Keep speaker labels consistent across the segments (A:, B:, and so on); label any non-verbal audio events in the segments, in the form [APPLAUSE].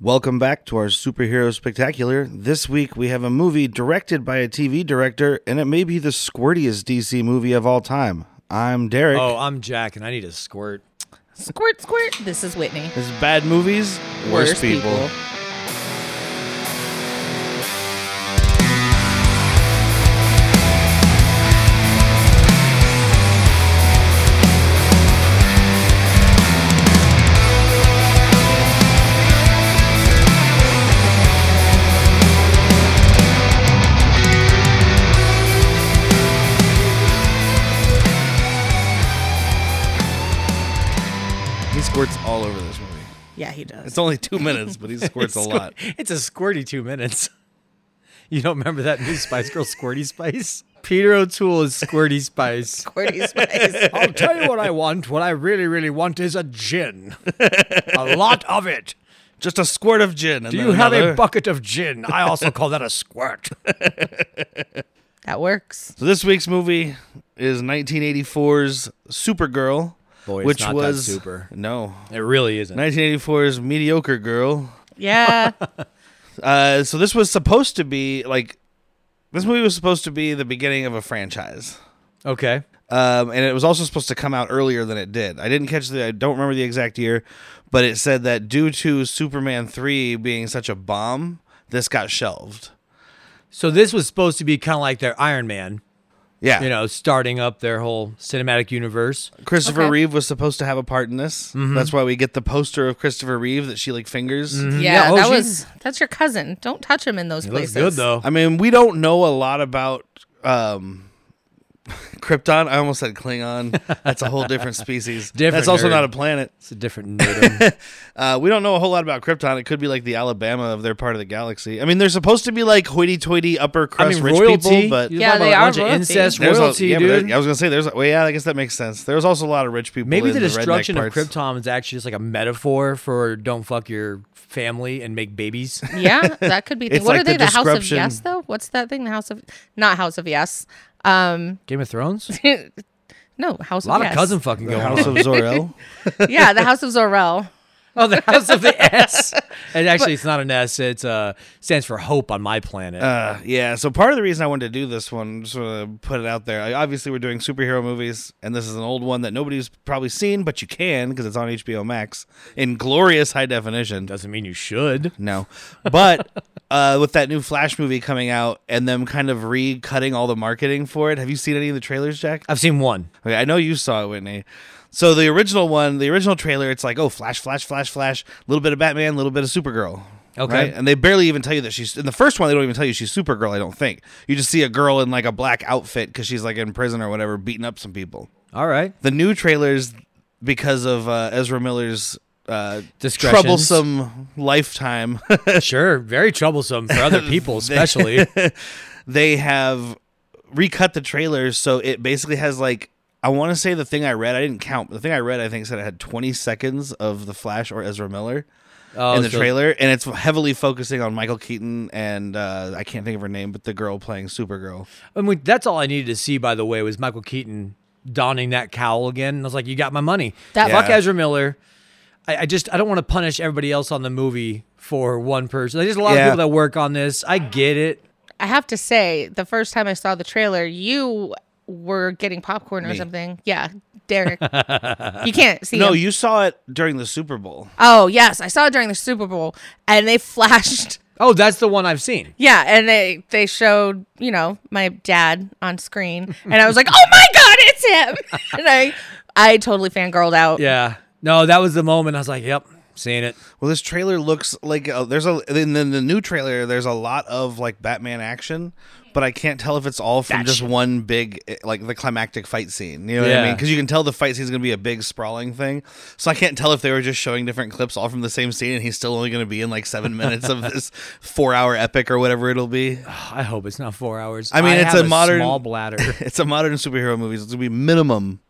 A: Welcome back to our superhero spectacular. This week we have a movie directed by a TV director, and it may be the squirtiest DC movie of all time. I'm Derek.
B: Oh, I'm Jack, and I need a squirt.
C: Squirt, squirt. This is Whitney.
A: This is bad movies, worse, people. He squirts all over this movie.
C: Yeah, he does.
A: It's only two minutes, but he
B: [LAUGHS]
A: squirts a lot.
B: It's a squirty two minutes. [LAUGHS] You don't remember that new Spice Girl Squirty
A: [LAUGHS]
B: Spice? Peter O'Toole is Squirty Spice.
C: Squirty spice.
B: [LAUGHS] I'll tell you what I want. What I really, really want is a gin.
A: [LAUGHS]
B: A lot of it.
A: Just a squirt of gin. And
B: Do
A: then
B: you have
A: another.
B: a bucket of gin? I also call that a
A: [LAUGHS]
B: squirt.
C: That works.
A: So this week's movie is 1984's Supergirl,
B: Boy, Oh, it's
A: which
B: not that
A: was
B: super.
A: no
B: It really isn't.
A: 1984's Mediocre Girl.
C: [LAUGHS] Yeah.
A: Uh, so this was supposed to be like this movie was supposed to be the beginning of a franchise.
B: Okay.
A: Um, and it was also supposed to come out earlier than it did. I didn't catch the, I don't remember the exact year, but it said that due to Superman 3 being such a bomb, this got shelved.
B: So this was supposed to be kind of like their Iron Man,
A: Yeah.
B: you know, starting up their whole cinematic universe.
A: Christopher
C: Okay.
A: Reeve was supposed to have a part in this.
B: Mm-hmm.
A: That's why we get the poster of Christopher Reeve that she like fingers.
C: Yeah,
B: Yeah, oh,
C: that
B: she's-
C: was that's your cousin. Don't touch him in those
B: It looks
C: places.
B: good though.
A: I mean, we don't know a lot about um, [LAUGHS] Krypton. I almost said Klingon. That's a whole different species.
B: [LAUGHS] Different
A: That's also
B: nerd.
A: not a planet.
B: It's a different nerd.
A: [LAUGHS] Uh, we don't know a whole lot about Krypton. It could be like the Alabama of their part of the galaxy. I mean, they're supposed to be like hoity-toity upper
B: I
A: crust
B: mean,
A: rich
B: royalty.
A: people, but
B: you're
C: Yeah,
B: talking about
C: they
B: a
C: are
B: bunch
C: royalty.
B: of incest
A: there's a-
B: royalty,
A: yeah, but there-
B: dude.
A: I was gonna say there's. Well, yeah, I guess that makes sense. There's also a lot of rich people.
B: Maybe
A: in
B: the
A: redneck
B: destruction of
A: parts.
B: Krypton is actually just like a metaphor for don't fuck your family and make
A: [LAUGHS]
B: babies.
C: Yeah, that could be.
A: It's
C: what
A: like
C: are they?
A: the
C: The, House of
A: description-
C: Yes, though. What's that thing? The House of not House of Yes. Um, [LAUGHS]
B: Game of Thrones?
C: no House
B: A lot
C: of,
B: of
A: [LAUGHS]
C: Yes.
B: cousin fucking
A: The
B: going
A: House
B: on.
A: of Zorel.
C: [LAUGHS] yeah, the House of Zorel.
B: [LAUGHS] oh, the House of
A: [LAUGHS]
B: the S. And actually, it's not an S. It's uh stands for hope on my planet.
A: Uh, yeah. So part of the reason I wanted to do this one, just want to put it out there. I, obviously, we're doing superhero movies, and this is an old one that nobody's probably seen, but you can because it's on HBO Max in glorious high definition.
B: Doesn't mean you should.
A: No, but [LAUGHS] uh, with that new Flash movie coming out and them kind of recutting all the marketing for it, have you seen any of the trailers, Jack?
B: I've seen one.
A: Okay, I know you saw it, Whitney. So the original one, the original trailer, it's like, oh, Flash, Flash, Flash, Flash, a little bit of Batman, a little bit of Supergirl.
B: Okay.
A: And they barely even tell you that she's in the first one. They don't even tell you she's Supergirl. I don't think you just see a girl in like a black outfit because she's like in prison or whatever, beating up some people.
B: All
A: [LAUGHS]
B: right.
A: The new trailers, because of uh, Ezra Miller's uh,
B: Discretions.
A: troublesome lifetime,
B: Sure. Very troublesome for
A: [LAUGHS]
B: other people, especially.
A: they have recut the trailers so it basically has like I want to say the thing I read I didn't count but the thing I read I think said it had 20 seconds of the Flash or Ezra Miller
B: Oh,
A: in the
B: so-
A: trailer and it's heavily focusing on Michael Keaton and uh, I can't think of her name but the girl playing Supergirl
B: I mean, that's all I needed to see, by the way, was Michael Keaton donning that cowl again. And I was like, you got my money.
C: That-
B: Fuck
A: Yeah.
B: Ezra Miller. I, I just, I don't want to punish everybody else on the movie for one person. There's a lot
A: Yeah.
B: of people that work on this. I get it.
C: I have to say, the first time I saw the trailer, you were getting popcorn or
A: Me.
C: something. Yeah, Derek.
A: [LAUGHS]
C: you can't see.
A: No
C: him.
A: you saw it during the Super Bowl
C: Oh yes, I saw it during the Super Bowl, and they [LAUGHS] flashed.
B: Oh, that's the one I've seen.
C: Yeah, and they they showed you know my dad on screen, and I was like, oh my god, it's him! [LAUGHS] and I I totally fangirled out.
B: Yeah. No, that was the moment I was like, yep, seeing it. [SIGHS]
A: Well, this trailer looks like uh, there's a and then the new trailer. There's a lot of like Batman action, but I can't tell if it's all from just one big eh, like the climactic fight scene. You know what I
B: Yeah.
A: mean? Because you can tell the fight scene's gonna be a big sprawling thing. So I can't tell if they were just showing different clips all from the same scene, and he's still only gonna be in like seven minutes of
B: [LAUGHS]
A: this four hour epic or whatever it'll be.
B: I hope it's not four hours.
A: I mean, it's
B: have
A: a modern-
B: small
A: [LAUGHS]
B: bladder.
A: It's a modern superhero movie. So it's gonna be minimum.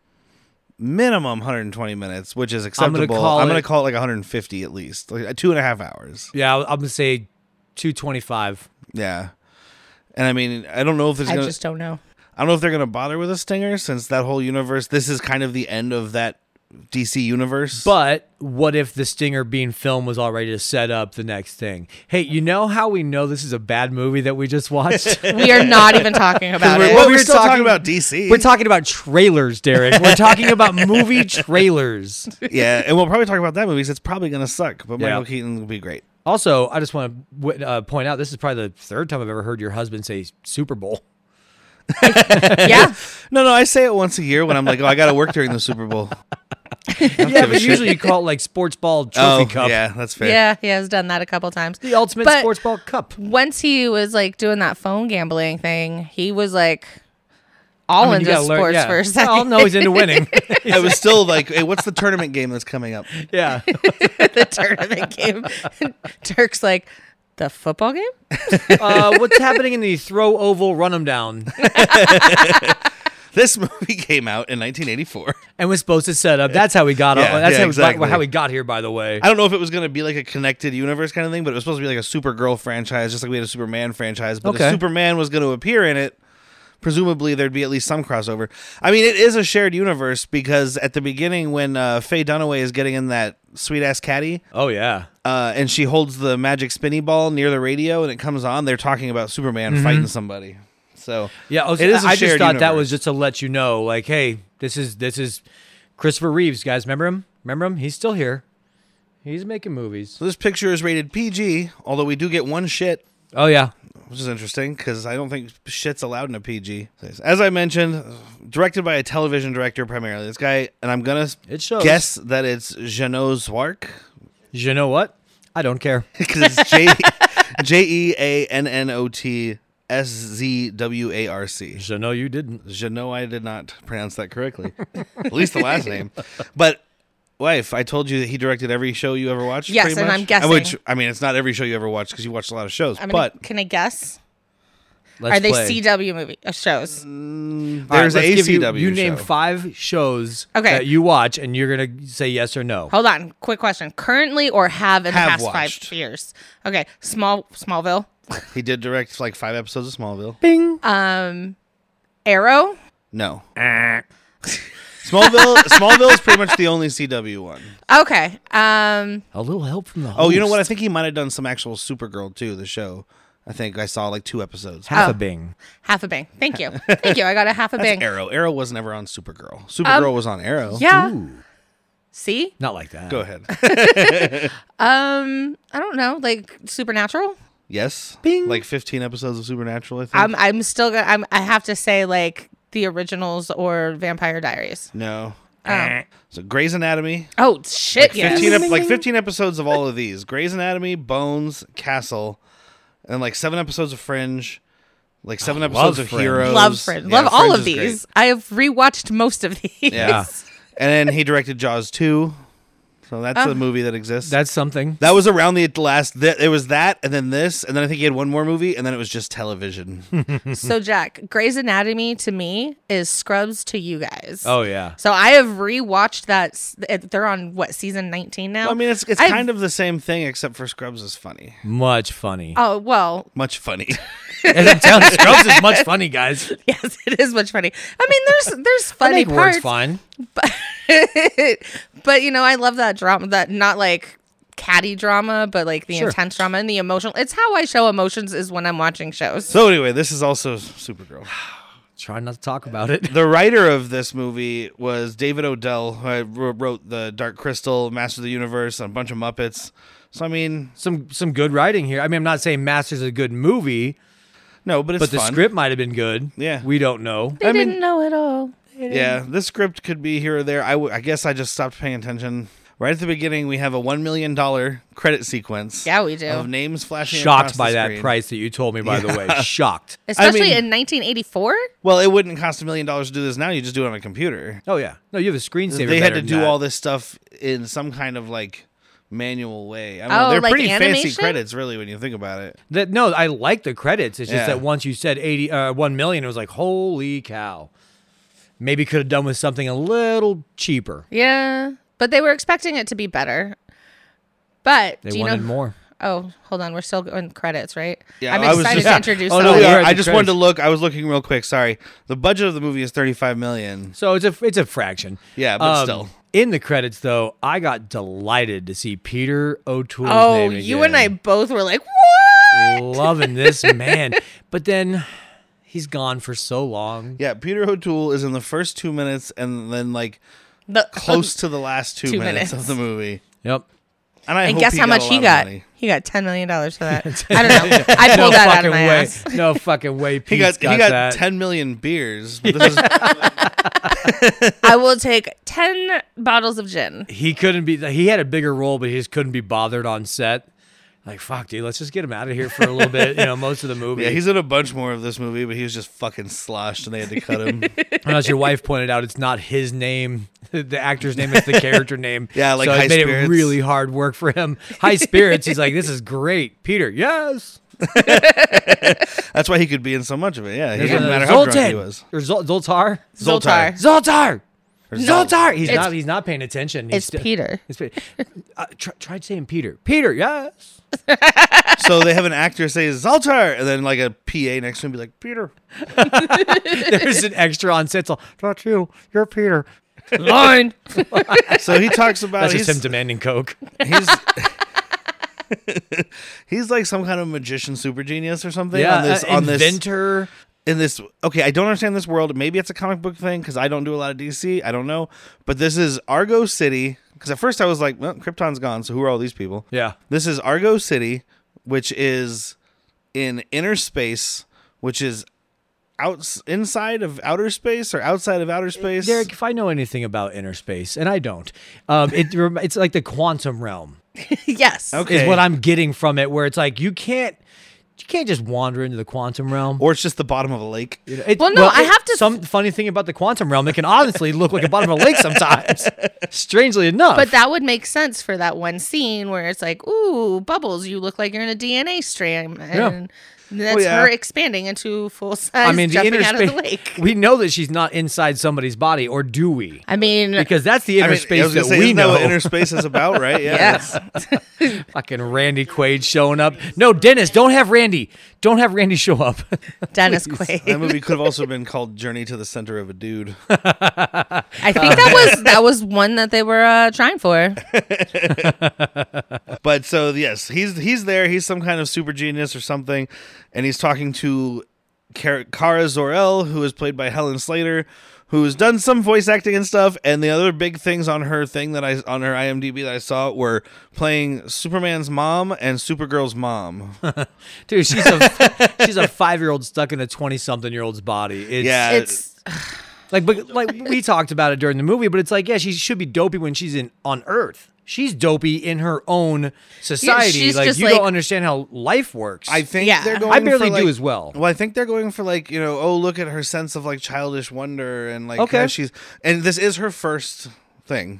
A: Minimum 120 minutes, which is
B: gonna
A: acceptable.
B: call
A: I'm gonna
B: it-
A: call it like 150 at least, like uh, two and a half hours.
B: yeah, I'm gonna say two twenty-five.
A: Yeah. And I mean, I don't know if there's
C: I
A: gonna,
C: just don't know.
A: I don't know if they're gonna bother with a stinger since that whole universe. This is kind of the end of that DC universe.
B: But what if the stinger being filmed was already to set up the next thing? Hey, you know how we know this is a bad movie that we just watched?
C: We are not
B: [LAUGHS]
C: even talking about
A: we're,
C: it.
A: well,
B: we
A: we're
B: were
A: still talking,
B: talking-
A: about DC.
B: We're talking about trailers, Derek. We're talking about movie trailers.
A: [LAUGHS] yeah, and we'll probably talk about that movie. 'cause It's probably gonna suck, but
B: Yeah.
A: Michael Keaton will be great.
B: Also, I just want to uh, point out this is probably the third time I've ever heard your husband say Super Bowl.
C: Yeah.
A: No, no, I say it once a year when I'm like, oh, I gotta work during the Super
C: [LAUGHS]
A: Bowl.
B: [LAUGHS] Yeah, but usually you call it like sports ball trophy
A: oh,
B: cup.
A: yeah, that's fair.
C: Yeah. He has done that a couple times.
B: The ultimate
C: But-
B: sports ball cup.
C: Once he was like doing that phone gambling thing, he was like
B: I
C: all
B: mean, you
C: into
B: gotta
C: sports
B: learn- yeah.
C: for a
B: [LAUGHS]
C: second.
B: Well,
C: [LAUGHS]
B: no, he's into winning. [LAUGHS]
A: I was still like, hey, what's the tournament game that's coming up?
B: yeah.
C: the tournament game. [LAUGHS] Turk's like, the football game?
B: Uh, what's happening in the throw oval run 'em down?
A: This [LAUGHS] movie came out in 1984.
B: And was supposed to set up. That's how we [LAUGHS] got.
A: Yeah,
B: that's
A: yeah,
B: how, we got-
A: exactly.
B: how we got here, by the way.
A: I don't know if it was going to be like a connected universe kind of thing, but it was supposed to be like a Supergirl franchise, just like we had a Superman franchise. But
B: Okay.
A: if Superman was going to appear in it, presumably there'd be at least some crossover. I mean, it is a shared universe because at the beginning, when uh, Faye Dunaway is getting in that sweet ass caddy
B: Oh yeah.
A: uh, and she holds the magic spinny ball near the radio and it comes on, they're talking about Superman fighting somebody. So
B: Mm-hmm. Yeah, I, was-
A: it is. a
B: I just
A: shared
B: thought that
A: universe.
B: was just to let you know, like, hey, this is this is Christopher Reeves, guys. Remember him? Remember him? He's still here. He's making movies.
A: So this picture is rated PG, although we do get one shit
B: Oh yeah,
A: which is interesting because I don't think shit's allowed in a PG. As I mentioned, directed by a television director primarily. This guy, and I'm gonna
B: It shows.
A: guess that it's Jeannot Zwark [LAUGHS]
B: you know what? I don't [LAUGHS] care.
A: because it's J [LAUGHS] J E A N N O T S Z W A R C.
B: So no, you didn't.
A: Jeannot, I did not pronounce that
B: [LAUGHS]
A: correctly, at least the last name. But wife, I told you that he directed every show you ever watched.
C: Yes,
A: pretty
C: and
A: much?
C: I'm guessing.
A: Which I mean, it's not every show you ever watched because you watched a lot of shows,
C: I mean,
A: but.
C: can I guess?
B: Let's
C: Are they
B: play.
C: CW movie uh, shows?
B: All right,
A: There's
B: let's
A: a
B: give you-
A: CW
B: You, name
A: show.
B: five shows
C: Okay.
B: that you watch, and you're gonna say yes or no.
C: Hold on, quick question. Currently or have in
A: Have
C: the past
A: watched.
C: five years? Okay, small Smallville,
A: He did direct like five episodes of Smallville.
B: Bing.
C: Uh, Arrow.
A: No. [LAUGHS] Smallville Smallville is pretty much the only CW one.
C: Okay, um,
B: A little help from the. Host.
A: Oh, you know what? I think he might have done some actual Supergirl too, the show. I think I saw like two episodes.
B: Half
C: Uh,
B: a Bing.
C: half a bang. Thank
A: [LAUGHS]
C: you, thank you. I got a half a
A: That's
C: bang.
A: Arrow. Arrow was never on Supergirl. Supergirl was on Arrow.
C: Yeah. See,
B: Not like that.
A: Go ahead.
C: um, I don't know, like
A: Mm.
C: Supernatural.
A: yes.
B: Bing.
A: Like 15 episodes of Supernatural, I think.
C: I'm, I'm still gonna. I'm, I have to say like the originals or Vampire Diaries.
A: no.
C: Oh,
A: So Grey's Anatomy.
C: oh shit! yes.
A: 15 ep- like 15 episodes of all of these. Grey's Anatomy, Bones, Castle, and like 7 episodes of Fringe. Like seven episodes
B: love
A: of
B: Fringe.
A: Heroes.
C: Love Fringe.
A: Yeah,
C: Love
A: Fringe
C: all of
A: is great.
C: these. I have rewatched most of these.
A: Yeah. and then he directed Jaws 2. So
C: Oh.
A: that's a movie that exists.
B: That's something.
A: that was around the last th- it was that and then this and then I think he had one more movie and then it was just television.
C: [LAUGHS] Hmm. so Jack, Grey's Anatomy to me is Scrubs to you guys.
B: Oh yeah.
C: So I have rewatched that. s- it- They're on what season nineteen now.
A: I mean it's it's
C: I've-
A: kind of the same thing except for Scrubs is funny.
B: Much [LAUGHS] funny.
C: Oh well, [LAUGHS]
A: Much funny. [LAUGHS]
B: As I'm [LAUGHS] telling you, Scrubs is much funny, guys.
C: yes, it is much funny. I mean, there's
A: [LAUGHS]
C: there's funny
B: I make words
C: parts,
B: fine.
C: but you know, I love that drama. That not like catty drama, but like the
B: Sure.
C: intense drama and the emotional. It's how I show emotions is when I'm watching shows.
A: so anyway, this is also Supergirl.
B: Try not to talk about it. [LAUGHS]
A: The writer of this movie was David Odell who I wr- wrote The Dark Crystal, Master of the Universe, and a bunch of Muppets. So I mean,
B: Some some good writing here. I mean, I'm not saying Masters is a good movie,
A: no, but it's
B: but the
A: fun.
B: script might have been good.
A: Yeah.
B: we don't know.
C: They
A: I mean-
C: didn't know it all.
A: Yeah, this script could be here or there. I, w- I guess I just stopped paying attention. Right at the beginning, we have a one million dollar credit sequence.
C: Yeah, we do.
A: Of names flashing. across
B: Shocked
A: the
B: by that
A: screen.
B: price that you told me. By the way,
A: [LAUGHS]
B: shocked.
C: Especially
A: mean-
C: in 1984.
A: Well, it wouldn't cost a million dollars to do this now. You just do it on a computer.
B: Oh yeah, no, you have a screensaver.
A: they had
B: better
A: to
B: than
A: do
B: that.
A: all this stuff in some kind of like manual way. I mean,
C: Oh,
A: they're
C: like
A: pretty fancy
C: animation?
A: credits, really, when you think about it.
B: That no, I like the credits. It's just
A: Yeah.
B: that once you said eighty uh, one million, it was like holy cow. Maybe could have done with something a little cheaper.
C: Yeah, but they were expecting it to be better. But
B: They
C: do you
B: wanted
C: know?
B: more.
C: Oh, hold on. We're still going credits, right?
A: Yeah,
C: I'm
A: I was
C: excited
A: just-
C: to introduce
B: Oh,
A: [LAUGHS]
B: no,
A: Oh,
C: someone.
B: we
A: yeah,
B: are at
A: I
B: the
A: just wanted to
B: credits.
A: look. I was looking real quick. Sorry. The budget of the movie is 35 million.
B: So it's a it's a fraction. Um,
A: Yeah, but still.
B: In the credits, though, I got delighted to see Peter O'Toole's
C: Oh,
B: name
C: you
B: again.
C: and I both were like, what?
B: loving
C: [LAUGHS]
B: this man. But then he's gone for so long.
A: Yeah, Peter O'Toole is in the first two minutes and then
C: [LAUGHS]
A: like
C: The-
A: close to the last two,
C: Two
A: minutes.
C: minutes.
A: of the movie.
B: Yep.
A: And I
C: and
A: hope
C: guess how
A: got
C: much
A: a
C: he
A: lot of
C: got?
A: money.
C: He got ten million dollars for that. I don't know. I pulled that out
B: fucking
C: of my
B: way.
C: ass.
B: [LAUGHS] No fucking way.
A: He got,
B: Pete's got
A: he got
B: that.
A: 10 million beers. But
C: [LAUGHS]
A: this is,
C: I will take ten bottles of gin.
B: he couldn't be. He had a bigger role, but he just couldn't be bothered on set. Like fuck, dude. Let's just get him out of here for a little bit. You know, most of the
A: [LAUGHS]
B: movie.
A: yeah, he's in a bunch more of this movie, but he was just fucking sloshed and they had to cut
C: [LAUGHS]
A: him.
B: And as your wife pointed out, it's not his name, [LAUGHS] the actor's name, it's the character name.
A: Yeah, like
B: so
A: High
B: it made
A: Spirits.
B: it really hard work for him. High spirits. He's like, this is great, Peter. Yes.
A: That's why he could be in so much of it. Yeah, he
B: Uh,
A: didn't matter how drunk he
B: Zoltan.
A: was.
B: Or Zol- [LAUGHS] Zoltar.
A: Zoltar.
B: Zoltar. Zoltar. He's
C: It's-
B: not. He's not paying attention. He's
C: It's
B: st-
C: Peter.
B: It's Peter. Uh, tr- tried saying Peter. Peter. Yes. [LAUGHS]
A: so they have an actor say Zoltar, and then like a PA next to him be like Peter.
B: There's an extra on set. It's all, Not you. You're Peter.
C: Line.
A: So he talks about
B: That's just
A: Oh,
B: him
A: he's,
B: demanding
A: [LAUGHS]
B: coke.
A: he's he's like some kind of magician, super genius or something.
B: Yeah.
A: on this
B: uh,
A: on this
B: inventor.
A: in this okay i don't understand this world maybe it's a comic book thing because i don't do a lot of dc i don't know but this is argo city because at first i was like well krypton's gone so who are all these people
B: Yeah.
A: this is argo city which is in inner space which is outs inside of outer space or outside of outer space
B: Derek, if I know anything about inner space, and I don't, um, it rem- [LAUGHS] it's like the quantum realm
C: [LAUGHS] yes.
A: Okay.
B: is what I'm getting from it, where it's like you can't you can't just wander into the quantum realm.
A: or it's just the bottom of a lake
B: You know, it-
C: Well, no, I have to-
B: Some funny thing about the quantum realm, it can honestly look like a bottom of a lake
A: [LAUGHS]
B: sometimes. Strangely enough,
C: But that would make sense for that one scene where it's like, ooh, bubbles, you look like you're in a DNA stream. And that's
A: yeah.
C: her expanding into full size
B: I mean, the
C: jumping
B: inner
C: out
B: space.
C: of the lake.
B: We know that she's not inside somebody's body, or do we?
C: I mean,
B: Because that's the inner
A: I
B: space
A: was gonna
B: that
A: say,
B: we
A: isn't that
B: know.
A: what inner space is about, right? Yeah.
C: yes.
B: Fucking Randy Quaid showing up. No, Dennis, don't have Randy. Don't have Randy show up.
C: Dennis Quaid.
A: That movie could have also been called Journey to the Center of a Dude.
C: I think that was that was one that they were uh, trying for.
A: But so yes, he's he's there. He's some kind of super genius or something, and he's talking to Kara Kara Zor-El, who is played by Helen Slater, who's done some voice acting and stuff. And the other big things on her thing that I on her IMDb that I saw were playing Superman's mom and Supergirl's mom.
B: Dude, she's a [LAUGHS] she's a five year old stuck in a twenty something year old's body. It's,
A: Yeah,
C: It's
B: like but like we talked about it during the movie, but it's like yeah, she should be dopey when she's in on Earth. She's dopey in her own society.
C: she's
B: like
C: just
B: you
C: like-
B: don't understand how life works.
A: I think
C: Yeah.
A: they're
C: I
A: going.
B: barely
A: for,
B: do
A: like-
B: as well.
A: Well, I think they're going for like you know, oh look at her sense of like childish wonder and like
B: Okay.
A: how she's and this is her first thing,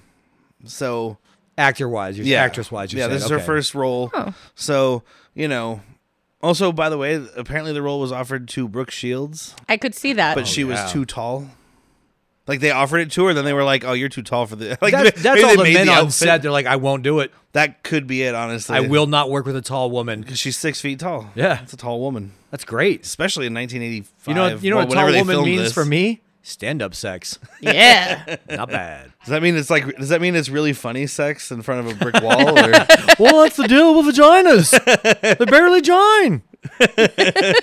A: so
B: actor wise,
A: yeah,
B: actress wise.
A: yeah, this is her first role.
B: Oh.
A: So you know, also by the way, apparently the role was offered to Brooke Shields,
C: I could see that.
A: but she
B: Oh, yeah.
A: was too tall. Like they offered it to her, then they were like, "Oh, you're too tall for the." [LAUGHS] Like
B: That's,
A: maybe they
B: that's all the
A: made
B: men on
A: outfit.
B: set. They're like, I won't do it.
A: That could be it, honestly.
B: I will not work with a tall woman.
A: She's six feet tall.
B: Yeah.
A: it's a tall woman,
B: That's great.
A: especially in 1985.
B: You know, you know
A: well,
B: what a tall
A: whenever they
B: woman
A: filmed
B: means
A: this.
B: for me? Stand up sex.
C: yeah.
B: Not bad.
A: Does that mean it's like? Does that mean it's really funny sex in front of a
C: [LAUGHS]
A: brick wall? Or
B: well, that's the deal with vaginas. They barely join. [LAUGHS]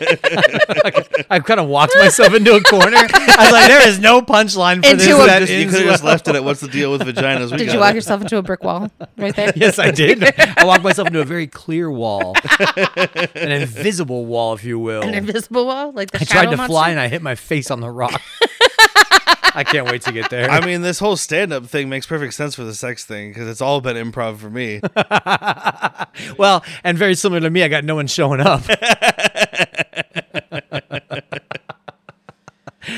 B: I kind of walked myself into a corner. I was like, there is no punchline for
C: Into
B: this.
C: a-
B: that
A: you
B: ends
A: could have just
B: well.
A: left it at "What's the deal with vaginas?" We
C: Did
A: got
C: you walk
A: it.
C: yourself into a brick wall right there?
B: [LAUGHS] Yes, I did. I walked myself into a very clear wall, an invisible wall, if you will.
C: An invisible wall, like the
B: I
C: shadow
B: tried to
C: monster?
B: fly and I hit my face on the
C: [LAUGHS]
B: rock. I can't wait to get there.
A: I mean, this whole stand-up thing makes perfect sense for the sex thing because it's all been improv for
B: [LAUGHS]
A: me.
B: well, and very similar to me, I got no one showing up.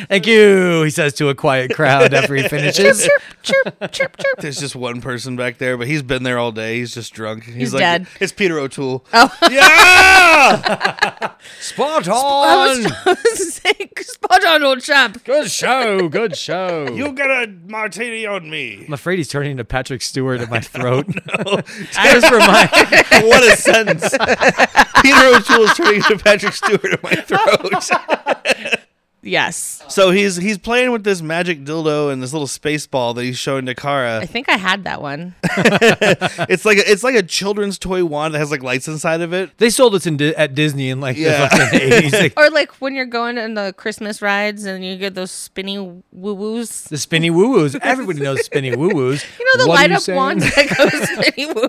B: Thank you, he says to a quiet crowd after he finishes.
C: chirp, chirp, chirp,
A: [LAUGHS]
C: chirp.
A: There's just one person back there, but he's been there all day. He's just drunk. He's,
C: He's
A: like,
C: dead.
A: It's Peter O'Toole.
C: Oh.
A: [LAUGHS] Yeah!
B: [LAUGHS] Spot
C: I was
B: on.
C: trying to [LAUGHS] say, spot on, old chap.
B: Good show. Good show.
A: you got a martini on me.
B: I'm afraid he's turning into Patrick Stewart [LAUGHS] in my throat. Just for my
A: what a
C: [LAUGHS]
A: sentence. Peter O'Toole is turning into Patrick Stewart in my
C: [LAUGHS]
A: throat.
C: Yes.
A: so he's he's playing with this magic dildo and this little space ball that he's showing to
C: I [LAUGHS]
A: Kara.
C: think I had that one.
A: It's like a, it's like a children's toy wand that has like lights inside of it.
B: They sold this in Di- at Disney in like
A: Yeah.
B: the fucking 80s. Like,
C: Or like when you're going on the Christmas rides and you get those spinny woo woos.
B: the spinny woo woos. Everybody knows spinny woo woos.
C: You know the light up wand that goes spinny woo.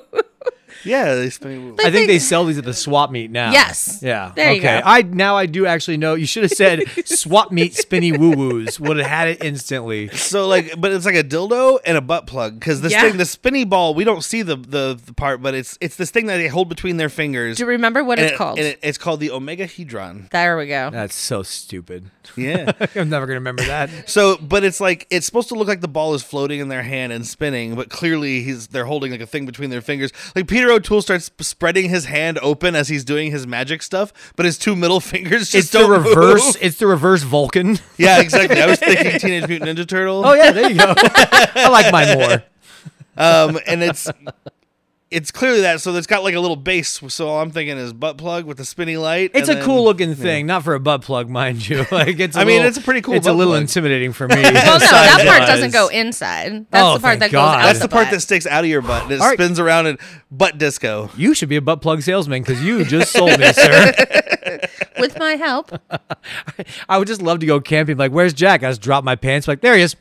A: Yeah, they spin.
B: I think
C: think-
B: they sell these at the swap meet now.
C: Yes.
B: Yeah.
C: There
B: okay.
C: you go.
B: I now I do actually know. You should have [LAUGHS] said swap meet spinny woo woos. Would have had it instantly.
A: So like, but it's like a dildo and a butt plug because this
C: Yeah.
A: thing, the spinny ball, we don't see the, the the part, but it's it's this thing that they hold between their fingers.
C: Do you remember what
A: and
C: it's
A: it-
C: called?
A: and it- it's called the [LAUGHS] omegahedron.
C: there we go.
B: That's so stupid. [LAUGHS]
A: Yeah.
B: I'm never gonna remember [LAUGHS] that.
A: so, but it's like it's supposed to look like the ball is floating in their hand and spinning, but clearly he's they're holding like a thing between their fingers. Like Peter O'Toole starts sp- spreading his hand open as he's doing his magic stuff, but his two middle [LAUGHS] fingers just
B: It's the
A: don't move.
B: reverse. It's the reverse Vulcan. [LAUGHS]
A: Yeah, exactly. I was thinking Teenage Mutant Ninja Turtle.
B: Oh yeah, there you go. I like mine more.
A: um, and it's it's clearly that. So it's got like a little base. So all I'm thinking is butt plug with the spinny light.
B: [LAUGHS] It's
A: and
B: a
A: then-
B: cool looking thing, not for a butt plug, mind you. [LAUGHS] Like it's. I
A: I mean, it's a pretty cool
B: It's a
A: butt
B: little
A: plug.
B: intimidating [LAUGHS] for me.
C: Well, no, that part
B: size-wise.
C: doesn't go inside. That's
B: Oh,
C: the part
B: thank
C: that
B: God.
C: goes out.
A: That's the part
C: butt.
A: that sticks out of your butt. And it
B: All right.
A: spins around and butt
B: [LAUGHS]
A: disco.
B: You should be a butt plug salesman because you just sold me, [LAUGHS] sir.
C: with my help.
B: I would just love to go camping. Like, where's Jack? I just drop my pants. Like, there he is.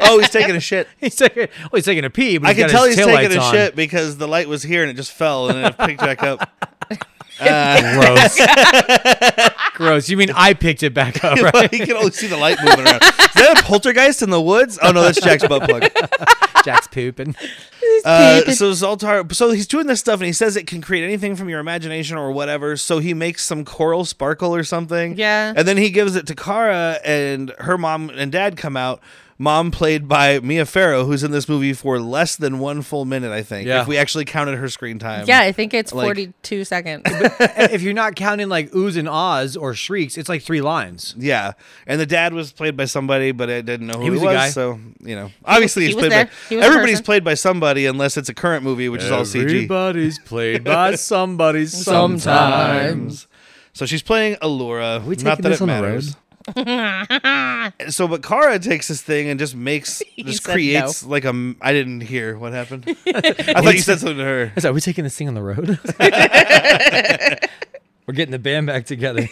A: Oh, he's taking a shit.
B: [LAUGHS] He's taking. Well, he's taking a pee. But
A: I
B: he's
A: can
B: got
A: tell
B: his
A: he's
B: taillights
A: taking a
B: on.
A: shit because the light was here and it just fell and then it picked back up. [LAUGHS]
B: Gross.
A: [LAUGHS]
B: Gross. You mean I picked it back up, right?
A: you can only see the light moving around. Is that a poltergeist in the woods? Oh no, that's Jack's butt
C: [LAUGHS]
A: plug.
B: Jack's pooping.
A: Uh, so Zoltar, so he's doing this stuff, and he says it can create anything from your imagination or whatever. So he makes some coral sparkle or something.
C: Yeah.
A: and then he gives it to Kara, and her mom and dad come out. Mom played by Mia Farrow, who's in this movie for less than one full minute, I think.
B: Yeah.
A: If we actually counted her screen time.
C: Yeah, I think it's
A: Like- [LAUGHS]
C: 42 seconds.
B: if you're not counting like oohs and ahs or shrieks, it's like three lines.
A: Yeah, and the dad was played by somebody, but I didn't know who he
B: was
A: was.
B: a guy.
A: So you know, obviously
C: he
A: he's
C: was
A: played
C: there.
A: by
C: He was a
A: everybody's
C: person.
A: played by somebody, unless it's a current movie, which is all CG.
B: Everybody's played
A: [LAUGHS]
B: by somebody
A: sometimes. So she's playing Allura.
B: we
A: Not that
B: taking this
A: it
B: on the
A: matters.
C: [LAUGHS]
A: so, but Kara takes this thing and just makes, just
C: said
A: creates like a. m- I didn't hear what
C: [LAUGHS]
A: happened. I thought you said something to her.
B: I said, Are we taking this thing on the
A: [LAUGHS]
B: road? [LAUGHS] We're getting the band back together.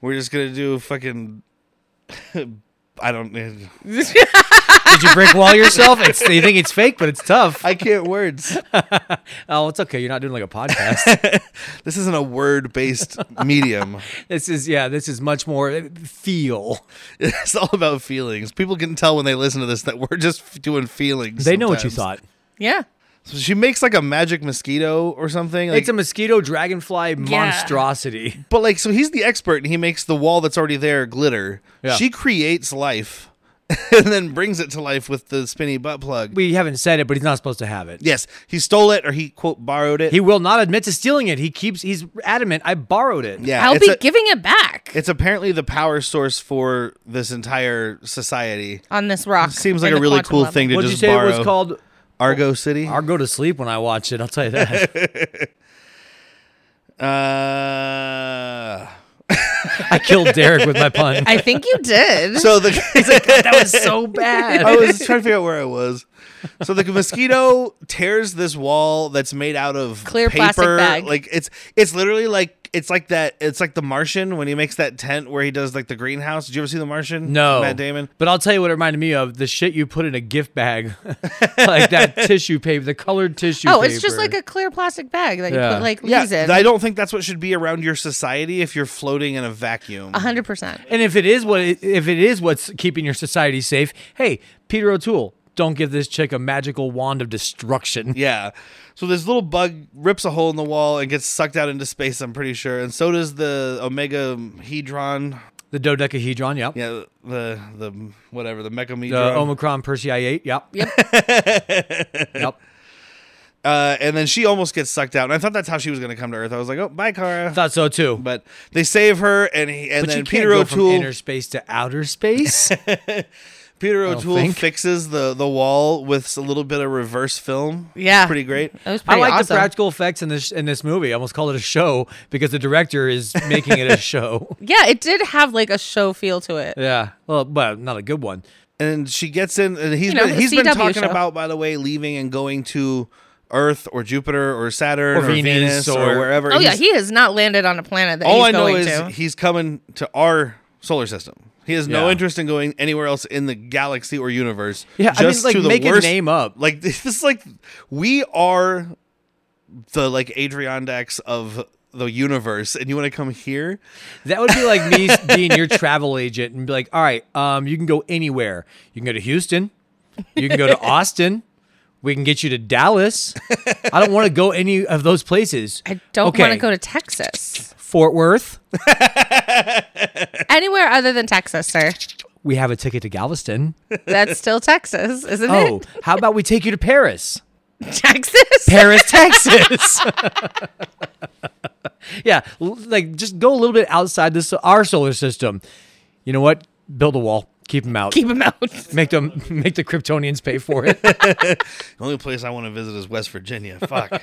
A: We're just gonna do fucking. [LAUGHS] I don't.
B: Did you brick wall yourself? It's, you think it's fake, but it's tough.
A: I can't words.
B: Oh, it's okay. You're not doing like a podcast.
A: [LAUGHS] This isn't a word-based [LAUGHS] medium.
B: this is yeah. This is much more feel.
A: [LAUGHS] It's all about feelings. People can tell when they listen to this that we're just f- doing feelings.
B: They know what you
A: sometimes.
B: thought.
C: yeah.
A: So she makes like a magic mosquito or something. Like,
B: It's a mosquito dragonfly monstrosity.
A: But like, so he's the expert, and he makes the wall that's already there glitter.
B: Yeah.
A: She creates life, [LAUGHS] and then brings it to life with the spinny butt plug.
B: We haven't said it, but he's not supposed to have it.
A: yes, he stole it, or he quote borrowed it.
B: He will not admit to stealing it. He keeps. He's adamant. I borrowed it.
A: yeah,
C: I'll
A: it's,
C: be
A: a-
C: giving it back
A: it's apparently the power source for this entire society.
C: on this rock.
A: Seems like
C: in
A: a
C: the
A: really
C: quantum
A: cool
C: level.
A: thing to
B: What'd you
A: just
B: say
A: borrow.
B: it was called?
A: Argo City.
B: I'll go to sleep when I watch it. I'll tell you that.
C: [LAUGHS]
A: uh,
B: I killed Derek with my pun.
C: I think you did.
A: [LAUGHS] so
C: [LAUGHS]
A: the.
B: [LAUGHS] that was so bad.
A: [LAUGHS] I was trying to figure out where I was. So the mosquito tears this wall that's made out of
C: Clear
A: paper.
C: plastic bag.
A: Like it's it's literally like it's like that. It's like The Martian when he makes that tent where he does like the greenhouse. Did you ever see The Martian?
B: No,
A: Matt Damon.
B: But I'll tell you what it reminded me of: the shit you put in a gift bag, [LAUGHS] like that tissue paper, the colored tissue.
C: oh, it's just
B: paper.
C: like a clear plastic bag that
B: Yeah.
C: you put like
A: Yeah,
C: leaves in.
A: I don't think that's what should be around your society if you're floating in a vacuum.
C: 100%.
B: And if it is what it, if it is what's keeping your society safe, hey, Peter O'Toole, don't give this chick a magical wand of destruction.
A: Yeah. So this little bug rips a hole in the wall and gets sucked out into space. I'm pretty sure, and so does the Omega Hedron.
B: The dodecahedron, yep.
A: Yeah, the the whatever the mechamedron.
B: The Omicron Persei, yep. Yep. [LAUGHS] yep.
A: uh, and then she almost gets sucked out. And I thought that's how she was going to come to Earth. I was like, oh, bye, Kara.
B: Thought so too. But,
A: but they save her, and he, and
B: you
A: then
B: can't
A: Peter
B: go from
A: O'Toole.
B: inner space to outer space.
A: Peter
B: don't
A: O'Toole
B: think.
A: fixes the the wall with a little bit of reverse film.
C: Yeah. Uh,
A: pretty great.
C: That was
B: I
C: pretty
B: like the
C: awesome.
B: practical effects in this in this movie. I almost called it a show because the director is making it a show.
C: yeah, it did have like a show feel to it.
B: Yeah. Well, but not a good one.
A: And she gets in, and he's
C: You know,
A: been,
C: the
A: he's been
C: CW
A: talking
C: show.
A: about, by the way, leaving and going to Earth or Jupiter or Saturn or,
B: Or Venus
A: Venus, or,
B: or-
A: wherever.
C: Oh yeah,
A: He's-
C: he has not landed on a planet that
A: all
C: he's
A: I know
C: going
A: is
C: to.
A: he's coming to our solar system. He has no
B: Yeah.
A: interest in going anywhere else in the galaxy or universe.
B: Yeah, I mean, like,
A: to the
B: make a name up.
A: Like [LAUGHS] this is like we are the like Adriandex of the universe, and you want to come here?
B: That would be like me being your travel agent and be like, all right, um, you can go anywhere. You can go to Houston. You can go to Austin. We can get you to Dallas. I don't want to go any of those places.
C: I don't
B: Okay,
C: want to go to Texas.
B: Fort Worth.
C: Anywhere other than Texas, sir.
B: We have a ticket to Galveston.
C: That's still Texas,
B: [LAUGHS]
C: isn't
B: Oh, how about we take you to Paris?
C: it? [LAUGHS] Texas.
B: Paris, Texas. [LAUGHS] yeah, l- like just go a little bit outside this our solar system. You know what? Build a wall. Keep them out.
C: Keep him out.
B: make them [LAUGHS] make the Kryptonians pay for [LAUGHS] it.
A: The only place I want to visit is West Virginia.
B: [LAUGHS]
A: Fuck.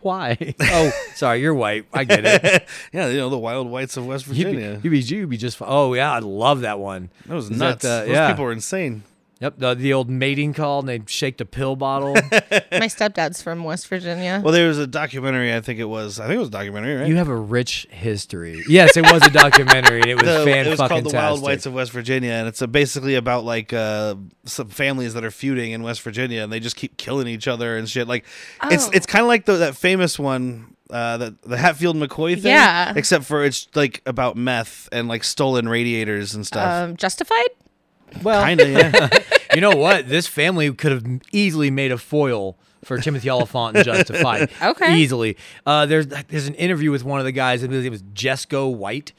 B: Why? Oh, sorry, you're white. I
A: [LAUGHS]
B: get it.
A: yeah, you know the wild whites of West
B: You'd be,
A: Virginia.
B: you'd be, you'd be just. fi- Oh yeah, I love that one.
A: that was
B: Is
A: nuts.
B: uh,
A: Those
B: yeah.
A: people were insane.
B: Yep. The, the old mating call, and they shake the pill bottle.
C: My stepdad's from West Virginia.
A: Well, there was a documentary. I think it was. I think it was a documentary, right?
B: you have a rich history. Yes, it was a documentary, and it
A: [LAUGHS]
B: was
A: the-
B: fan
A: it was
B: fucking
A: called the Wild Whites of West Virginia, and it's uh basically about like uh, some families that are feuding in West Virginia, and they just keep killing each other and shit. Like it's
C: Oh.
A: it's kind of like the, that famous one, uh, that the Hatfield McCoy thing,
C: Yeah.
A: Except for it's like about meth and like stolen radiators and stuff.
C: Um, justified. Um,
B: Well,
A: kind of, yeah.
C: [LAUGHS]
B: you know what? This family could have easily made a foil for Timothy Oliphant and Justified.
C: Okay.
B: Easily. Uh, there's there's an interview with one of the guys. I believe it was Jesco White.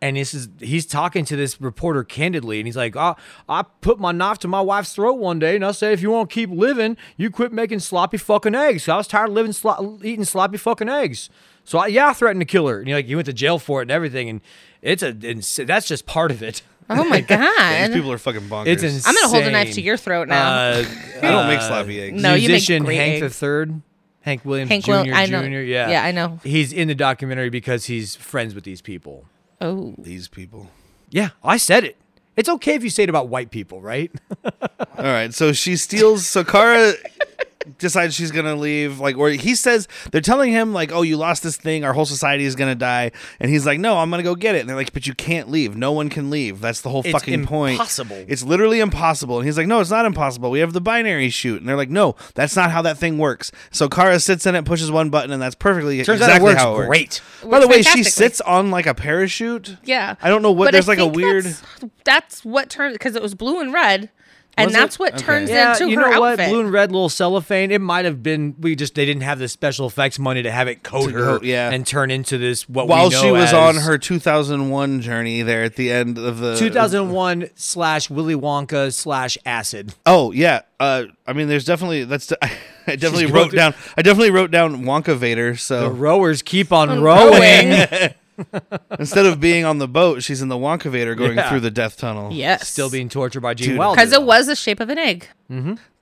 B: And this is he's talking to this reporter candidly, and he's like, oh, I put my knife to my wife's throat one day, and I said, if you want to keep living, you quit making sloppy fucking eggs. I was tired of living slo- eating sloppy fucking eggs. So I, yeah, I threatened to kill her, and you like you went to jail for it and everything, and it's a it's, that's just part of it.
C: Oh
A: [LAUGHS]
C: my
A: These
C: god.
A: people are fucking bonkers.
B: It's
A: I
B: insane.
C: I'm gonna hold a knife to your throat now.
B: Uh,
A: don't make sloppy eggs.
C: No, you make
B: musician
C: great
B: Hank
C: eggs.
B: the III, Hank Williams
C: Hank
B: Jr.
C: Wil- I know.
B: Jr. Yeah,
C: Yeah, I know.
B: He's in the documentary because he's friends with these people.
C: oh,
A: These people.
B: Yeah, I said it. It's okay if you say it about white people, right?
A: All right, so she steals. So Kara decides she's gonna leave. Like, or he says they're telling him like, "Oh, you lost this thing. Our whole society is gonna die." And he's like, "No, I'm gonna go get it." And they're like, "But you can't leave. No one can leave. That's the whole
B: It's
A: fucking point.
B: impossible.
A: It's literally impossible." And he's like, "No, it's not impossible. We have the binary shoot." And they're like, "No, that's not how that thing works." So Kara sits in it, pushes one button, and that's perfectly
B: [LAUGHS] Turns
A: exactly
B: out it works
A: how it works.
B: great.
A: By the way, she
C: Fantastically.
A: sits on like a parachute.
C: yeah.
A: I don't know what.
C: But I
A: there's like a
C: think
A: weird.
C: That's, that's what turned because it was blue and red, and
A: Was it?
C: that's what
A: Okay.
C: turns
B: Yeah,
C: into
B: you
C: her
B: know what?
C: outfit.
B: Blue and red, little cellophane. It might have been we just they didn't have the special effects money to have it coat
A: To
B: her,
A: coat, yeah.
B: and turn into this what we
A: While
B: know
A: she was
B: as
A: on
B: [LAUGHS]
A: her 2001 journey, there at the end of the
B: 2001 slash Willy Wonka slash acid.
A: Oh yeah, uh, I mean, there's definitely that's. [LAUGHS] I definitely
B: She's
A: wrote
B: going
A: down. I definitely wrote down Wonka Vader. [LAUGHS]
B: The
A: So
B: rowers keep on
C: rowing.
B: rowing.
C: [LAUGHS]
A: instead of being on the boat, she's in the Wonka Vader going
B: Yeah.
A: through the death tunnel.
C: yes,
B: still being tortured by Gene
A: Dude.
B: Wilder.
C: because it was the shape of an egg.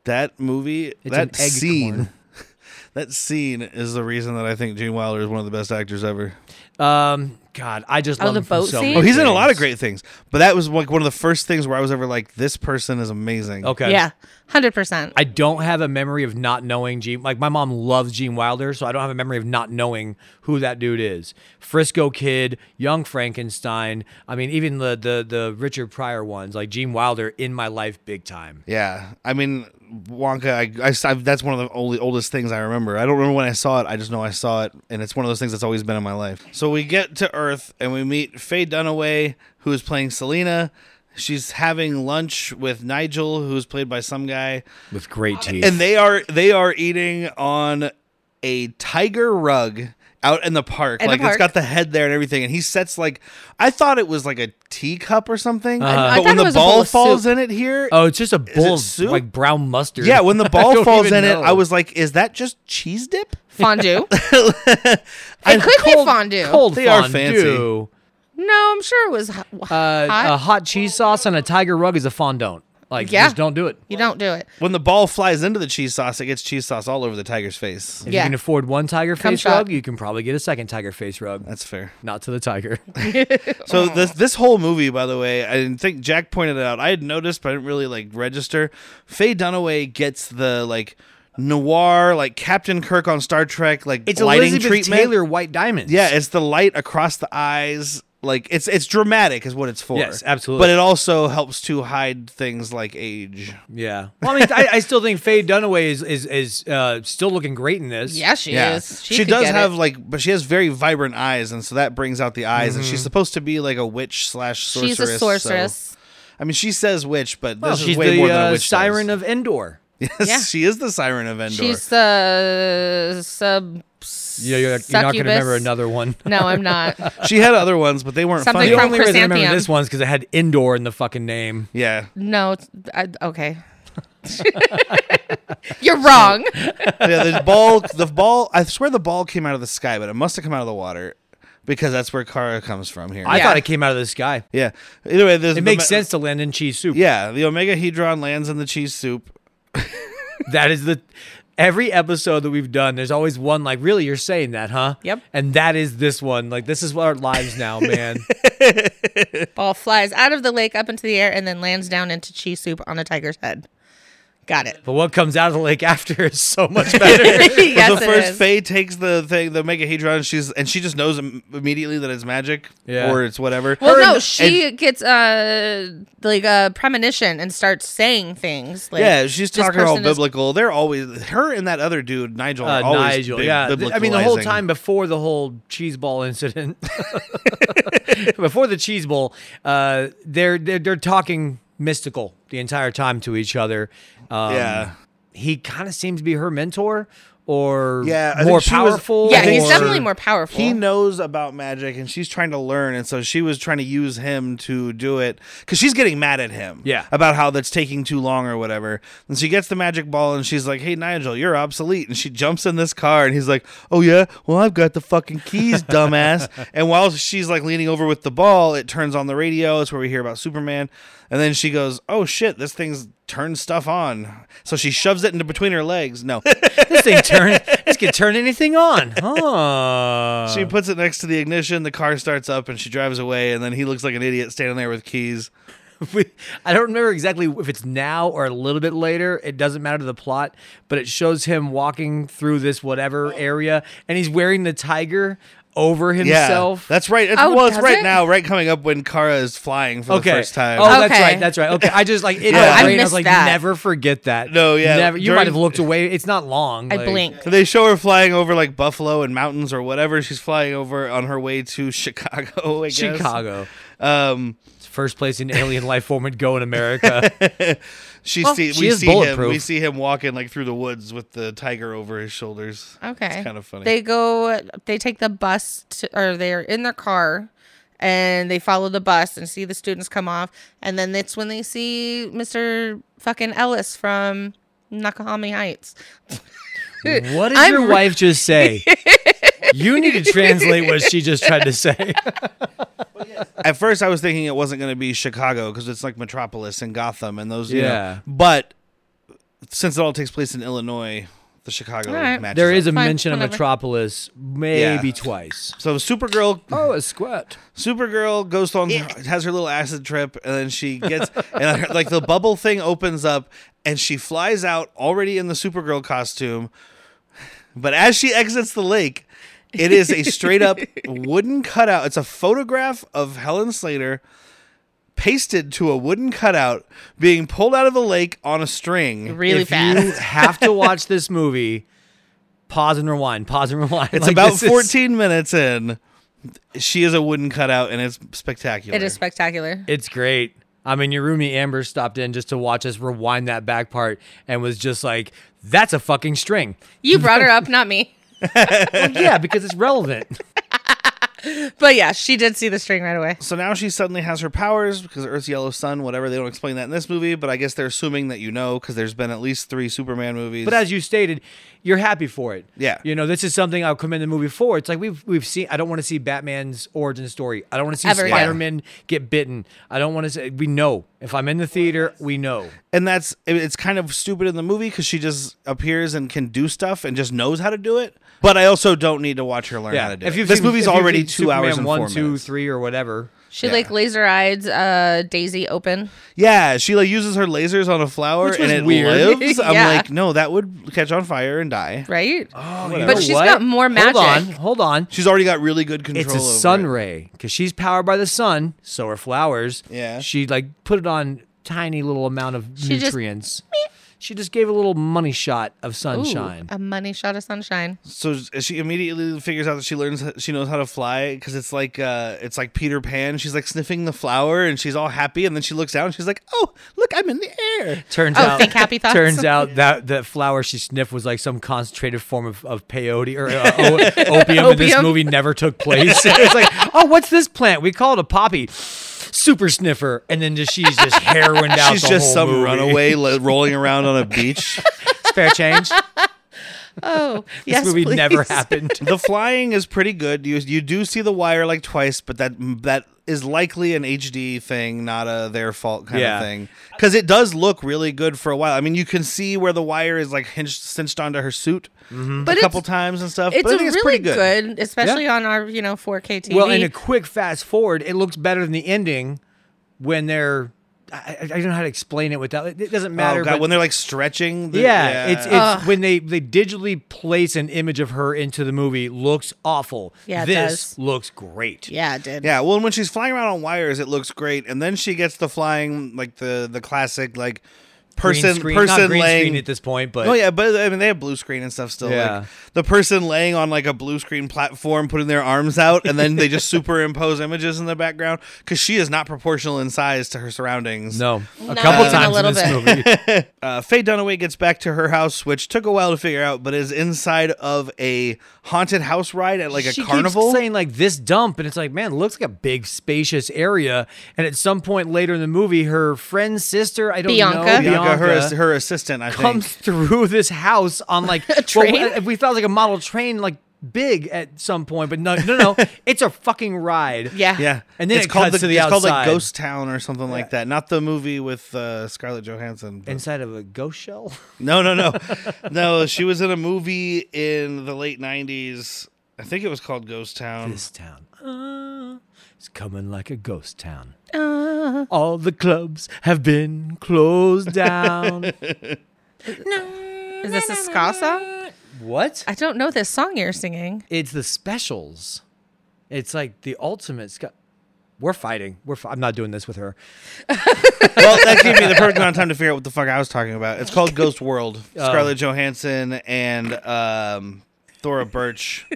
A: that movie,
B: It's
A: that
B: an egg
A: scene, [LAUGHS]
B: corn.
A: that scene is the reason that I think Gene Wilder is one of the best actors ever.
B: Um, God, I just
C: Oh,
B: love
C: the
B: him
C: boat
B: from so
C: scene?
B: many
A: Oh, he's in a
B: things.
A: lot of great things, but that was like one of the first things where I was ever like, this person is amazing.
B: Okay.
C: Yeah, hundred percent.
B: I don't have a memory of not knowing Gene. Like my mom loves Gene Wilder, so I don't have a memory of not knowing who that dude is. Frisco Kid, Young Frankenstein. I mean, even the the the Richard Pryor ones, like Gene Wilder, in my life, big time.
A: Yeah, I mean Wonka. I, I- I- that's one of the only oldest things I remember. I don't remember when I saw it. I just know I saw it, and it's one of those things that's always been in my life. So we get to Earth and we meet Faye Dunaway, who is playing Selena. She's having lunch with Nigel, who's played by some guy,
B: With great teeth.
A: and they are they are eating on a tiger rug. out in the park.
C: In the
A: like it's
C: park.
A: got the head there and everything. And he sets like I thought it was like a teacup or something.
C: I
A: But when
C: thought it
A: the
C: was a bowl
A: ball
C: of
A: falls
C: soup.
A: in it here,
B: Oh, it's just a
A: it
B: bowl of
A: soup?
B: like brown mustard.
A: yeah, when the
B: [LAUGHS] I
A: ball
B: don't
A: falls in
B: even
A: it,
B: know.
A: I was like, is that just cheese dip? [LAUGHS]
C: Fondue.
A: I-
C: it could
B: cold-
C: be fondue.
B: Cold
A: They are
B: fondue.
C: No, I'm sure it was hot.
B: Uh,
C: hot.
B: A hot cheese sauce on a tiger rug is a fondant. Like,
C: Yeah.
B: just don't do it.
C: you don't do it.
A: When the ball flies into the cheese sauce, it gets cheese sauce all over the tiger's face.
B: If
C: Yeah.
B: you can afford one tiger
C: Cum
B: face
C: shot.
B: rug, you can probably get a second tiger face rug.
A: That's fair.
B: Not to the tiger.
A: So
B: Oh.
A: this this whole movie, by the way, I didn't think Jack pointed it out. I had noticed, but I didn't really like register. Faye Dunaway gets the like noir, like Captain Kirk on Star Trek, like
B: [LAUGHS]
A: lighting treatment.
B: Taylor White Diamonds.
A: Yeah, it's the light across the eyes. Like it's it's dramatic, is what it's for.
B: Yes, absolutely.
A: But it also helps to hide things like age.
B: yeah. Well, I mean, I, I still think Faye Dunaway is is, is uh, still looking great in this.
C: Yeah, she
A: yeah,
C: is. She,
A: she,
C: could
A: does
C: get
A: have
C: It.
A: like, but she has very vibrant eyes, and so that brings out the eyes. And she's supposed to be like a witch slash sorceress.
C: Mm-hmm. She's
A: so-
C: a sorceress.
A: I mean, she says witch, but this
B: Well,
A: is
B: she's
A: way
B: the
A: more than a
B: uh,
A: witch.
B: siren
A: does.
B: of Endor.
A: [LAUGHS] Yes,
C: Yeah.
A: she is the siren of Endor.
C: She's uh, sub.
B: Yeah, you're, you're not going to remember another one.
C: No, I'm not.
A: [LAUGHS] [LAUGHS] she had other ones, but they weren't funny.
C: Something
B: [LAUGHS] The
C: from
B: only reason I remember
C: Chrysanthemum.
B: this one's because it had Endor in the fucking name.
A: yeah,
C: No, it's, I,
A: [LAUGHS]
C: okay. you're wrong.
A: yeah. The ball, the ball. I swear the ball came out of the sky, but it must have come out of the water because that's where Kara comes from here.
B: I
C: Yeah.
B: thought it came out of the sky.
A: yeah. Either way, there's
B: It makes sense to land in cheese soup.
A: Yeah, the Omega Hedron lands in the cheese soup.
B: That is the every episode that we've done. There's always one like, really, you're saying that, huh?
C: Yep.
B: And that is this one. Like, this is what our lives
C: [LAUGHS]
B: now, man.
C: Ball flies out of the lake up into the air and then lands down into cheese soup on a tiger's head.
A: [LAUGHS]
C: Got it.
B: but what comes out of the lake after is so much
C: [LAUGHS]
B: better.
C: yes,
A: the
C: it
A: first
C: is.
A: Faye takes the thing, the Omega Hedron. She's and she just knows im- immediately that it's magic
B: Yeah.
A: or it's whatever.
C: Well,
A: Her
C: no,
A: and-
C: she gets uh like a premonition and starts saying things. Like,
A: Yeah, she's
C: this
A: talking all
C: person is-
A: biblical. They're always her and that other dude, Nigel.
B: Uh,
A: are [LAUGHS] always
B: Nigel,
A: big
B: yeah. Th- I mean, the whole
A: biblicalizing.
B: time before the whole cheese ball
C: [LAUGHS]
B: incident, before the cheese bowl, uh, they're, they're they're talking mystical the entire time to each other. Um,
A: Yeah.
B: He kind of seems to be her mentor, or
A: Yeah, I
B: more
A: think she was-
B: powerful.
C: yeah,
A: I think
C: he's
A: she-
B: or-
C: definitely more powerful.
A: He knows about magic, and she's trying to learn, and so she was trying to use him to do it because she's getting mad at him.
B: Yeah.
A: about how that's taking too long or whatever. And she gets the magic ball, and she's like, "Hey, Nigel, you're obsolete." And she jumps in this car, and he's like, "Oh yeah, well I've got the fucking keys, dumbass." and while she's like leaning over with the ball, it turns on the radio. It's where we hear about Superman, and then she goes, "Oh shit, this thing's." turns stuff on. So she shoves it into between her legs. No. [LAUGHS]
B: this thing turn this can turn anything on. [LAUGHS] Huh.
A: She puts it next to the ignition. The car starts up and she drives away. And then he looks like an idiot standing there with keys.
B: We- I don't remember exactly if it's now or a little bit later. It doesn't matter to the plot, but it shows him walking through this whatever area, and he's wearing the tiger over
A: Yeah,
B: himself.
A: that's right. It's,
C: Oh,
A: well, it's
C: does
A: right
C: it?
A: now, right coming up when Kara is flying for
B: okay.
A: the first time.
B: Oh, that's
C: Okay.
B: right. That's right. Okay, I just like it.
A: [LAUGHS] Yeah. I
B: I, I was
C: missed
B: like,
C: that.
B: never forget that.
A: No, yeah,
B: Never. You
A: during-
B: might have looked away. It's not long.
C: I
B: like-
C: blinked.
A: They show her flying over like Buffalo and mountains or whatever. She's flying over on her way to [LAUGHS] Chicago. I guess.
B: Chicago,
A: Um,
B: It's the first place an alien life form would go
A: [LAUGHS]
B: in America.
A: she
B: Well,
A: see,
B: she
A: we
B: is
A: see him.
B: bulletproof.
A: We see him walking like through the woods with the tiger over his shoulders.
C: Okay.
A: it's kind of funny.
C: They go, they take the bus, to, or they're in their car, and they follow the bus and see the students come off, and then that's when they see Mister fucking Ellis from Nakahami Heights.
B: What did
C: I'm
B: your
C: re-
B: wife just say?
C: [LAUGHS]
B: you need to translate what she just tried to say.
A: At first, I was thinking it wasn't going to be Chicago because it's like Metropolis and Gotham and those. You
B: Yeah.
A: Know. But since it all takes place in Illinois, the Chicago
C: All right.
A: matches
B: There is a
C: Fine,
B: mention of
C: whatever.
B: Metropolis maybe
A: Yeah.
B: twice.
A: up. so Supergirl.
B: Oh, a squat.
A: Supergirl goes on has her little acid trip, and then she gets and her- like the bubble thing opens up, and she flies out already in the Supergirl costume. But as she exits the lake, it is a straight
B: [LAUGHS]
A: up wooden cutout. It's a photograph of Helen Slater pasted to a wooden cutout being pulled out of the lake on a string.
C: Really
B: if
C: fast.
B: you have to watch this movie, pause and rewind. Pause and rewind.
A: It's about 14 minutes in. She is a wooden cutout, and it's spectacular.
C: [LAUGHS] it is spectacular.
B: it's great. I mean, your roomie Amber stopped in just to watch us
C: [LAUGHS]
B: rewind that back part and was just like, "That's a fucking string."
C: You brought her up, not me. [LAUGHS]
B: Well, yeah, because it's relevant.
C: But yeah, she did see the string right away.
A: So now she suddenly has her powers because Earth's yellow sun, whatever. They don't explain that in this movie, but I guess they're assuming that you know because there's been at least three Superman movies.
B: But as you stated, you're happy for it.
A: Yeah.
B: You know, this is something I'll commend the movie for. It's like we've we've seen. I don't want to see Batman's origin story. I don't want to see
C: Ever, yeah.
B: Spider-Man get bitten. I don't want to say. We know if I'm in the theater, we know.
A: and that's it- it's kind of stupid in the movie because she just appears and can do stuff and just knows how to do it. But I also don't need to watch her learn how to do
B: If
A: it.
B: you've
A: this
B: seen-
A: movie's
B: if you've
A: already
B: seen
A: two
B: Superman
A: hours and
B: one,
A: four
B: two,
A: minutes.
B: three, or whatever.
C: She
A: Yeah.
C: like laser eyed uh, Daisy open.
A: Yeah, she like uses her lasers on a flower
B: Which was
A: and it
B: weird. [LAUGHS]
A: lives. I'm
C: Yeah.
A: like, no, that would catch on fire and die.
C: Right?
B: Oh,
A: But
C: know she's what? got more magic.
B: Hold on, hold on.
A: She's already got really good control.
B: It's a
A: over
B: sun
A: it.
B: ray because she's powered by the sun. So are flowers.
A: Yeah.
B: She like put it on tiny little amount of
C: She just-
B: nutrients. she just gave a little money shot of
C: Ooh,
B: sunshine.
C: a money shot
A: [LAUGHS]
C: of sunshine.
A: So she immediately figures out that she learns she knows how to fly because it's like uh, it's like Peter Pan. She's like sniffing the flower and she's all happy, and then she looks down. and She's like, "Oh, look, I'm in the air."
B: Turns
C: Oh,
B: out,
C: fake happy thoughts.
B: turns
C: [LAUGHS]
B: out that the flower she sniffed was like some concentrated form of, of peyote or uh, o-
C: [LAUGHS]
B: opium, and this
C: Opium.
B: movie never
C: [LAUGHS]
B: took place. [LAUGHS] it's like, oh, what's this plant? We call it a poppy. Super sniffer, and then just she's just heroined out.
A: She's
B: the
A: just
B: whole
A: some
B: movie.
A: runaway like, rolling around on a beach.
B: [LAUGHS] Fair
C: [LAUGHS]
B: change. This
C: Oh, [LAUGHS] yes,
B: movie
C: please.
B: never
C: [LAUGHS]
B: happened.
A: the flying is pretty good. You you do see the wire like twice, but that that is likely an HD thing, not a their fault kind
B: Yeah.
A: of thing. Because it does look really good for a while. I mean, you can see where the wire is like hinged, cinched onto her suit a
C: But
B: Mm-hmm.
C: it's-
A: couple times and stuff.
C: It's
A: but I
C: a
A: think it's
C: really
A: pretty good.
C: good, especially on our you know 4K TV.
B: Well, in a quick fast forward, it looks better than the ending when they're. I, I I don't know how to explain it without. It doesn't matter.
A: Oh god,
B: but-
A: when they're like stretching. the-
B: yeah, it's it's
C: Ugh.
B: when they they digitally place an image of her into the movie looks awful.
C: Yeah, it
B: this
C: does.
B: looks great.
C: yeah, it did.
A: Yeah, well, and when she's flying around on wires, it looks great, and then she gets the flying like the the classic like
B: Green
A: person
B: screen,
A: person
B: not green screen
A: laying.
B: at this point, but
A: oh yeah, but I mean they have blue screen and stuff still.
B: Yeah.
A: Like, the person laying on like a blue screen platform, putting their arms out, and then they
B: [LAUGHS]
A: just superimpose images in the background because she is not proportional in size to her surroundings.
B: no, a
C: Not
B: couple
C: even a
B: times in
C: little
B: this
C: bit.
B: movie.
A: Uh, Faye Dunaway gets back to her house, which took a while to figure out, but is inside of a haunted house ride at [LAUGHS] like a
B: she
A: carnival.
B: keeps saying like this dump, and it's like, man, it looks like a big spacious area. And at some point later in the movie, her friend's sister, I don't know,
C: Bianca.
A: Bianca, her ass- her assistant, I
B: comes
A: think.
B: through this house on
C: [LAUGHS]
B: like a
C: train?
B: we thought it was like a model train, like big at some point, but no, no,
C: [LAUGHS]
B: no, it's a fucking ride.
C: Yeah.
A: Yeah,
B: And then
A: it's
B: it
A: called
B: cuts
A: the,
B: to the
A: it's called like
B: outside.
A: Ghost Town or something like that. Not the movie with uh, Scarlett Johansson. but-
B: Inside of a ghost shell.
A: no, no, no, no. She was in a movie in the late '90s. I think it was called Ghost Town.
B: [LAUGHS] This town uh, is coming like a ghost town.
C: Uh,
B: All the clubs have been closed down.
C: is this a ska song?
B: [LAUGHS] what?
C: I don't know this song you're singing.
B: It's the specials. It's like the ultimate. Sc- we're fighting. We're. F- I'm not doing this with her.
A: well, that gave me the perfect amount of time to figure out what the fuck I was talking about. It's called Ghost World.
B: Oh.
A: Scarlett Johansson and um, Thora Birch.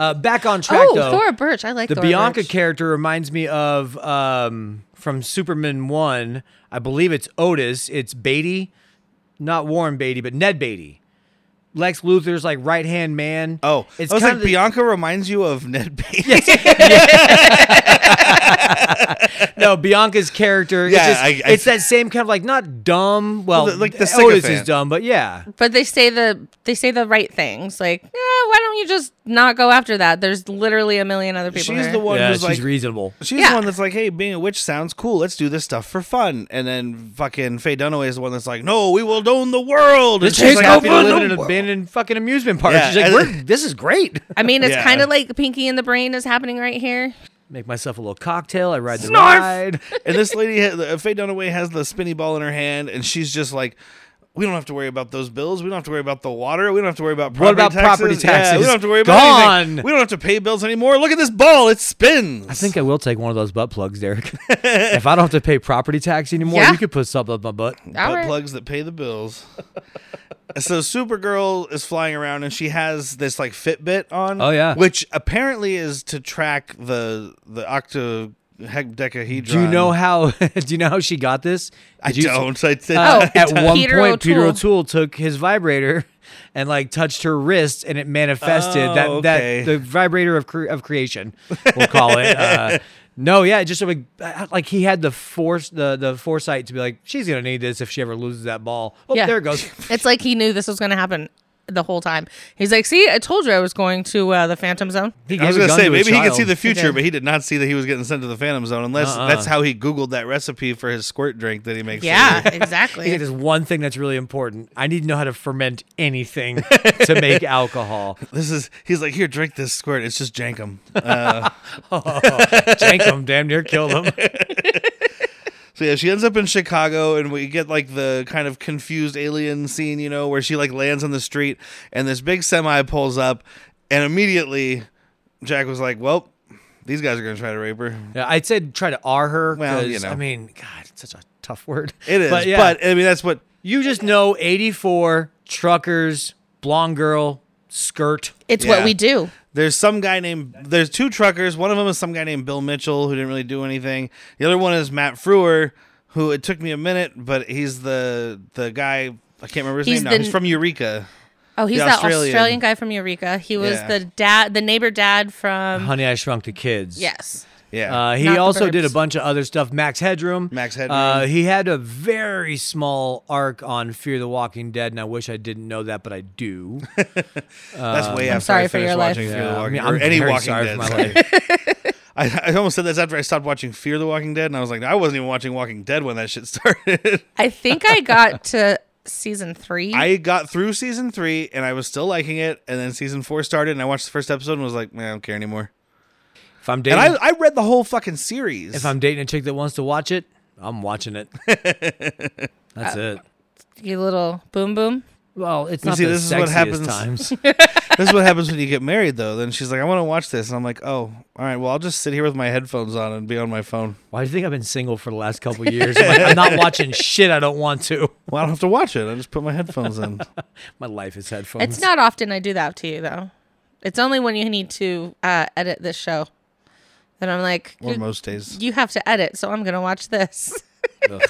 B: Uh, back on track
C: oh,
B: though.
C: Thora Birch. I like
B: the
C: Thora
B: Bianca
C: Birch.
B: character reminds me of um, from Superman One. I believe it's Otis. It's Beatty, not Warren Beatty, but Ned Beatty. Lex Luthor's like right hand man.
A: Oh,
B: it's
A: I was
B: kind
A: like
B: of
A: Bianca reminds you of Ned Beatty. [LAUGHS]
B: no Bianca's character.
A: Yeah,
B: it's, just-
A: I- I-
B: it's that same kind of like not dumb. Well,
A: Well, like the
B: Otis is
A: sycophant.
B: dumb, but yeah,
C: But they say the they say the right things. Like, "Yeah, why don't you just not go after that? There's literally a million other people.
A: She's
C: there.
A: the one
B: yeah,
A: who's
B: she's
A: like
B: reasonable.
A: She's
C: Yeah.
A: the one that's like, hey, being a witch sounds cool. Let's do this stuff for fun. And then fucking Faye Dunaway is the one that's like, no, we will own the world. And
B: This chick's
A: like,
B: happy to
A: "Happy
B: live
A: the
B: in an
A: world."
B: abandoned fucking amusement park.
A: Yeah,
B: she's like,
A: and-
B: We're, this is great. [LAUGHS]
C: I mean, it's
A: Yeah.
C: kind of like Pinky in the Brain is happening right here.
B: Make myself a little cocktail. I ride the
C: Snarf.
B: ride.
A: and this lady, ha- uh, Faye Dunaway, has the spinny ball in her hand, and she's just like. We don't have to worry about those bills. We don't have to worry about the water. We don't have to worry about property
B: What about property
A: Yeah, we
B: taxes?
A: don't have to worry about
B: Gone.
A: anything. We don't have to pay bills anymore. Look at this ball; it spins.
B: I think I will take one of those butt plugs, Derek. [LAUGHS] if I don't have to pay property tax anymore,
C: Yeah.
B: you could put something up my butt.
C: All
A: butt
C: right.
A: plugs that pay the bills. [LAUGHS] so Supergirl is flying around and she has this like Fitbit on.
B: Oh, yeah.
A: which apparently is to track the the octo hectodecahedron.
B: Do you know how? [LAUGHS] do you know how she got this?
A: I
B: Did you- [LAUGHS] Uh,
A: don't. I did.
C: Oh.
A: I
B: at
A: don't.
B: one
C: Peter
B: point, Peter
C: O'Toole.
B: O'Toole took his vibrator and like touched her wrist, and it manifested
A: Oh,
B: that
A: okay.
B: that the vibrator of cre-
A: [LAUGHS]
B: of creation, we'll call it. uh, no, yeah, just like uh, like he had the force, the the foresight to be like, she's gonna need this if she ever loses that ball. Oh,
C: Yeah.
B: there
A: [LAUGHS]
B: it goes.
C: It's like he knew this was going to happen the whole time. He's like, "See, I told you I was going to uh, the Phantom Zone."
B: He
A: I was
B: gave a
A: gonna
B: gun
A: say
B: to a
A: maybe he could see
B: child.
A: the future,
C: did.
A: but he did not see that he was getting sent to the Phantom Zone. Unless
B: Uh-uh.
A: that's how he googled that recipe for his squirt drink that he makes.
C: Yeah,
A: [LAUGHS]
B: Yeah,
C: exactly.
B: There's one thing that's really important. I need to know how to ferment anything to [LAUGHS] make alcohol.
A: this is he's like here, drink this squirt. It's just jankum. Uh,
B: Jank them, damn near kill them.
A: So yeah, she ends up in Chicago, and we get like the kind of confused alien scene, you know, where she like lands on the street, and this big semi pulls up, and immediately Jack was like, "Well, these guys are gonna try to rape her."
B: Yeah, I'd said try to R her.
A: Well, you
B: 'cause,
A: know.
B: I mean, God, it's such a tough word.
A: It is, but,
B: yeah,
A: I mean that's what
B: you just know 84 truckers, blonde girl, skirt.
C: It's
A: Yeah.
C: what we do.
A: there's some guy named there's two truckers. One of them is some guy named Bill Mitchell who didn't really do anything. The other one is Matt Frewer, who it took me a minute, but he's the the guy I can't remember his
C: He's
A: name now.
C: the-
A: He's from Eureka.
C: Oh, he's
A: The
C: that
A: Australian.
C: Australian. guy from Eureka. He was
A: Yeah.
C: the dad, the neighbor dad from.
B: Honey, I Shrunk the Kids.
C: Yes.
A: Yeah,
B: Uh, he
C: Not the
B: also did a
C: Burbs.
B: bunch of other stuff. Max Headroom.
A: Max Headroom.
B: Uh, he had a very small arc on Fear the Walking Dead, and I wish I didn't know that, but I do. Um,
A: that's way after
C: sorry
A: I
C: for
A: finished
C: your life.
A: watching Fear the
B: Yeah, I
A: Walking
B: mean,
A: or
B: I'm
A: any
B: very
A: Walking
B: sorry
A: Dead. [LAUGHS]
B: for my
A: sorry.
B: life.
A: I, I almost said that's after I stopped watching Fear the Walking Dead, and I was like, I wasn't even watching Walking Dead when that shit [LAUGHS] started.
C: I think I got [LAUGHS] to season three.
A: I got through season three, and I was still liking it, and then season four started, and I watched the first episode and was like, man, I don't care anymore.
B: If
A: [LAUGHS]
B: I'm
A: And
B: dating,
A: I, I read the whole fucking series.
B: if I'm dating a chick that wants to watch it, I'm
A: [LAUGHS]
B: watching it. That's it.
C: you little boom boom.
B: Uh, Well, it's
A: You
B: not
A: see,
B: the
A: this is
B: sexiest
A: what happens- [LAUGHS] [LAUGHS]
B: times.
A: this is what happens when you get married, though. Then she's like, I want to watch this, and I'm like, oh, all right, well, I'll just sit here with my headphones on and be on my phone.
B: Why do you think I've been single for the last couple of years? I'm, like, I'm
A: [LAUGHS]
B: not watching shit. I don't want to.
A: Well, I don't have to watch it. I just put my headphones
B: [LAUGHS]
A: in.
B: My life is headphones.
C: It's not often I do that to you though. It's only when you need to uh, edit this show that I'm like,
A: or
C: you,
A: most days.
C: you have to edit, so I'm gonna
B: [LAUGHS]
C: watch this.
B: Ugh.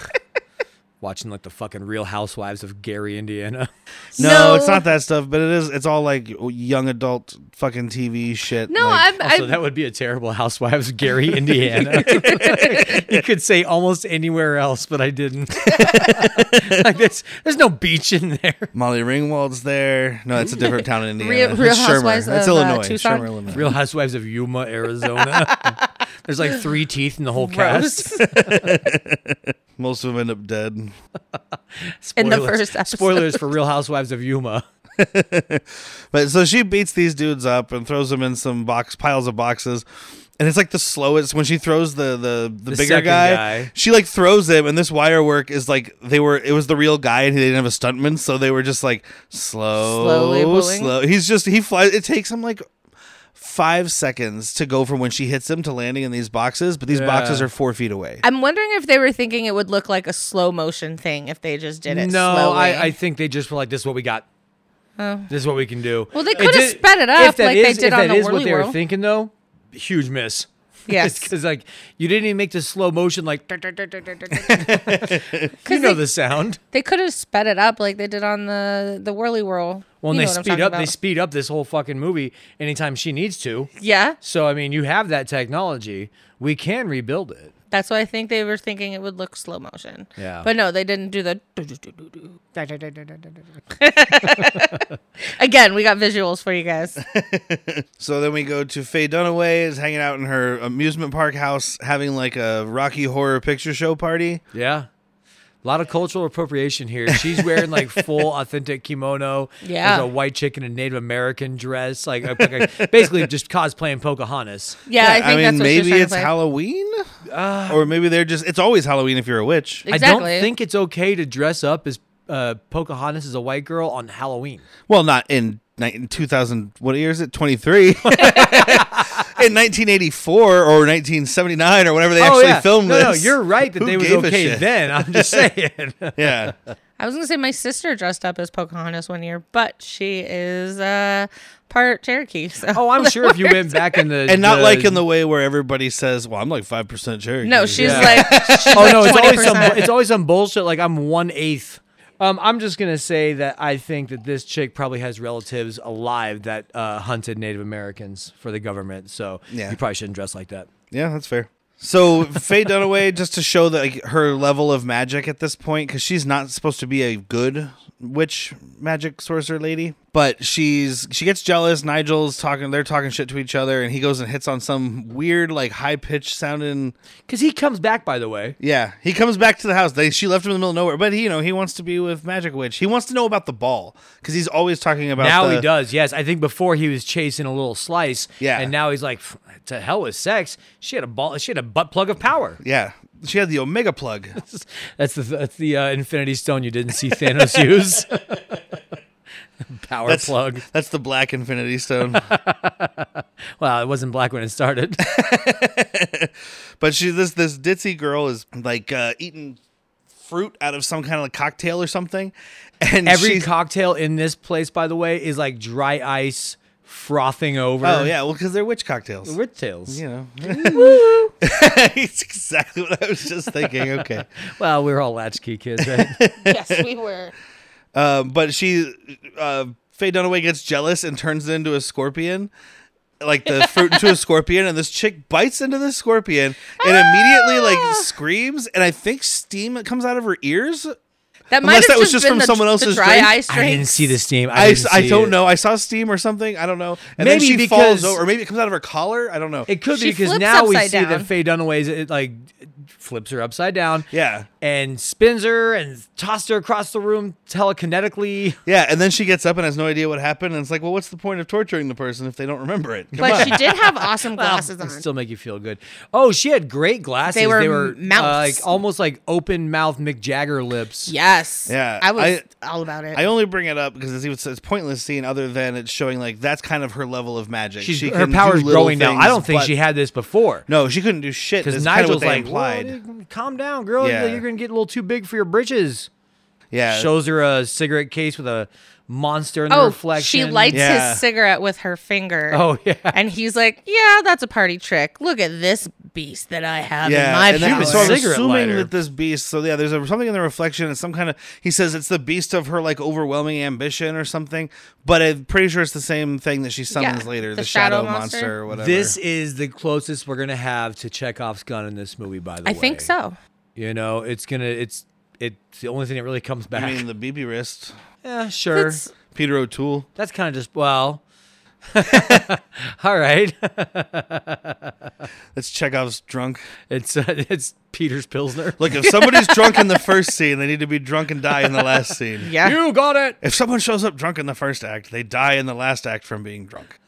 B: watching like the fucking Real Housewives of Gary, Indiana. [LAUGHS]
A: No, it's not that stuff, but it is. It's all like young adult fucking TV shit.
C: No,
A: like,
C: I'm.
B: Also,
C: I'm
B: that would be a terrible Housewives of
A: [LAUGHS]
B: Gary, Indiana. you could say almost anywhere else, but I
A: [LAUGHS]
B: didn't. [LAUGHS] like there's, there's no beach in there.
A: Molly Ringwald's there. No, that's a different town in Indiana.
C: [LAUGHS] Real- Real
A: It's Shermer.
C: Housewives
A: That's
C: of, uh,
A: Illinois.
C: Tucson?
A: Shermer, Illinois.
B: Real Housewives of Yuma, Arizona.
C: [LAUGHS]
B: there's like three teeth in the whole cast.
C: gross.
A: Most of them end up dead.
C: [LAUGHS] In the
B: Spoilers-
C: first episode.
B: Spoilers for Real Housewives of Yuma.
A: But so she beats these dudes up and throws them in some box piles of boxes. And it's like the slowest when she throws the the, the,
B: The
A: bigger
B: second
A: guy,
B: guy.
A: She like throws him, and this wire work is like they were. It was the real guy, and they didn't have a stuntman, so they were just like slow,
C: Slowly pulling.
A: slow. He's just he flies. It takes him like five seconds to go from when she hits him to landing in these boxes, but these
B: Yeah.
A: boxes are four feet away.
C: I'm wondering if they were thinking it would look like a slow motion thing if they just did it.
B: No,
C: slowly. Oh.
B: I, I think they just were like, "This is what we got. This is what we can do."
C: Well, they
B: It
C: coulda
B: did-
C: sped it up
B: if that
C: like they
B: is-
C: did
B: if
C: on
B: that
C: the
B: is what they were
C: Whirly-Whirl.
B: thinking, though. Huge miss. [LAUGHS]
C: Yes.
B: because like you didn't even make the slow motion. Like
C: [LAUGHS]
B: you
C: 'Cause
B: know
C: they-
B: the sound.
C: They could have sped it up like they did on the the Whirly Whirl.
B: Well, and
C: You
B: they
C: know what I'm
B: speed
C: talking
B: up. They
C: about.
B: speed up this whole fucking movie anytime she needs to.
C: yeah,
B: So I mean, you have that technology. We can rebuild it.
C: that's why I think they were thinking it would look slow motion.
B: Yeah.
C: but no, they didn't do the. [LAUGHS] Again, we got visuals for you guys.
A: So then we go to Faye Dunaway is hanging out in her amusement park house, having like a Rocky Horror Picture Show party.
B: Yeah. A lot of cultural appropriation here. She's wearing [LAUGHS] like full authentic kimono.
C: Yeah.
B: There's a white chick in a Native American dress. Like, like, like, basically just cosplaying Pocahontas.
C: Yeah, I think that's what she was
A: maybe
C: trying
A: it's
C: to play.
A: Halloween, or maybe they're just—it's always Halloween if you're a witch.
B: I
C: Exactly.
B: don't think it's okay to dress up as uh, Pocahontas as a white girl on Halloween.
A: Well, not in ni- in 2000. What year is it?
C: [LAUGHS]
A: 23. in 1984 or 1979 or whenever they actually filmed
B: Oh, no,
A: this.
B: No, you're right that
A: Who
B: they
A: [LAUGHS]
B: was
A: gave a
B: okay
A: shit?
B: then. I'm just saying.
A: Yeah.
C: I was gonna say my sister dressed up as Pocahontas one year, but she is uh, part Cherokee. So
B: Oh, I'm sure if you went back in the
A: and
B: [LAUGHS]
A: not like in the way where everybody says, "Well, I'm like five percent Cherokee."
C: no, she's
B: Yeah.
C: like
B: [LAUGHS]
C: she's
B: oh
C: like
B: no, it's always some
C: 20%.
B: it's always some bullshit. Like I'm one eighth. Um, I'm just gonna say that I think that this chick probably has relatives alive that uh, hunted Native Americans for the government. So
A: Yeah.
B: you probably shouldn't dress like that.
A: Yeah, that's fair. So Faye Dunaway, [LAUGHS] just to show that like, her level of magic at this point, because she's not supposed to be a good witch, magic sorcerer lady, but she's she gets jealous. Nigel's talking; they're talking shit to each other, and he goes and hits on some weird, like high pitched sounding.
B: Because he comes back, by the way.
A: Yeah, he comes back to the house. They she left him in the middle of nowhere, but he, you know he wants to be with Magic Witch. He wants to know about the ball because he's always talking about.
B: now he
A: the-
B: does. Yes, I think before he was chasing a little slice.
A: Yeah.
B: and now he's like, "Pff, to hell with sex. She had a ball. She had a butt plug of power.
A: Yeah, she had the Omega plug.
B: That's the that's the uh, Infinity Stone you didn't see Thanos [LAUGHS] use. power
A: That's
B: [LAUGHS] plug.
A: That's the Black Infinity Stone.
B: Well, it wasn't black when it started.
A: But she this this ditzy girl is like uh, eating fruit out of some kind of like cocktail or something, and
B: Every
A: she's,
B: cocktail in this place, by the way, is like dry ice frothing over.
A: oh yeah, well because they're witch cocktails.
B: Weird tales.
A: you know, [LAUGHS] it's exactly what I was just thinking. Okay,
B: Well, we were all latchkey kids, right?
C: yes, [LAUGHS] we were.
A: um, but she uh, Faye Dunaway gets jealous and turns it into a scorpion. Like the fruit into a scorpion, and this chick bites into the scorpion and immediately like screams, and I think steam comes out of her ears.
C: That might
A: Unless
C: have
A: that was
C: just
A: just
C: been
A: from
C: the,
A: someone
C: the
A: else's
C: dry
A: drink.
C: ice
B: [LAUGHS]
C: drink.
B: I didn't see the steam.
A: I,
B: I, didn't
A: I
B: see
A: don't
B: it.
A: know. I saw steam or something. I don't know. And then
B: Maybe
A: she
B: because-
A: falls over, or maybe it comes out of her collar. I don't know.
B: It could
C: She
B: be because
C: flips
B: now we
C: upside
B: see
C: down.
B: that Faye Dunaway's it like flips her upside down.
A: yeah,
B: And spins her and tossed her across the room telekinetically.
A: yeah. And then she gets up and has no idea what happened. And it's like, well, what's the point of torturing the person if they don't remember it? Come
C: but
A: on.
C: she did have awesome
B: Wow,
C: glasses
B: they
C: on.
B: Um, Still make you feel good. Oh, she had great glasses. They
C: were
B: were,
C: m- mouths.
B: uh, like almost like open mouth Mick Jagger lips.
C: yes.
A: Yeah,
C: I was
A: I-
C: all about it.
A: I only bring it up because it's, it's, it's pointless scene other than it's showing like that's kind of her level of magic.
B: She's,
A: she
B: her
A: can do
B: power's
A: little
B: growing now.
A: things,
B: I don't think
A: but-
B: she had this before.
A: No, she couldn't do shit.
B: Because
A: Because Nigel's
B: Nigel's
A: kind
B: like,
A: of what they implied.
B: "Whoa, calm down, girl.
A: Yeah.
B: You're gonna get a little too big for your britches.
A: yeah,
B: Shows her a cigarette case with a monster in the
C: oh,
B: reflection.
C: she lights
A: Yeah.
C: his cigarette with her finger.
B: Oh yeah.
C: And he's like, "Yeah, that's a party trick. Look at this beast that I have in my
A: and then-
C: power."
B: was
A: so I'm
B: Cigarette
A: assuming
B: lighter.
A: that this beast. So yeah, there's a, something in the reflection. It's some kind of. He says it's the beast of her like overwhelming ambition or something. But I'm pretty sure it's the same thing that she summons
C: Yeah,
A: later,
C: the
A: the, shadow,
C: shadow
A: monster.
C: monster.
A: or whatever.
B: This is the closest we're gonna have to Chekhov's gun in this movie, by the
C: I
B: way.
C: think so.
B: You know, it's gonna it's it's the only thing that really comes back.
A: I
B: [LAUGHS]
A: mean, the BB wrist,
B: yeah, sure.
C: It's-
A: Peter O'Toole.
B: That's kind of just well. [LAUGHS] All right. [LAUGHS]
A: That's Chekhov's drunk.
B: It's uh, it's Peter's Pilsner.
A: Look, if somebody's drunk in the first scene, they need to be drunk and die in the last scene.
C: [LAUGHS] yeah.
B: You got it.
A: If someone shows up drunk in the first act, they die in the last act from being drunk.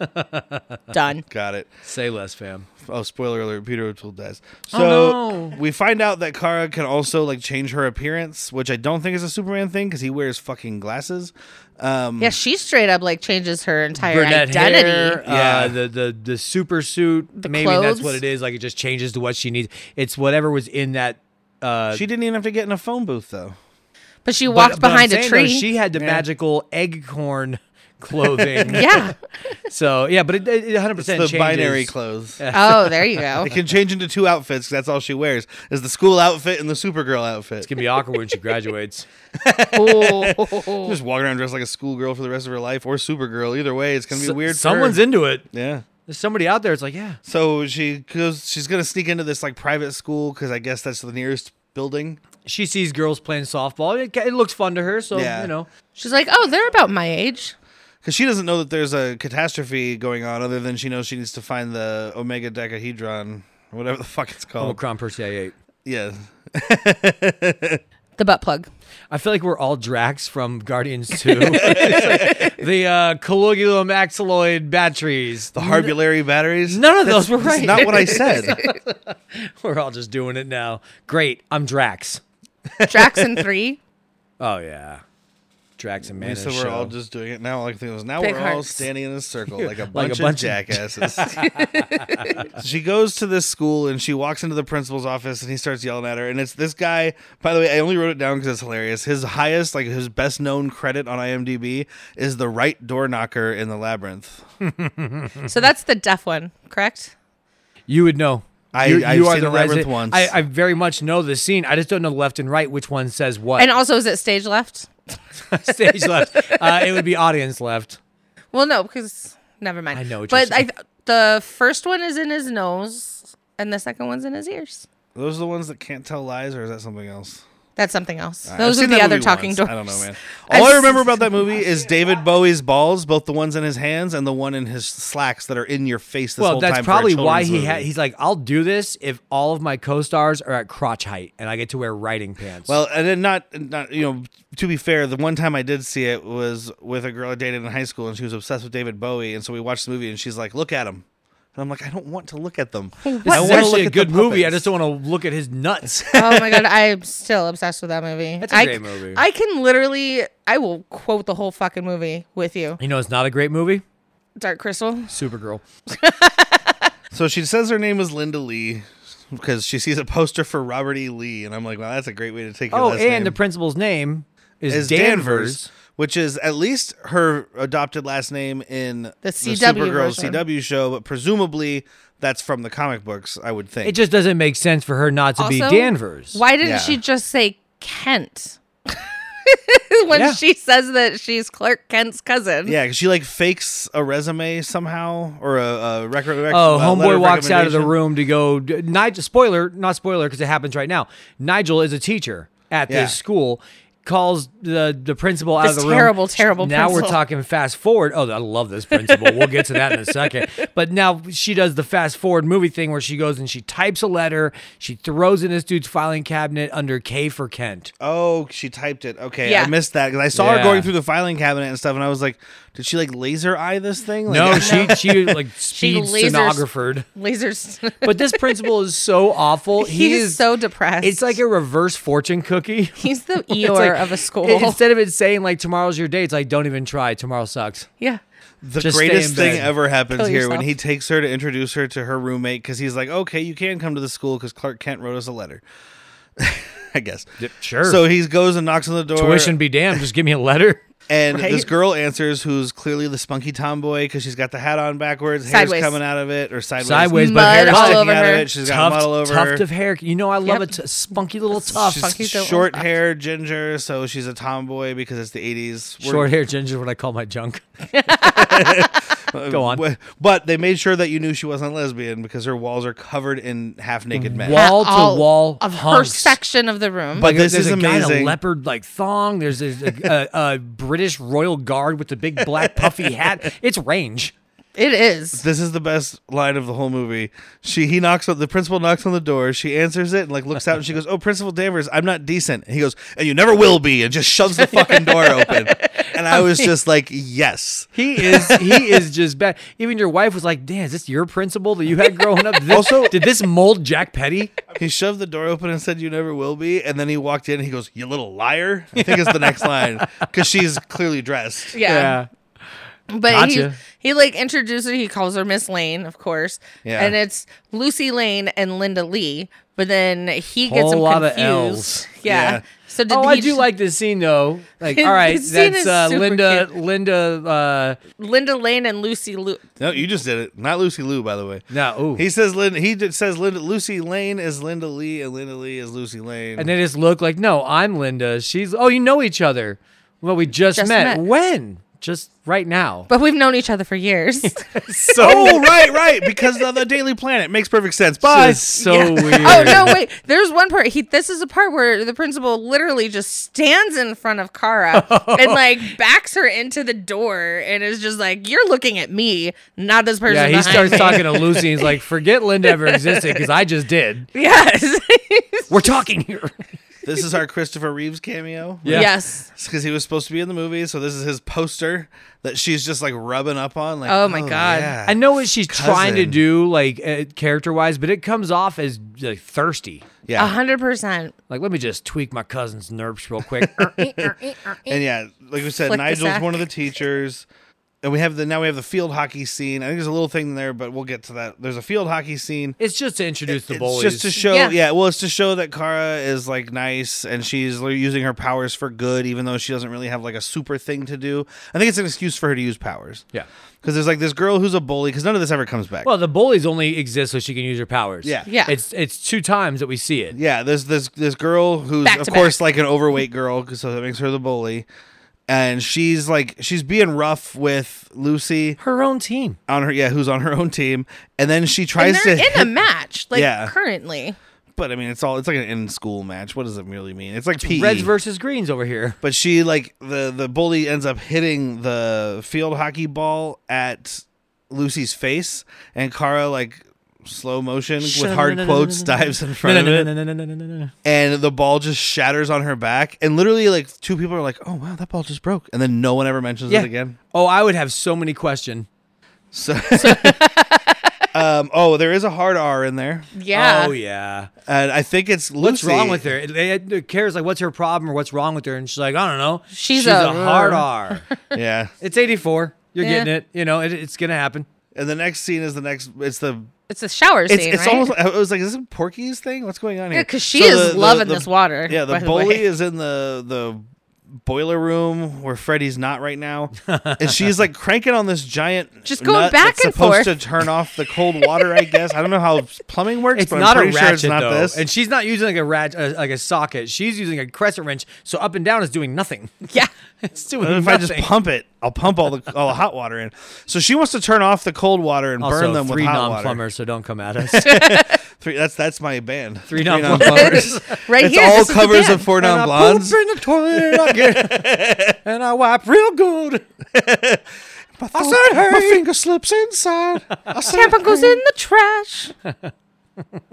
C: done.
A: Got it.
B: Say less, fam.
A: Oh, spoiler alert! Peter O'Toole dies. So
B: Oh, no.
A: we find out that Kara can also like change her appearance, which I don't think is a Superman thing because he wears fucking glasses. Um,
C: Yeah, she straight up like changes her entire
B: Brunette
C: identity.
B: hair,
A: Yeah.
B: uh, the the the super suit. maybe
C: clothes.
B: that's what it is. Like it just changes to what she needs. It's whatever was in that. Uh,
A: she didn't even have to get in a phone booth though.
C: But she
B: but-
C: walked
B: but I'm
C: behind a
B: saying, though,
C: tree.
B: she had the magical eggcorn clothing.
C: [LAUGHS] yeah.
B: So yeah, but it, it, it 100%
A: The
B: changes.
A: binary clothes.
C: Oh, there
B: [LAUGHS]
C: you go.
A: It can change into two outfits. 'cause that's all she wears is the school outfit and the Supergirl outfit.
B: It's gonna be awkward when
A: [LAUGHS]
B: she graduates.
C: Oh.
A: Just walk around dressed like a schoolgirl for the rest of her life or Supergirl. Either way, it's gonna be
B: So-
A: weird.
B: Someone's
A: in.
B: into it.
A: Yeah.
B: There's somebody out there. It's like yeah.
A: So she goes. She's gonna sneak into this like private school because I guess that's the nearest building.
B: she sees girls playing softball. It, it looks fun to her, so
A: Yeah.
B: you know.
C: [LAUGHS] She's like, "Oh, they're about my age."
A: because she doesn't know that there's a catastrophe going on other than she knows she needs to find the omega decahedron whatever the fuck it's called
B: Omicron Percy eight.
A: yeah
C: The butt plug.
B: I feel like we're all Drax from Guardians Two. [LAUGHS]
A: [LAUGHS]
B: It's like the uh, colloidum axoloid batteries.
A: the harbulary batteries
B: None of those were
A: that's
B: right.
A: not what i said
B: [LAUGHS] we're all just doing it now. Great, I'm Drax. [LAUGHS]
C: Jackson 3.
B: Oh yeah, Drax and
A: And
B: Mana
A: so we're all just doing it now. Like thing was now
C: Big
A: we're all
C: hearts.
A: standing in a circle like a bunch,
B: [LAUGHS] Like a bunch
A: of
B: of- [LAUGHS]
A: jackasses. [LAUGHS] she goes to this school and she walks into the principal's office and he starts yelling at her. And it's this guy. By the way, I only wrote it down because it's hilarious. His highest, like his best known credit on IMDb is the right door knocker in the labyrinth.
C: So that's the deaf one, correct?
B: you would know.
A: I-
B: You-
A: I've
B: you are
A: seen
B: the
A: Labyrinth
B: resident-
A: once.
B: I, I very much know the scene. I just don't know left and right which one says what.
C: And also, is it stage left?
B: [LAUGHS] Stage left. Uh, it would be audience left.
C: Well, no, because never mind.
B: I know what you're
C: but I,
B: saying.
C: the first one is in his nose, and the second one's in his ears.
A: Those are the ones that can't tell lies, or is that something else?
C: That's something else.
A: I've
C: Those are
A: seen
C: the
A: that
C: other
A: movie
C: talking
A: once.
C: doors.
A: I don't know, man.
C: I've
A: All I remember
C: seen-
A: about that movie is
B: [LAUGHS]
A: David Bowie's balls, both the ones in his hands and the one in his slacks that are in your face this
B: well,
A: whole
B: that's
A: time for a
B: probably why
A: children's
B: he
A: movie.
B: had. He's like, I'll do this if all of my co-stars are at crotch height and I get to wear riding pants.
A: Well, and then not, not you know. To be fair, the one time I did see it was with a girl I dated in high school, and she was obsessed with David Bowie, and so we watched the movie, and she's like, "Look at him," and I'm like, "I don't want to look at them. I
B: this is
A: want to look
B: actually a
A: at the
B: good movie. I
A: puppets."
B: just don't want to look at
A: [LAUGHS]
B: his nuts.
C: [LAUGHS] oh my god, I'm still obsessed with that movie.
B: That's a
C: I-
B: great movie.
C: I can literally, I will quote the whole fucking movie with you.
B: you know, it's not a great movie.
C: Dark Crystal.
B: Supergirl.
A: So she says her name is Linda Lee because she sees a poster for Robert E. Lee, and I'm like, "Wow, that's a great way to take your
B: Oh,
A: last
B: and
A: name."
B: the principal's name is,
A: is
B: Danvers.
A: Danvers, which is at least her adopted last name in the,
C: CW
A: Supergirl
C: version.
A: CW show, but presumably that's from the comic books, I would think.
B: It just doesn't make sense for her not to be Danvers.
C: Why didn't
A: Yeah.
C: she just say Kent? [LAUGHS] when
B: Yeah.
C: she says that she's Clark Kent's cousin.
A: yeah, 'cause she like fakes a resume somehow or a, a record. rec-
B: Oh,
A: uh, letter
B: homeboy
A: of
B: walks out of the
A: recommendation.
B: room to go. Nigel, spoiler, not spoiler, because it happens right now. Nigel is a teacher at
A: Yeah.
B: this school. Calls the the principal out
C: This
B: of the room.
C: terrible, terrible
B: Now we're
C: principal.
B: talking fast forward. Oh, I love this principal. we'll get to that in a
C: [LAUGHS]
B: second. But now she does the fast forward movie thing where she goes and she types a letter. She throws it in this dude's filing cabinet under K for Kent.
A: Oh, she typed it. Okay, I
C: Yeah.
A: missed that because I saw her
B: Yeah.
A: going through the filing cabinet and stuff, and I was like, "Did she like laser eye this thing?" Like,
B: No, she
C: [LAUGHS]
B: she like speed
C: lasers-
B: stenographered.
C: Lasers. [LAUGHS]
B: But this principal is so awful.
C: He
B: He
C: is
B: is
C: so depressed.
B: It's like a reverse fortune cookie. [LAUGHS]
C: he's the
B: It's
C: Eeyore
B: like- [LAUGHS]
C: of a school.
B: i- Instead of it saying like tomorrow's your day, it's like don't even try. Tomorrow sucks.
C: yeah.
A: the
B: Just stay
A: greatest
B: in
A: thing
B: bed.
A: ever happens
C: Kill
A: here when
C: yourself.
A: he takes her to introduce her to her roommate because he's like, "Okay, you can come to the school because Clark Kent wrote us a letter." [LAUGHS] I guess.
B: sure.
A: So he goes and knocks on the door.
B: Tuition be damned. Just give me a letter.
A: And
C: Right?
A: this girl answers, who's clearly the spunky tomboy because she's got the hat on backwards, hair's
C: Sideways. Mm,
A: coming out of it, or sideways.
B: Sideways, but
C: Mud
B: hair
A: Hair's
C: all
A: sticking
C: over
A: out
C: her.
A: of it. [LAUGHS] She's got
B: Tuft,
A: muddle over her.
B: tuft of hair. You know I love
C: Yep.
B: a t- spunky little tuft.
A: She's
C: Funky don't-
A: short hair, ginger, so she's a tomboy because it's the 80s. We're- [LAUGHS]
B: Short hair ginger. is What I call my
C: [LAUGHS]
B: junk. [LAUGHS] Go on.
A: w- But they made sure that you knew she wasn't lesbian because her walls are covered in half naked men.
B: What? Mm. Wall to
C: All
B: wall
C: of
B: hunks.
C: her section of the room.
A: But this
B: There's
A: is
B: a guy in
A: amazing.
B: a leopard like thong. There's there's a, a, a British royal guard with the big black puffy
A: [LAUGHS]
B: hat. It's range.
C: it is.
A: this is the best line of the whole movie. She he knocks on the principal knocks on the door. She answers it and like looks out and she goes, "Oh, Principal Danvers, I'm not decent." And he goes, "And you never will be," and just shoves the fucking door open. And I was just like, "Yes."
B: He is he is just bad. Even your wife was like, "Damn, is this your principal that you had growing up? Did this,
A: Also-
B: did this mold Jack Petty?"
A: He shoved the door open and said, "You never will be." And then he walked in. and He goes, "You little liar!" I think it's the next line because she's clearly dressed.
C: Yeah. But
B: Gotcha.
C: he he like introduces her, he calls her Miss Lane, of course.
A: Yeah.
C: And it's Lucy Lane and Linda Lee. But then he gets
B: Whole
C: them
B: lot of
C: confused.
B: L's.
C: Yeah.
A: Yeah.
C: So did
B: Oh,
C: he
B: I do
C: j-
B: like this scene though. Like,
C: [LAUGHS] His-
B: all right,
C: his scene
B: that's
C: is
B: uh,
C: super
B: Linda.
C: cute.
B: Linda. Uh,
C: Linda Lane and Lucy Lu-
A: No, you just did it. Not Lucy Lou, by the way.
B: no. Ooh.
A: He says Linda. He did- says Linda. Lucy Lane is Linda Lee, and Linda Lee is Lucy Lane.
B: and they just look like, "No, I'm Linda. She's." Oh, you know each other. Well, we just,
C: Just
B: met.
C: met.
B: When? Just right now.
C: But we've known each other for years.
B: [LAUGHS]
C: [LAUGHS]
B: So.
A: oh, right, right. Because of the Daily Planet makes perfect sense. Bye.
B: This is
C: [LAUGHS]
B: so
A: [LAUGHS]
B: weird.
C: oh no, wait. There's one part. He this is a part where the principal literally just stands in front of Kara
A: [LAUGHS]
C: and like backs her into the door and is just like, "You're looking at me, not this person."
B: Yeah, he
C: behind
B: starts
C: me."
B: talking to Lucy. He's like, "Forget Linda ever existed because I just did.
C: [LAUGHS] [LAUGHS] Yes.
A: [LAUGHS]
B: We're talking here."
A: This is our Christopher Reeves cameo.
B: Yeah.
C: Yes.
A: Because he was supposed to be in the movie, so this is his poster that she's just like rubbing up on. Like,
C: Oh, my God.
A: yeah.
B: I know what she's trying to
A: cousin.
B: do, like uh, character wise, but it comes off as like thirsty.
A: Yeah.
C: A hundred percent.
B: Like, let me just tweak my cousin's nerves
A: [LAUGHS]
B: real quick. Er,
A: And yeah, like we said,
C: Flick the
A: Nigel's
C: sack.
A: one of the teachers. And we have the now we have the field hockey scene. I think there's a little thing there, but we'll get to that. There's a field hockey scene.
B: it's just to introduce the bullies.
A: It's just to show, yeah.
C: Yeah.
A: Well, it's to show that Kara is like nice and she's like, using her powers for good, even though she doesn't really have like a super thing to do. I think it's an excuse for her to use powers.
B: yeah.
A: Because there's like this girl who's a bully. Because none of this ever comes back.
B: Well, the bullies only exist so she can use her powers.
A: Yeah.
C: Yeah.
B: It's it's two times that we see it.
A: yeah, there's this this girl who's
C: Back
A: of
C: to
A: course like an overweight girl, 'cause- so that makes her the bully. And she's like she's being rough with Lucy
B: Her own team.
A: on her yeah, who's on her own team, and then she
C: And
A: tries
C: they're
A: to.
C: in a match, like
A: Yeah.
C: currently.
A: [LAUGHS] but I mean, it's all it's like an in school match. What does it really mean? It's like PE.
B: Reds versus greens over here.
A: but she like the the bully ends up hitting the field hockey ball at Lucy's face, and Kara like slow motion with hard quotes dives in front of
B: [LAUGHS]
A: it, and the ball just shatters on her back, and literally like two people are like, "Oh wow, that ball just broke," and then no one ever mentions
B: Yeah.
A: it again.
B: Oh, I would have so many question.
A: So. [LAUGHS] Um, oh, there is a hard R in there,
C: Yeah.
B: Oh yeah.
A: and I think it's Lucy.
B: What's wrong with her? It- it- it- Kara's like, what's her problem or what's wrong with her? And she's like, I don't know.
C: She's
B: a,
C: a- [LAUGHS]
B: hard R.
A: Yeah,
B: it's 84. You're
C: Yeah.
B: getting it. You know, it, it's gonna happen.
A: and the next scene is the next. It's the
C: It's a shower
A: It's,
C: scene,
A: it's
C: right?
A: almost. I was like, is this a Porky's thing? What's going on here?
C: Yeah, 'cause she is loving this water,
A: Yeah, the
C: by the
A: bully
C: way.
A: is in the the boiler room where Freddy's not right [LAUGHS] now, and she's like cranking on this giant.
C: Just going
A: nut
C: back
A: that's
C: and
A: supposed
C: forth.
A: to turn off the cold water. I guess I don't know how plumbing works,
B: It's
A: but
B: not
A: I'm
B: a
A: pretty
B: ratchet
A: sure it's not
B: though,
A: this.
B: and she's not using like a ratchet, uh, like a socket. She's using a crescent wrench. So up and down is doing nothing. [LAUGHS]
C: [LAUGHS] yeah.
B: it's doing
A: And if I
B: nothing.
A: just pump it, I'll pump all the all the hot water in. So she wants to turn off the cold water and
B: also,
A: burn them
B: three
A: with hot water.
B: non-plumbers, so don't come
A: [LAUGHS]
B: at us.
A: Three, that's that's my band.
B: Three
C: [LAUGHS]
B: non-plumbers.
C: Right
A: it's
C: here.
A: all
C: this is the
A: covers
C: band.
A: of four
B: and
A: non blondes.
B: I poop in the toilet and I get- and I wipe real
A: [LAUGHS]
B: good.
A: I
B: said,
A: my
B: "Hey."
A: finger slips inside.
C: [LAUGHS]
A: I said,
C: Tampon goes in the
A: [LAUGHS]
C: trash.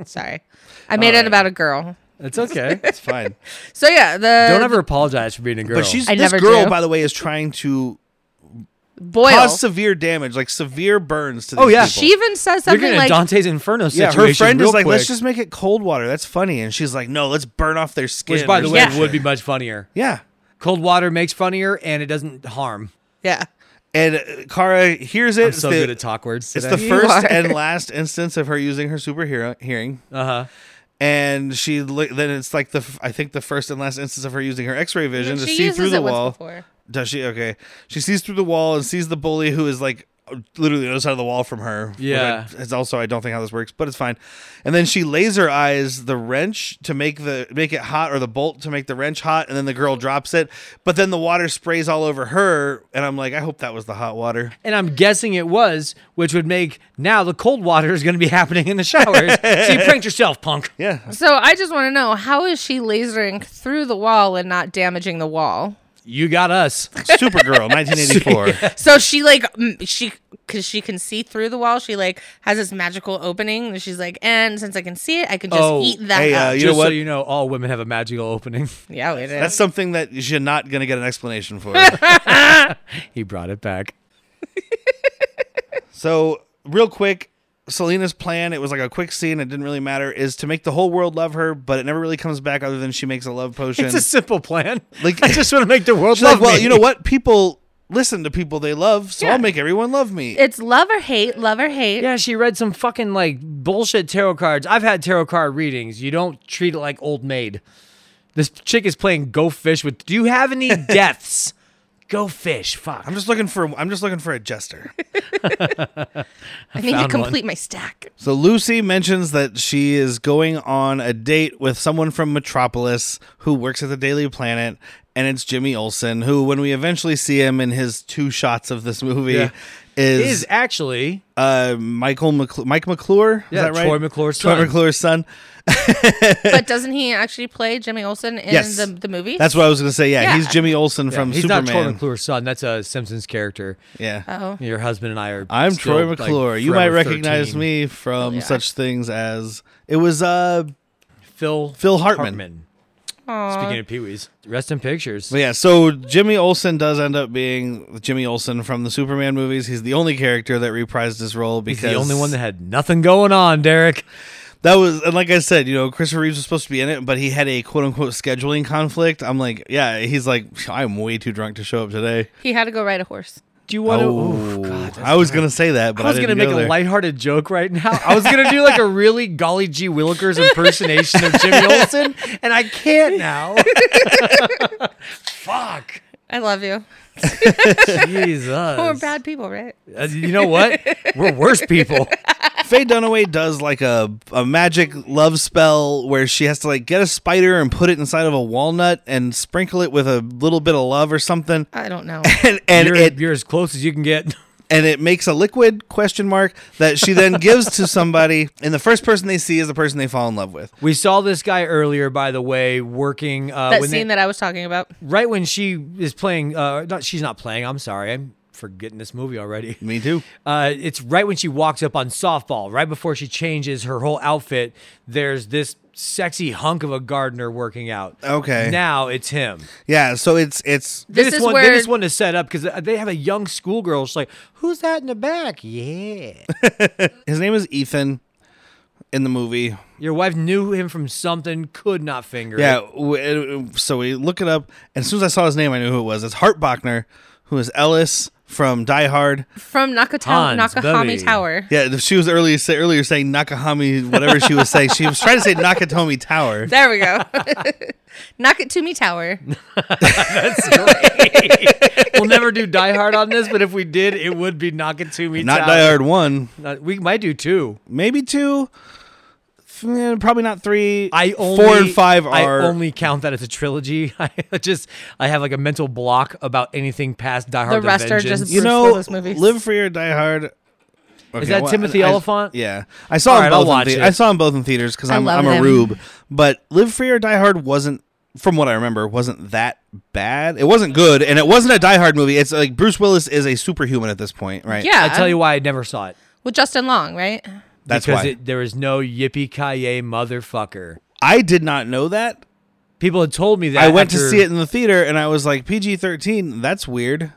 C: Sorry. I made it about a girl.
B: It's okay.
A: It's fine.
C: So yeah, the
B: Don't ever apologize for being a girl.
A: But she's
C: I
A: this
C: never
A: girl,
C: do.
A: by the way, is trying to
C: boil.
A: cause severe damage, like severe burns to these
B: Oh, yeah.
A: people.
C: she even says
B: you're
C: something
B: getting
C: like,
B: a Dante's Inferno
A: yeah,
B: situation.
A: her friend
B: real
A: is like,
B: quick,
A: let's just make it cold water. That's funny, and she's like, no, let's burn off their skin.
B: which by the
A: or
B: way
C: Yeah.
A: something.
B: would be much funnier.
A: yeah.
B: Cold water makes funnier, and it doesn't harm.
C: yeah,
A: And uh, Kara hears it.
B: I'm
A: It's
B: so
A: the-
B: good at talk words.
A: It's
B: today.
A: the
C: You
A: first
C: [LAUGHS] are.
A: and last instance of her using her superhero hearing,
B: uh-huh.
A: and she li- then it's like the f- I think the first and last instance of her using her X-ray vision to
C: she
A: see
C: uses
A: through
C: it
A: the
C: once
A: wall.
C: before.
A: Does she? Okay. She sees through the wall and sees the bully who is like literally the other side of the wall from her. which
B: Yeah.
A: I- It's also I don't think how this works, but it's fine. And then she laser eyes the wrench to make the make it hot or the bolt to make the wrench hot, and then the girl drops it. But then the water sprays all over her, and I'm like, I hope that was the hot water.
B: And I'm guessing it was, which would make now the cold water is going to be [LAUGHS] happening in the showers. so you pranked yourself, punk.
A: Yeah. [LAUGHS]
C: So I just want to know how is she lasering through the wall and not damaging the wall?
B: You got us.
A: Supergirl, 1984.
C: So she like m- she because she can see through the wall. She like has this magical opening, and she's like, and since I can see it, I can just
B: Oh,
C: eat that
A: hey, uh,
C: up.
A: you know
B: just so
A: what?
B: you know, all women have a magical opening. [LAUGHS]
C: yeah, it
A: [LAUGHS]
C: is.
A: That's something that you're not gonna get an explanation [LAUGHS] for.
B: he brought it back.
A: So, real quick, Selena's plan, it was like a quick scene, it didn't really matter, is to make the whole world love her, but it never really comes back other than she makes a love potion.
B: It's a simple plan. [LAUGHS]
A: Like-
B: Like I just want to make the world
A: She's like,
B: love
A: well,
B: me."
A: you know what? People listen to people they love, so I'll make everyone love me.
C: it's love or hate, love or hate.
B: Yeah, she read some fucking like bullshit tarot cards. I've had tarot card readings. You don't treat it like old maid. This chick is playing go fish with. Do you
A: [LAUGHS]
B: have any deaths? Go fish. Fuck.
A: I'm just looking for I'm just looking for a jester.
C: I need to
B: found one.
C: complete my stack.
A: so Lucy mentions that she is going on a date with someone from Metropolis who works at the Daily Planet, and it's Jimmy Olsen, who when we eventually see him in his two shots of this movie
B: Yeah.
A: is
B: Is actually
A: uh, Michael McCl- Mike McClure.
B: Yeah,
A: is that right?
B: Troy McClure's
A: Troy
B: son.
A: McClure's son. [LAUGHS]
C: but doesn't he actually play Jimmy Olsen in
A: Yes.
C: the, the movie?
A: That's what I was going to say. Yeah,
C: Yeah.
A: he's Jimmy Olsen from
B: he's
A: Superman.
B: not Troy McClure's son. That's a Simpsons character.
A: Yeah.
C: oh,
B: Your husband and I are.
A: I'm
B: still,
A: Troy
B: like,
A: McClure. you might
B: forever
A: recognize
B: 13.
A: me from
C: yeah.
A: such things as it was uh
B: Phil.
A: Phil Hartman.
C: Aw.
B: Speaking of Pee Wee's, rest in pictures.
A: but yeah, so Jimmy Olsen does end up being Jimmy Olsen from the Superman movies. He's the only character that reprised his role
B: He's
A: because
B: the only one that had nothing going on, Derek.
A: That was and like I said, you know, Christopher Reeves was supposed to be in it, but he had a quote unquote scheduling conflict. I'm like, yeah, he's like, I'm way too drunk to show up today.
C: He had to go ride a horse.
B: Do you want to?
A: Ooh, Oh, I was gonna say that, but
B: Oh, I was
A: didn't
B: gonna make
A: go
B: a
A: there.
B: lighthearted joke right now. I was gonna do like a really golly gee Willikers impersonation of
A: [LAUGHS]
B: Jimmy Olsen, and I can't now. [LAUGHS] Fuck.
C: I love you.
B: Jesus.
C: We're bad people, right?
B: Uh, you know what? We're worse people.
A: Faye Dunaway does like a, a magic love spell where she has to like get a spider and put it inside of a walnut and sprinkle it with a little bit of love or something.
C: I don't know.
A: [LAUGHS] And, and
B: you're,
A: it
B: you're as close as you can get. [LAUGHS]
A: and it makes a liquid question mark that she then gives to somebody [LAUGHS] and the first person they see is the person they fall in love with
B: We saw this guy earlier, by the way, working. Uh,
C: That
B: when they-
C: scene that I was talking about.
B: right when she is playing. Uh, not, she's not playing. I'm sorry. I'm forgetting this movie [LAUGHS] already.
A: me too
B: Uh, it's right when she walks up on softball, right before she changes her whole outfit. There's this sexy hunk of a gardener working out.
A: Okay.
B: Now it's him.
A: yeah so it's it's
B: They
C: This
B: just
C: is
B: want, they
C: where-
B: just want to set up because they have a young schoolgirl. She's like, "Who's that in the back?" [LAUGHS] Yeah.
A: his name is ethan in the movie
B: Your wife knew him from something. Could not finger.
A: yeah
B: It.
A: w- so we look it up and as soon as i saw his name i knew who it was it's hart bachner who is ellis from die hard
C: From Nakata-
B: Hans,
C: Nakahami
B: baby.
C: Tower.
A: yeah she was earlier, say, earlier saying nakahami whatever she was saying she was trying to say nakatomi tower
C: There
B: [LAUGHS]
C: we go. Knock it to me, Tower.
B: We'll never do Die Hard on this, but if we did, it would be knocking to me.
A: not
B: Tower.
A: die hard one
B: Not- Uh, we might do two.
A: maybe two F- eh, probably not three
B: I only
A: four and five are
B: I only count that as a trilogy. [LAUGHS] I just I have like a mental block about anything past Die Hard.
C: The rest are just-
B: Vengeance.
A: you
C: Bruce
A: know,
C: Willis movies.
A: Live Free or Die Hard. Okay,
B: that Timothy
A: I- I-
B: Oliphant?
A: yeah, I saw
B: All
A: them
B: right, I'll
A: both. In
B: watch
A: the-
B: it.
A: I saw them both in theaters because I'm,
C: love
A: I'm a
C: him.
A: rube. But Live Free or Die Hard wasn't, from what I remember, wasn't that bad. It wasn't good, and it wasn't a Die Hard movie. It's like Bruce Willis is a superhuman at this point, right?
C: Yeah.
B: I tell you why I never saw it.
C: With Justin Long, right?
A: that's
B: because
A: why
B: It, there was no yippee ki yay motherfucker.
A: I did not know that.
B: People had told me that.
A: I went to
B: after-
A: see it in the theater, and I was like PG thirteen. That's weird.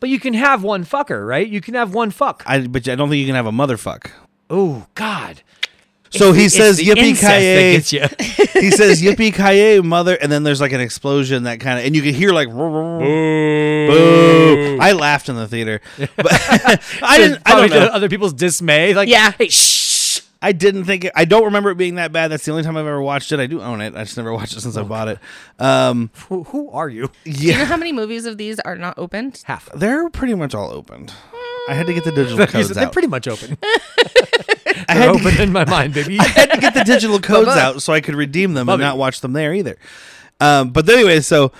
B: but you can have one fucker, right? You can have one fuck.
A: I but I don't think you can have a motherfuck.
B: Oh God!
A: So he
B: It's
A: says
B: the
A: yippee
B: incest that gets
A: ki
B: [LAUGHS] you.
A: he says yippee ki mother and then there's like an explosion that kind of and you can hear like boo. i laughed in the theater but i didn't i
B: Probably
A: don't know
B: to other people's dismay. Like
C: Yeah.
B: hey shh.
A: i didn't think it, i don't remember it being that bad that's the only time i've ever watched it i do own it i just never watched it since i bought it um
B: Who, who are you?
C: You know
A: yeah
C: how many movies of these are not opened?
B: Half.
A: they're pretty much all opened i had to get the digital
B: He's-
A: codes
B: [LAUGHS] they're
A: out
B: pretty
A: [LAUGHS]
B: much open.
A: i
B: They're
A: had to
B: open in my
A: [LAUGHS]
B: mind, baby.
A: had to get the
B: [LAUGHS]
A: digital codes out so I could redeem them
B: Bubba.
A: and not watch them there either. Um, but anyway, so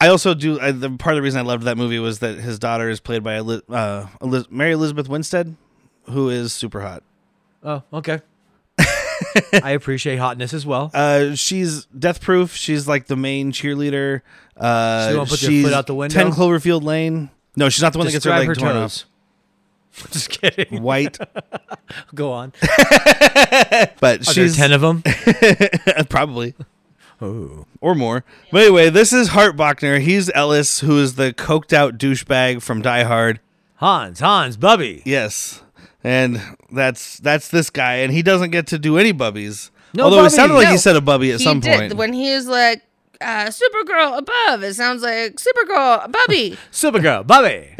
A: I also do. I, the part of the reason I loved that movie was that his daughter is played by Eli- uh, Eliz- Mary Elizabeth Winstead, who is super hot.
B: Oh,
A: [LAUGHS]
B: okay. I appreciate hotness as well. [LAUGHS]
A: Uh, she's death proof. She's like the main cheerleader. Uh,
B: She won't put your
A: she's
B: foot out the window?
A: Ten Cloverfield Lane. No, she's not the one
B: Describe
A: that
B: her
A: gets her leg torn
B: toes. Just kidding.
A: off. White,
B: Go on.
A: but
B: [LAUGHS] Are there
A: she's
B: ten of them?
A: [LAUGHS] probably. Or more. But anyway, this is Hart Bachner. He's Ellis, who is the coked out douchebag from Die Hard.
B: Hans, Hans, Bubby.
A: Yes. And that's that's this guy, and he doesn't get to do any bubbies.
B: No
A: Although
B: bubbies.
A: it sounded like
C: No.
A: he said a bubby at
C: he
A: some
C: did.
A: point.
C: When he was like, uh, Supergirl above, it sounds like
B: [LAUGHS]
C: Supergirl, Bubby.
B: Supergirl, Bubby.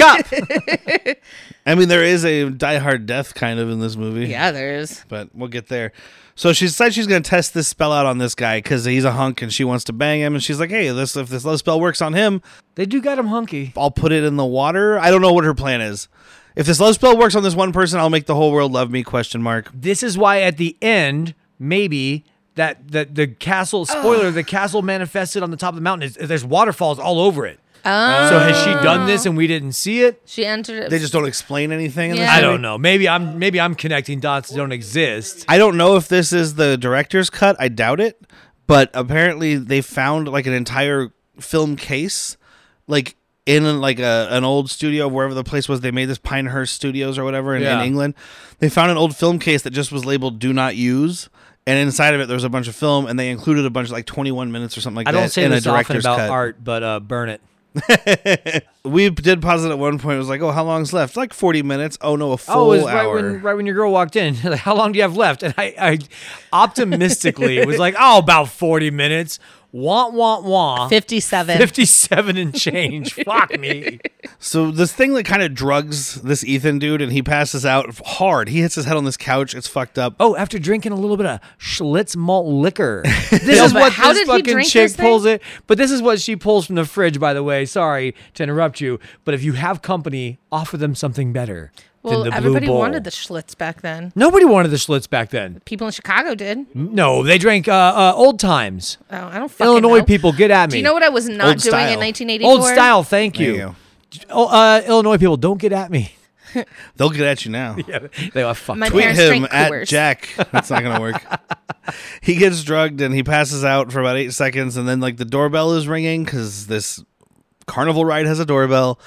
A: [LAUGHS]
B: up.
A: I mean, there is a Die Hard death kind of in this movie.
C: yeah, there is.
A: But we'll get there. So she decides she's going to test this spell out on this guy because he's a hunk and she wants to bang him. And she's like, hey, this if this love spell works on him,
B: they do got him hunky.
A: I'll put it in the water. I don't know what her plan is. If this love spell works on this one person, I'll make the whole world love me? Question mark.
B: This is why at the end, maybe that that the castle spoiler, the castle manifested on the top of the mountain. Is, there's waterfalls all over it.
C: Oh.
B: So has she done this and we didn't see it?
C: She entered it.
A: They just don't explain anything. In this
C: Yeah.
B: I
A: movie?
B: don't know. Maybe I'm maybe I'm connecting dots that don't exist.
A: I don't know if this is the director's cut. I doubt it. But apparently, they found like an entire film case, like in like a an old studio wherever the place was. They made this Pinehurst Studios or whatever in,
B: Yeah.
A: in England. They found an old film case that just was labeled "Do Not Use." And inside of it, there was a bunch of film, and they included a bunch of like 21 minutes or something like
B: I
A: that
B: don't say
A: in
B: this
A: a
B: often
A: director's
B: about
A: cut.
B: art, but uh, burn it.
A: we did pause it at one point. It was like, oh, how long's left? Like 40 minutes. Oh, no, a full
B: oh, it was right
A: hour.
B: when right when your girl walked in. [LAUGHS] Like, How long do you have left? And I, I optimistically was like, oh, about forty minutes. Wah wah wah.
C: 57.
B: Fifty-seven and
C: [LAUGHS]
B: change. Fuck me.
A: So this thing that kind of drugs this Ethan dude, and he passes out hard. He hits his head on this couch. It's fucked up.
B: Oh, after drinking a little bit of Schlitz
A: [LAUGHS]
B: malt liquor. This
C: No,
B: is
C: but
B: what
C: how
B: this
C: did he
B: fucking
C: drink
B: chick
C: this thing?
B: pulls it. But this is what she pulls from the fridge, by the way. Sorry to interrupt you. But if you have company, offer them something better
C: Well,
B: than the
C: everybody
B: blue bowl.
C: wanted the Schlitz back then.
B: Nobody wanted the Schlitz back then.
C: People in Chicago did.
B: No, they drank uh, uh, old times.
C: Oh, I don't fucking
B: Illinois
C: know.
B: people, get at me.
C: Do you know what I was not
A: Old
C: doing
A: style.
C: in 1984?
B: Old style, thank
A: There
B: you.
A: you go.
B: Oh, uh, Illinois people, don't get at me. [LAUGHS]
A: They'll get at you now.
B: Yeah, they are fucked.
C: My
B: up.
A: Tweet
C: Parents
A: him
C: drink
A: at
C: Coors.
A: Jack. That's not gonna
C: [LAUGHS]
A: work. he gets drugged and he passes out for about eight seconds, and then like the doorbell is ringing because this carnival ride has a doorbell,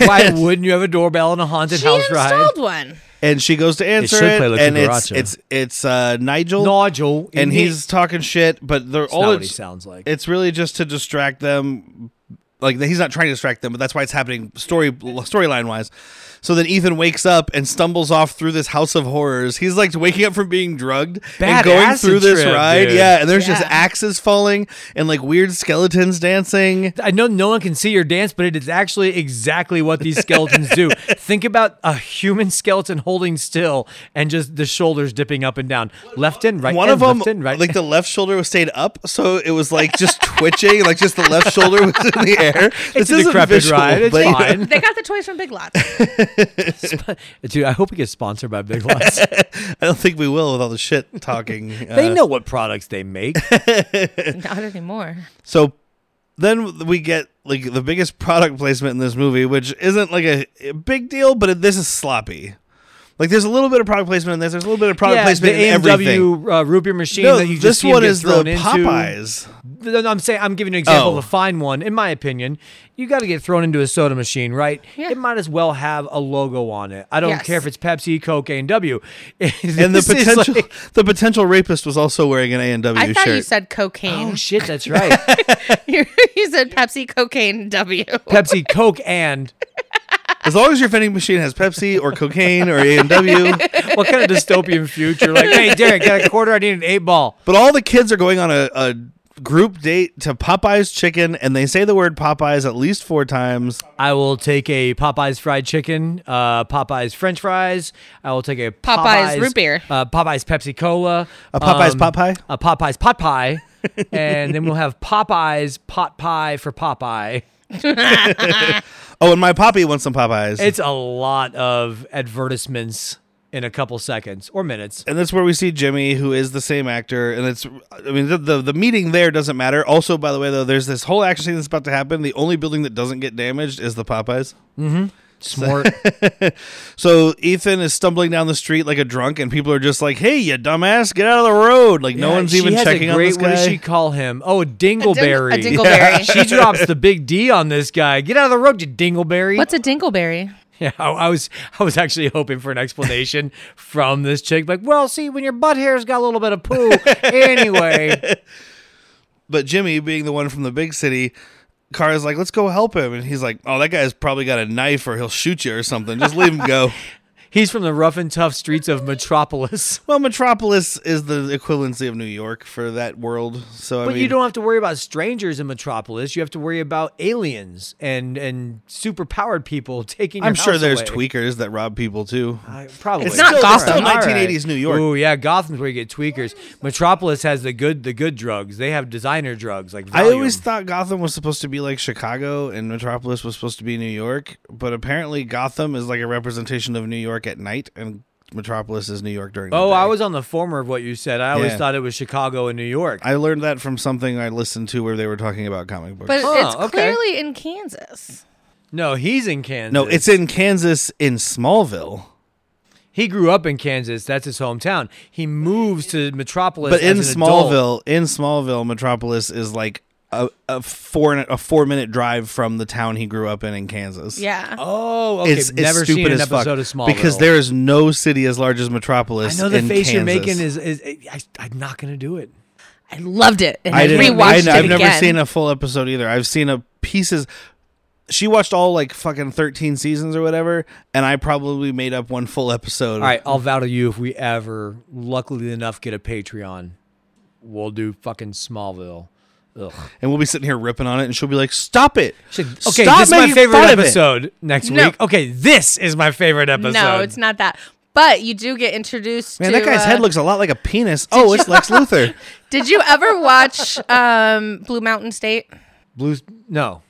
B: Why wouldn't you have a doorbell in a haunted
C: She
B: house ride?
C: installed one.
A: and she goes to answer
B: should
A: it,
B: play La
A: and it's
B: Cucaracha.
A: it's it's uh, Nigel,
B: Nodule,
A: and
B: you
A: he's talking shit, but they're
B: need- not
A: all
B: what he
A: it's,
B: sounds like.
A: it's really just to distract them. Like he's not trying to distract them, but that's why it's happening story storyline wise. So then Ethan wakes up and stumbles off through this house of horrors. He's like waking up from being drugged
B: Bad
A: and going
B: acid
A: through this
B: trip,
A: ride.
B: dude.
A: Yeah, and there's just
C: Yeah.
A: axes falling and like weird skeletons dancing.
B: I know no one can see your dance, but it is actually exactly what these skeletons
A: [LAUGHS]
B: do. Think about a human skeleton holding still and just the shoulders dipping up and down, left and right.
A: One
B: and
A: of them,
B: left and right.
A: like the left shoulder was stayed up, so it was like just twitching, like just the left shoulder was in
B: [LAUGHS]
A: the air.
B: [LAUGHS] it's a decrepit ride. It's fine,
C: They got the toys from Big Lots.
B: dude. I hope we get sponsored by Big
A: [LAUGHS] [LAUGHS]
B: Lots.
A: I don't think we will with all the shit talking.
B: they
A: uh,
B: know what products they make.
C: Not anymore.
A: So then we get like the biggest product placement in this movie, which isn't like a, a big deal, but it, this is sloppy. Like there's a little bit of product placement in this. There's a little bit of product placement
B: the
A: in everything.
B: AMW uh, root beer machine
A: No,
B: that you just
A: this
B: see 'em
A: one
B: get
A: is the
B: thrown into.
A: Popeyes.
B: No, no, I'm saying I'm giving an example
A: Oh.
B: of a fine one. In my opinion, you got to get thrown into a soda machine, right?
C: Yeah.
B: It might as well have a logo on it. I don't
C: Yes.
B: care if it's Pepsi, Coke, A and W. [LAUGHS]
A: And the potential, [LAUGHS] the potential rapist was also wearing an A and
C: I
A: W
C: thought you
A: shirt.
C: said cocaine.
B: oh shit, that's right.
C: [LAUGHS] you said Pepsi, cocaine, W.
B: Pepsi, Coke, and
A: as long as your vending machine has Pepsi or cocaine
C: [LAUGHS]
A: or A and W,
B: what kind of dystopian future? Like, hey, Derek, got a quarter? I need an eight ball.
A: but all the kids are going on a, a group date to Popeyes chicken, and they say the word Popeyes at least four times.
B: I will take a Popeyes fried chicken, uh, Popeyes French fries. I will take a
C: Popeyes root beer.
B: uh, Popeyes Pepsi Cola, um,
A: A Popeyes pot pie?
B: a Popeyes
A: [LAUGHS]
B: pot pie, and then we'll have Popeyes pot pie for Popeye.
A: Oh, and my poppy wants some Popeyes.
B: It's a lot of advertisements in a couple seconds or minutes.
A: and that's where we see Jimmy, who is the same actor. And it's, I mean, the, the the meeting there doesn't matter. Also, by the way, though, there's this whole action scene that's about to happen. The only building that doesn't get damaged is the Popeyes.
B: [LAUGHS] Smart.
A: So Ethan is stumbling down the street like a drunk, and people are just like, "Hey, you dumbass, get out of the road!" Like no
B: Yeah,
A: one's
B: she
A: even
B: has a
A: checking on
B: great-
A: this
B: What does
A: guy.
B: she call him? Oh, a dingleberry.
C: A dingleberry.
B: [LAUGHS] she drops the big D on this guy. Get out of the road, you dingleberry.
C: What's a dingleberry?
B: [LAUGHS] Yeah, I, I was I was actually hoping for
A: [LAUGHS]
B: an explanation from this chick, like, well, see, when your butt hair's got a little bit of poo,
A: [LAUGHS]
B: anyway.
A: But Jimmy, being the one from the big city. Car is like, let's go help him, and he's like, "Oh, that guy's probably got a knife, or he'll shoot you, or something. Just leave him
B: [LAUGHS]
A: go."
B: He's from the rough and tough streets of Metropolis,
A: well, Metropolis is the equivalency of New York for that world. So, I
B: but
A: mean,
B: you don't have to worry about strangers in Metropolis. You have to worry about aliens and and superpowered people [LAUGHS] taking. Your
A: I'm sure
B: house
A: there's
B: away.
A: tweakers that rob people too.
B: I- probably
A: It's
C: not
A: still,
C: Gotham.
A: Still
C: All right.
A: 1980s New York.
B: Ooh, yeah, Gotham's where you get tweakers. Metropolis has the good the good drugs. They have designer drugs like.
A: I always
B: Valium.
A: thought Gotham was supposed to be like Chicago and Metropolis was supposed to be New York, but apparently Gotham is like a representation of New York at night and Metropolis is New York during the
B: Oh,
A: day.
B: I was on the former of what you said. I always
A: Yeah.
B: thought it was Chicago and New York.
A: I learned that from something I listened to where they were talking about comic books.
C: But
B: Huh,
C: it's
B: okay.
C: clearly in Kansas.
B: No, he's in Kansas.
A: no, it's in Kansas in Smallville.
B: he grew up in Kansas. That's his hometown. He moves to Metropolis.
A: But in
B: as an adult.
A: Smallville, in Smallville, Metropolis is like a, a four a four minute drive from the town he grew up in in Kansas.
C: Yeah.
B: Oh, okay.
A: It's, it's
B: Never
A: stupid
B: seen an
A: as
B: episode
A: fuck
B: of Smallville
A: because there is no city as large as
B: I
A: Metropolis.
B: know the
A: in
B: face you're
A: Kansas.
B: making is is I, I'm not gonna do it.
C: I loved it. And I,
A: I didn't.
C: rewatched
A: I,
C: it
A: I've
C: again.
A: never seen a full episode either. I've seen a pieces. she watched all like fucking 13 seasons or whatever, and I probably made up one full episode.
B: All right, I'll vow to you if we ever, luckily enough, get a Patreon, we'll do fucking Smallville. Ugh.
A: And we'll be sitting here ripping on it, and she'll be like, stop it. [SIGHS]
B: Okay,
A: Stop
B: this is my
A: making
B: favorite
A: fun of it."
B: episode next
C: No.
B: week. Okay, this is my favorite episode.
C: No, it's not that. But you do get introduced
A: Man,
C: to.
A: that guy's
C: uh,
A: head looks a lot like a penis. Oh, it's
B: [LAUGHS]
A: Lex Luthor.
C: Did you ever watch um, Blue Mountain State?
B: Blues. No,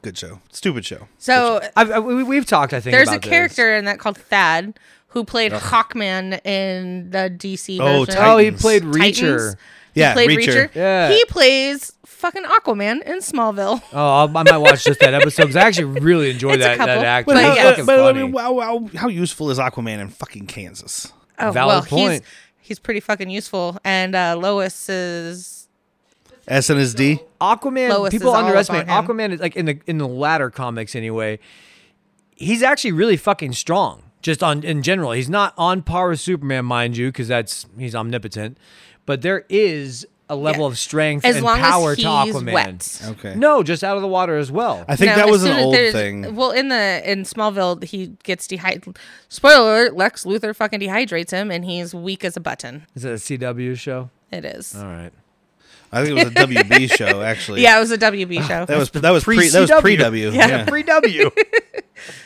A: Good show. Stupid show.
C: So
B: I've, I, we, we've talked. I think
C: there's a
B: about this.
C: character in that called Thad who played Hawkman in the DC
A: Oh,
C: version.
A: Titan.
B: Oh, he
A: Titans.
B: played
C: Titans.
B: Reacher.
C: He
A: Yeah,
C: played
A: Reacher.
C: Reacher.
B: Yeah.
C: He plays fucking Aquaman in Smallville. [LAUGHS]
B: Oh, I'll- I might watch just that episode because I actually really enjoyed
C: It's a
B: that, that
C: couple,
B: actor.
C: but
B: He's
C: yeah.
A: how,
B: fucking
A: but I
B: funny.
A: mean, wow, wow, how useful is Aquaman in fucking Kansas?
C: Oh,
B: Valid
C: well,
B: point.
C: he's he's pretty fucking useful. And uh, Lois is
A: S and his D.
B: Aquaman.
C: Lois is
B: people
C: all
B: underestimate
C: about him.
B: Aquaman. Is like in the in the latter comics anyway. He's actually really fucking strong. Just on in general, he's not on par with Superman, mind you, because that's he's omnipotent. But there is a level
C: Yeah.
B: of strength
C: As
B: and
C: long as
B: power
C: he's
B: to Aquaman.
C: wet.
A: Okay.
B: No, just out of the water as well.
A: I think
C: No,
A: that
C: as
A: was
C: soon
A: an
C: as
A: old
C: there's-
A: thing.
C: Well, in the in Smallville, he gets dehydrated. Spoiler alert: Lex Luthor fucking dehydrates him, and he's weak as a button.
B: Is it a CW show?
C: It is.
A: Oh,
B: All right.
A: I think it was a
C: [LAUGHS]
A: WB show actually.
C: yeah, it was
A: [LAUGHS]
C: a WB show.
A: That was that was pre that was
B: pre-CW.
A: pre W.
C: Yeah.
A: [LAUGHS]
B: Pre W.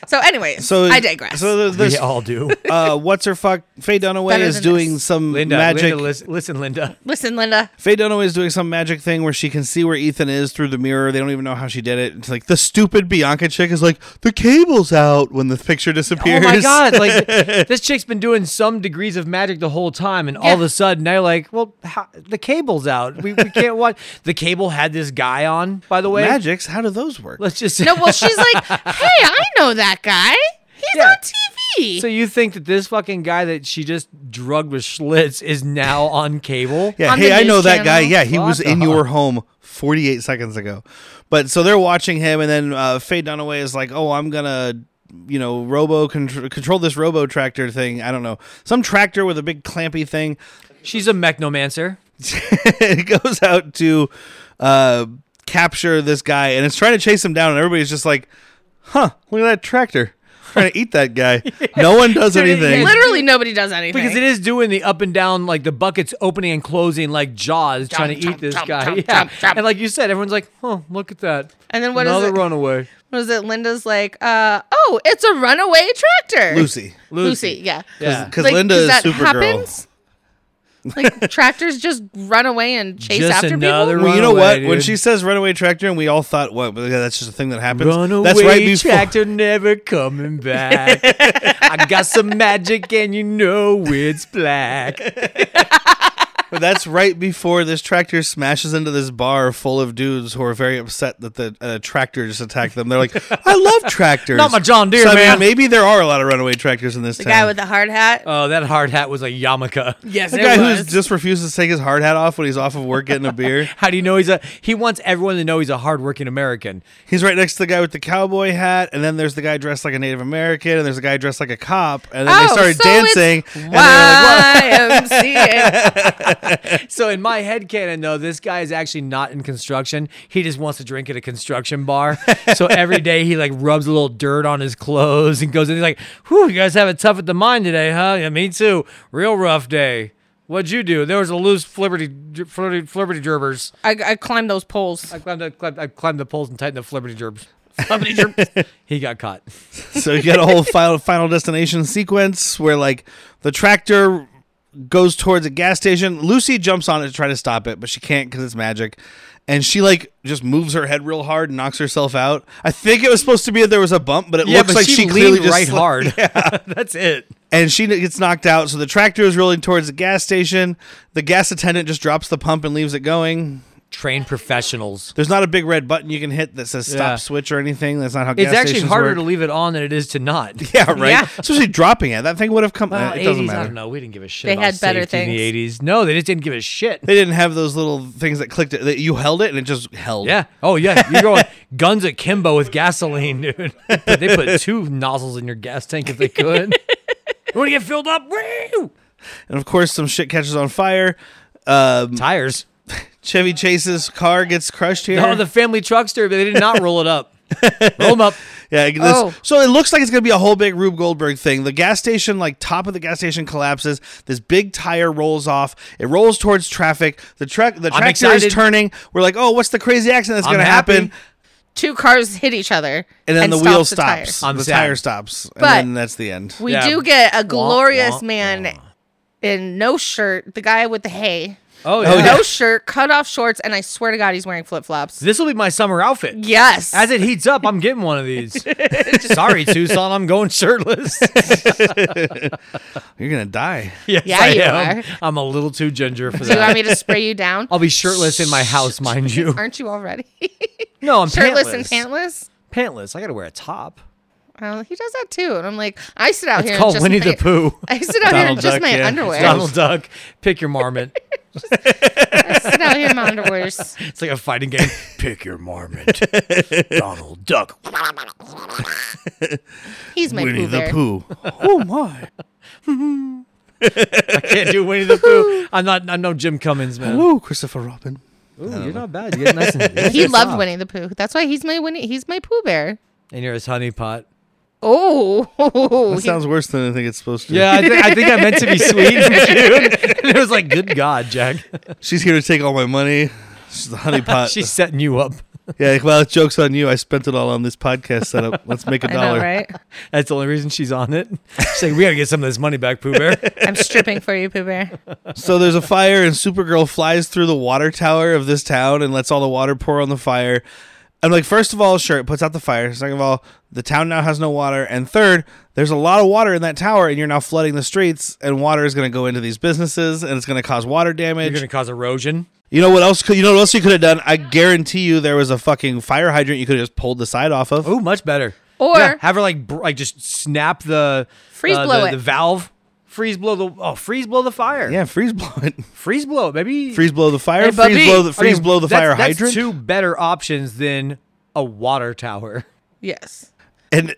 C: so, anyways,
A: So
C: I digress.
A: So
B: we
A: there's
B: all do.
A: [LAUGHS] uh, what's her fuck? Faye Dunaway
C: Better
A: is
C: than
A: doing
C: this.
A: some
B: Linda,
A: magic.
B: Linda, listen, listen, Linda.
C: Listen, Linda.
A: Faye Dunaway is doing some magic thing where she can see where Ethan is through the mirror. They don't even know how she did it. It's like the stupid Bianca chick is like the cable's out when the picture disappears.
B: Oh my god! Like this chick's been doing some degrees of magic the whole time, and all of
C: Yeah.
B: a sudden now you're like, well, how, the cable's out. We, we can't watch. The cable had this guy on, by the way.
A: Magics, how do those work?
B: Let's just
C: No, well, she's
A: [LAUGHS]
C: like, hey, I know that guy. He's
B: Yeah.
C: on TV.
B: [LAUGHS] So you think that this fucking guy that she just drugged with Schlitz is now on cable?
A: Yeah,
C: on
A: hey,
C: the
A: I know
C: news
A: that guy.
C: channel.
A: Yeah, he was
B: What
A: in
B: the
A: your home 48 seconds ago. But so they're watching him, and then uh, Faye Dunaway is like, "Oh, I'm gonna, you know, robo contr- control this robo tractor thing. I don't know, some tractor with a big clampy thing. [LAUGHS]
B: She's a mechnomancer.
A: it goes out to uh, capture this guy, and it's trying to chase him down. And everybody's just like, "Huh, look at that tractor." Trying to eat that guy.
C: [LAUGHS]
A: No one does anything.
C: Literally, nobody does anything.
B: Because it is doing the up and down, like the buckets opening and closing, like Jaws trying to
C: chomp,
B: eat this
C: chomp,
B: guy.
C: chomp,
B: yeah.
C: chomp, chomp.
B: And like you said, everyone's like, "Oh, look at that!"
C: And then what is
B: Another
C: it?
B: runaway.
C: What is it? Linda's like, uh, oh, it's a runaway tractor.
A: Lucy,
C: Lucy,
B: Lucy.
C: yeah.
B: Yeah.
A: because
C: Like,
A: Linda
C: does
A: is
C: that
A: Supergirl.
C: happens?
A: [LAUGHS]
C: Like tractors just run away and chase
B: Just
C: after
B: another
C: people.
A: Well, you know
B: Runaway,
A: what? When
B: dude.
A: she says runaway tractor, and we all thought, what? But yeah, that's just a thing that happens.
B: Runaway
A: that's right before.
B: tractor never coming [LAUGHS] back. I got some magic and you know it's black.
A: but [LAUGHS] that's right before this tractor smashes into this bar full of dudes who are very upset that the uh, tractor just attacked them. They're
B: [LAUGHS]
A: like, "I love tractors,
B: Not my John Deere,
A: So, I mean,
B: man.
A: maybe there are a lot of runaway tractors in this
C: The
A: town.
C: guy with the hard hat.
B: Oh, that hard hat was a yarmulke. [LAUGHS]
C: yes,
A: the guy who just refuses to take his hard hat off when he's off of work getting a
B: [LAUGHS]
A: beer.
B: How do you know he's a? He wants everyone to know he's a hardworking American.
A: He's right next to the guy with the cowboy hat, and then there's the guy dressed like a Native American, and there's a guy dressed like a cop, and then
C: oh,
A: they started
C: so
A: dancing.
C: It's
A: and they were like, "Whoa." [LAUGHS]
C: YMCA.
B: So in my head canon, though, this guy is actually not in construction. He just wants to drink at a construction bar. So [LAUGHS] every day he like rubs a little dirt on his clothes and goes in. He's like, "Whew, you guys have it tough at the mine today, huh? Yeah, me too. Real rough day. What'd you do? There was a loose flibberty, flibberty, flibberty gerbers.
C: I, I climbed those poles.
B: I climbed, I climbed, I climbed the poles and tightened the flibberty gerbs. [LAUGHS] he got caught.
A: So you got a whole final final destination sequence where like the tractor goes towards a gas station. Lucy jumps on it to try to stop it, but she can't because it's magic. And she like just moves her head real hard and knocks herself out. I think it was supposed to be that there was a bump, but it
B: Yeah,
A: looks
B: but
A: like
B: she,
A: she, clearly
B: leaned
A: just
B: right
A: slipped-
B: [LAUGHS] hard. That's it.
A: And she gets knocked out. So the tractor is rolling towards the gas station. The gas attendant just drops the pump and leaves it going.
B: Trained professionals.
A: There's not a big red button you can hit that says stop
B: Yeah.
A: switch or anything. That's not how
B: It's
A: gas
B: actually
A: stations
B: harder
A: work.
B: to leave it on than it is to not. [LAUGHS]
A: yeah, right.
C: Yeah.
A: Especially dropping it. That thing would have come.
B: Well,
A: uh, it
B: 80s,
A: doesn't
B: I
A: matter.
B: don't know. We didn't give a shit.
C: They
B: about
C: had better
B: safety in
C: things.
B: the eighties. No, they just didn't give a shit.
A: They didn't have those little things that clicked it. That you held it and it just held.
B: [LAUGHS] Yeah. Oh yeah. You're going guns at Kimbo with gasoline, dude. But [LAUGHS] they put two nozzles in your gas tank
C: [LAUGHS]
B: if they could. you want to get filled up? Woo!
A: And of course, some shit catches on fire. Um,
B: Tires.
A: Chevy Chase's car gets crushed here.
B: Oh, [LAUGHS] No, the family truckster. They did not roll it up. Roll them up.
A: Yeah, this-
C: Oh.
A: so it looks like it's gonna be a whole big Rube Goldberg thing. The gas station, like top of the gas station, collapses. This big tire rolls off. It rolls towards traffic. The truck, the
B: I'm
A: tractor is
B: excited.
A: turning. We're like, oh, what's the crazy accident that's
B: I'm
A: gonna happen?
B: happy.
C: Two cars hit each other,
A: And then the wheel
C: tire.
A: stops.
B: I'm
A: the
B: sad.
A: tire stops, and
C: But-
A: then that's the end.
C: We
B: Yeah.
C: do get a glorious
B: wah,
C: man in no shirt, the guy with the hay,
B: Oh,
A: yeah.
C: no shirt, cut off shorts, and I swear to God, he's wearing flip flops.
B: This will be my summer outfit.
C: Yes,
B: As it heats up, I'm getting one of
C: [LAUGHS]
B: these. [LAUGHS] Sorry, Tucson, I'm going shirtless.
A: You're gonna die.
B: yes,
C: Yeah,
B: I
C: you
B: am.
C: are.
B: I'm a little too ginger for
C: do [LAUGHS] you want
B: that.
C: me to spray you down?
B: I'll be shirtless in my house, mind you.
C: Aren't you already [LAUGHS]
B: No, I'm
C: shirtless
B: pantless.
C: and pantless?
B: Pantless. I gotta wear a top.
C: Well, he does that too, and I'm like, I sit out here.
B: It's
C: in
B: called
C: just
B: Winnie
C: my-
B: the Pooh.
C: [LAUGHS] I sit out here in
A: Donald
C: just
A: Duck,
C: my
A: yeah.
C: underwear.
B: Donald Duck. Pick your marmot.
C: I sit out here in my underwears.
B: [LAUGHS] It's like a fighting game. Pick your marmot. Donald Duck.
C: He's my
A: Winnie
C: poo
A: the
C: bear.
A: Pooh. [LAUGHS] oh my!
B: I [LAUGHS] can't do Winnie the Pooh. I'm not. I'm no Jim Cummins, man.
A: Hello, Christopher Robin.
B: Ooh, you're not bad. You get nice [LAUGHS] and you
C: He
B: get
C: loved
B: soft.
C: Winnie the Pooh. That's why he's my Winnie. He's my poo bear.
B: And you're his honey pot.
C: Oh,
A: That sounds worse than I think it's supposed to.
B: Yeah, I, thi- I think I meant to be sweet in June. [LAUGHS] And it was like, good God, Jack.
A: she's here to take all my money. She's the
C: [LAUGHS]
A: honey pot.
B: She's setting you up.
A: yeah, like, well, jokes on you. I spent it all on this podcast setup. Let's make a
C: [LAUGHS] I know,
A: dollar.
C: right?
B: That's the only reason she's on it. She's like, we got to get some of this money back, Pooh Bear. [LAUGHS]
C: I'm stripping for you, Pooh Bear.
A: So there's a fire, and Supergirl flies through the water tower of this town and lets all the water pour on the fire. I'm like, first of all, sure, it puts out the fire. Second of all, the town now has no water. And third, there's a lot of water in that tower, and you're now flooding the streets, and water is going to go into these businesses, and it's going to cause water
B: You're
A: damage.
B: going to cause erosion.
A: you know what else? Could, you know what else you could have done? I guarantee you, there was a fucking fire hydrant you could have just pulled the side off of.
B: Ooh, Oh, much better.
C: Or-
B: have her like, br- like just snap the
C: Freeze
B: uh,
C: blow
B: the,
C: it.
B: the valve. Freeze blow the oh freeze blow the fire
A: Yeah, freeze blow it.
B: freeze blow it
A: [LAUGHS]
B: baby
A: Freeze blow the fire.
C: Hey, Bubby.
A: freeze blow the
B: I mean,
A: freeze blow the
B: that's-
A: fire
B: that's
A: hydrant.
B: two better options than a water tower
C: Yes.
A: and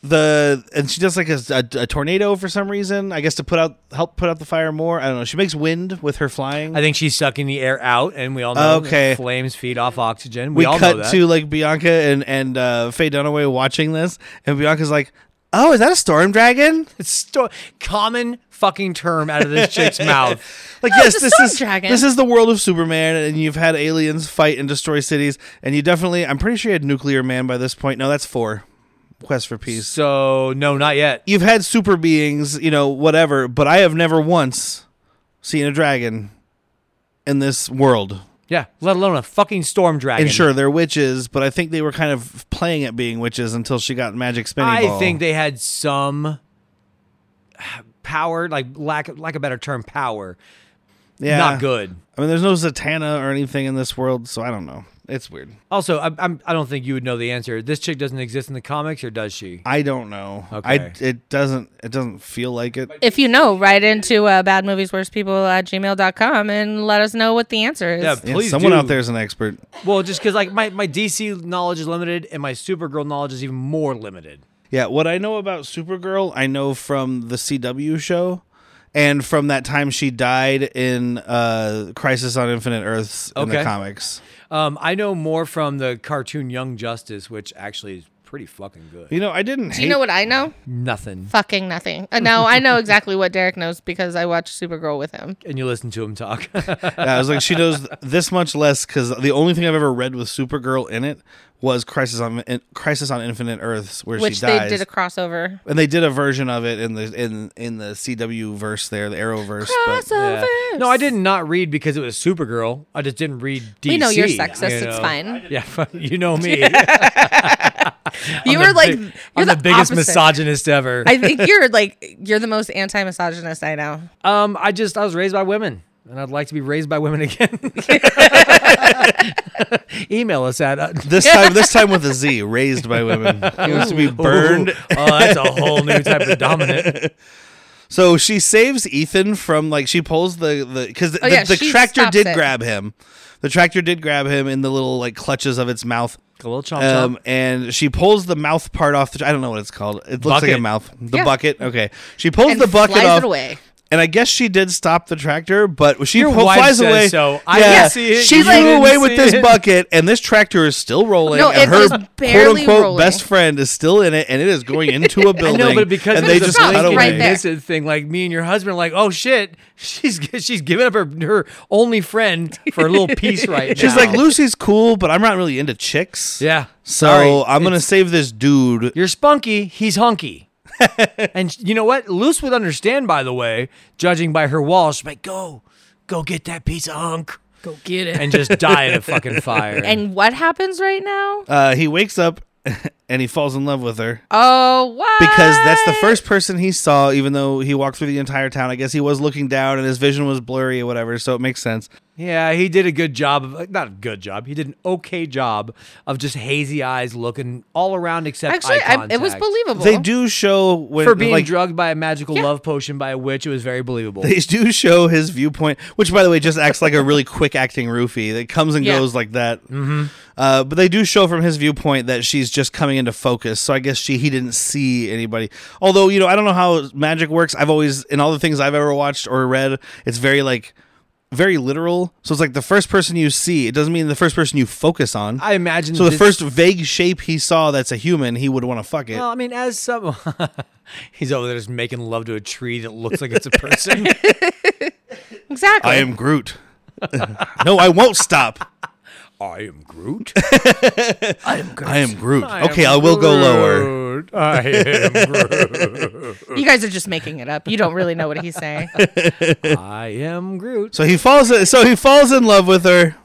A: the and she does like a, a, a tornado for some reason. I guess to put out help put out the fire more. I don't know. She makes wind with her flying.
B: I think she's sucking the air out, and we all know that
A: Okay.
B: flames feed off oxygen. We,
A: we
B: all
A: cut
B: know that.
A: to like Bianca and and uh, Faye Dunaway watching this, and Bianca's like, "Oh, is that a storm dragon?"
B: It's sto- common fucking term out of
A: [LAUGHS]
B: this chick's mouth.
A: Like,
C: Oh,
A: yes,
C: it's a
A: this
C: storm
A: is
C: dragon.
A: this is the world of Superman, and you've had aliens fight and destroy cities, and you definitely. I'm pretty sure you had Nuclear Man by this point. No, that's four. Quest for Peace.
B: So no, not yet.
A: you've had super beings, you know, whatever, but I have never once seen a dragon in this world.
B: Yeah, let alone a fucking storm dragon.
A: And sure, they're witches, but I think they were kind of playing at being witches until she got magic spinning
B: I
A: ball.
B: think they had some [SIGHS] power, like lack lack a better term, power.
A: yeah.
B: Not good.
A: I mean, there's no Zatanna or anything in this world, so I don't know. It's weird.
B: Also, I, I'm I don't think you would know the answer. This chick doesn't exist in the comics, or does she?
A: I don't know.
B: Okay.
A: I it doesn't it doesn't feel like it.
C: If you know, write into uh, badmoviesworstpeople at gmail.com and let us know what the answer is.
B: Yeah,
A: Yeah,
B: please.
A: someone
B: do.
A: out there is an expert.
B: Well, just because like my, my DC knowledge is limited, and my Supergirl knowledge is even more limited.
A: Yeah, what I know about Supergirl, I know from the CW show and from that time she died in uh Crisis on Infinite Earths in the
B: Okay.
A: comics.
B: Um, I know more from the cartoon Young Justice, which actually is pretty fucking good.
A: You know, I didn't
C: Do
A: hate
C: you know what I know?
B: Nothing.
C: Fucking nothing. Uh, no, I know exactly what Derek knows because I watched Supergirl with him.
B: And you listen to him talk. [LAUGHS]
A: I was like she knows this much less cuz the only thing I've ever read with Supergirl in it was Crisis on in, Crisis on Infinite Earths where
C: Which
A: she
C: they
A: dies.
C: did a crossover.
A: and they did a version of it in the in in the CW verse there, the Arrowverse, but
B: Yeah.
C: Crossover.
B: No, I did not read because it was Supergirl. I just didn't read DC.
C: We know you're
B: you
C: sexist. It's
B: know?
C: fine.
B: Yeah, [LAUGHS] fuck, you know me.
C: [LAUGHS] You
B: I'm
C: were
B: the
C: like,
B: big-
C: you're
B: I'm the, biggest
C: opposite.
B: misogynist ever.
C: I think you're like, you're the most anti misogynist I know.
B: um, I just I was raised by women, and I'd like to be raised by women again. [LAUGHS] Email us at. Uh,
A: this time this time with a Z, raised by women. It was to be [LAUGHS] burned
B: [LAUGHS] Ooh. oh, that's a whole new type
A: [LAUGHS]
B: of dominant.
A: So she saves Ethan from like she pulls the the because the,
C: Oh, yeah,
A: the,
C: she
A: tractor
C: stops
A: did
C: it.
A: grab him. The tractor did grab him in the little like clutches of its mouth.
B: A little chomp chomp.
A: Um, and she pulls the mouth part off the. I don't know what it's called. It looks like
B: Bucket.
A: a mouth. The
C: Yeah.
A: bucket. Okay. She pulls
C: And
A: the bucket
C: flies
A: off
C: it away.
A: And I guess she did stop the tractor, but she
B: Your
A: po-
B: wife
A: flies
B: says
A: away.
B: so. I didn't see it.
A: She
B: You
A: flew
B: didn't
A: away
B: see
A: with this
B: it.
A: bucket, and this tractor is still rolling.
C: No,
A: and
C: it
A: her
C: was barely
A: quote-unquote
C: rolling.
A: best friend is still in it, and it is going into a
B: [LAUGHS] I
A: building.
B: know, but because
A: and they
C: there's
A: just cut
C: a blinking
A: away.
C: right there.
B: Listen, thing like me and your husband are like, oh shit, [LAUGHS] she's she's giving up her her only friend for a little piece right
A: She's
B: now.
A: like, Lucy's cool, but I'm not really into chicks.
B: yeah,
A: So
B: sorry.
A: I'm gonna save this dude.
B: You're spunky. He's [LAUGHS] hunky. and you know what? Luce would understand, by the way, judging by her wall. She's like, go, go get that piece of hunk.
C: Go get it.
B: And [LAUGHS] just die in a fucking fire.
C: and what happens right now?
A: Uh, he wakes up [LAUGHS] and he falls in love with her.
C: Oh, what?
A: because that's the first person he saw even though he walked through the entire town i guess he was looking down and his vision was blurry or whatever so it makes sense
B: yeah, he did a good job of not a good job. He did an okay job of just hazy eyes looking all around except
C: Actually,
B: eye
C: I,
B: contact.
C: it was believable.
A: they do show when
B: For being
A: like
B: drugged by a magical
C: Yeah.
B: love potion by a witch, it was very believable.
A: they do show his viewpoint which by the way just acts like a really quick acting roofie that comes and
C: Yeah.
A: goes like that mm-hmm. uh, but they do show from his viewpoint that she's just coming into focus so i guess she he didn't see anybody although you know i don't know how magic works i've always in all the things i've ever watched or read it's very like very literal so it's like the first person you see it doesn't mean the first person you focus on
B: I imagine
A: So the
B: this-
A: first vague shape he saw that's a human, he would want to fuck it.
B: Well, I mean, as some, [LAUGHS] he's over there just making love to a tree that looks like it's a [LAUGHS] person.
C: exactly.
A: I am Groot. [LAUGHS] no, I won't stop.
B: I am Groot.
A: I am Groot. okay, I will go lower.
B: I [LAUGHS] am Groot.
C: you guys are just making it up. You don't really know what he's
A: [LAUGHS]
C: saying.
B: I am Groot.
A: So he falls. So he falls in love with her,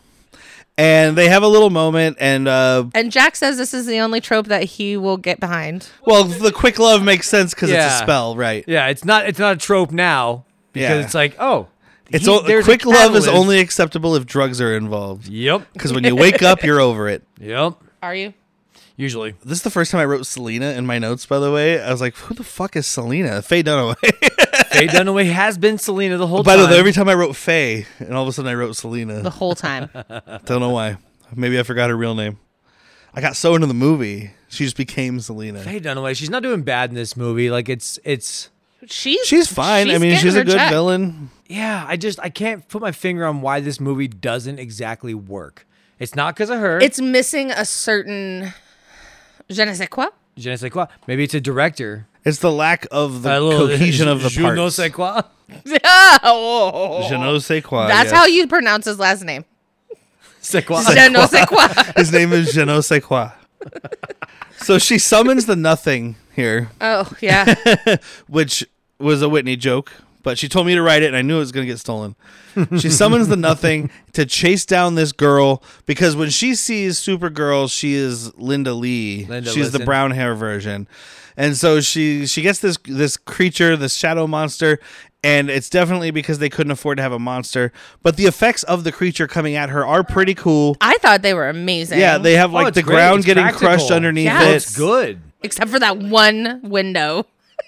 A: and they have a little moment. And uh,
C: and Jack says this is the only trope that he will get behind.
A: well, the quick love makes sense because it's
B: Yeah.
A: a spell, right?
B: Yeah, it's not it's not a trope now because
A: Yeah.
B: it's like, oh,
A: It's
B: he-
A: o-
B: there's a
A: quick love is
B: catalyst.
A: only acceptable if drugs are involved.
B: Yep.
A: Because when you wake up, you're over it.
B: Yep.
C: Are you?
B: Usually.
A: This is the first time I wrote Selena in my notes. By the way, I was like, "Who the fuck is Selena?" Faye Dunaway. [LAUGHS]
B: Faye Dunaway has been Selena the whole
A: By
B: time.
A: the way, every time I wrote Faye, and all of a sudden I wrote Selena.
C: The whole time.
A: Don't know why. Maybe I forgot her real name. I got so into the movie, she just became Selena.
B: Faye Dunaway, she's not doing bad in this movie. Like it's it's
C: She's
A: She's fine. I mean,
C: getting
A: she's a
C: her
A: good
C: check.
A: villain.
B: yeah, I just I can't put my finger on why this movie doesn't exactly work. It's not because of her.
C: It's missing a certain je ne sais
B: [LAUGHS]
C: quoi. [LAUGHS]
B: je ne sais quoi. Maybe it's a director.
A: It's the lack of the
B: A little-
A: cohesion of the
B: [LAUGHS] je
A: parts.
B: ne sais quoi.
C: oh,
A: Je ne sais quoi,
C: that's
A: yes.
C: how you pronounce his last name.
B: Sais quoi.
C: Je ne sais quoi. [LAUGHS]
A: His name is Je ne sais quoi. [LAUGHS] so she summons the nothing here,
C: Oh yeah.
A: which was a Whitney joke, but she told me to write it, and I knew it was going to get stolen.
B: [LAUGHS]
A: She summons the nothing to chase down this girl because when she sees Supergirl, she is Linda Lee.
B: Linda,
A: She's the
B: listen.
A: brown hair version, and so she she gets this this creature, this shadow monster. And it's definitely because they couldn't afford to have a monster. But the effects of the creature coming at her are pretty cool.
C: I thought they were amazing.
A: Yeah, they have
B: Oh,
A: like
B: it's
A: the
B: great.
A: ground
B: It's
A: getting
B: practical.
A: crushed underneath
C: Yeah.
A: it.
C: Well,
B: It's good.
C: except for that one window.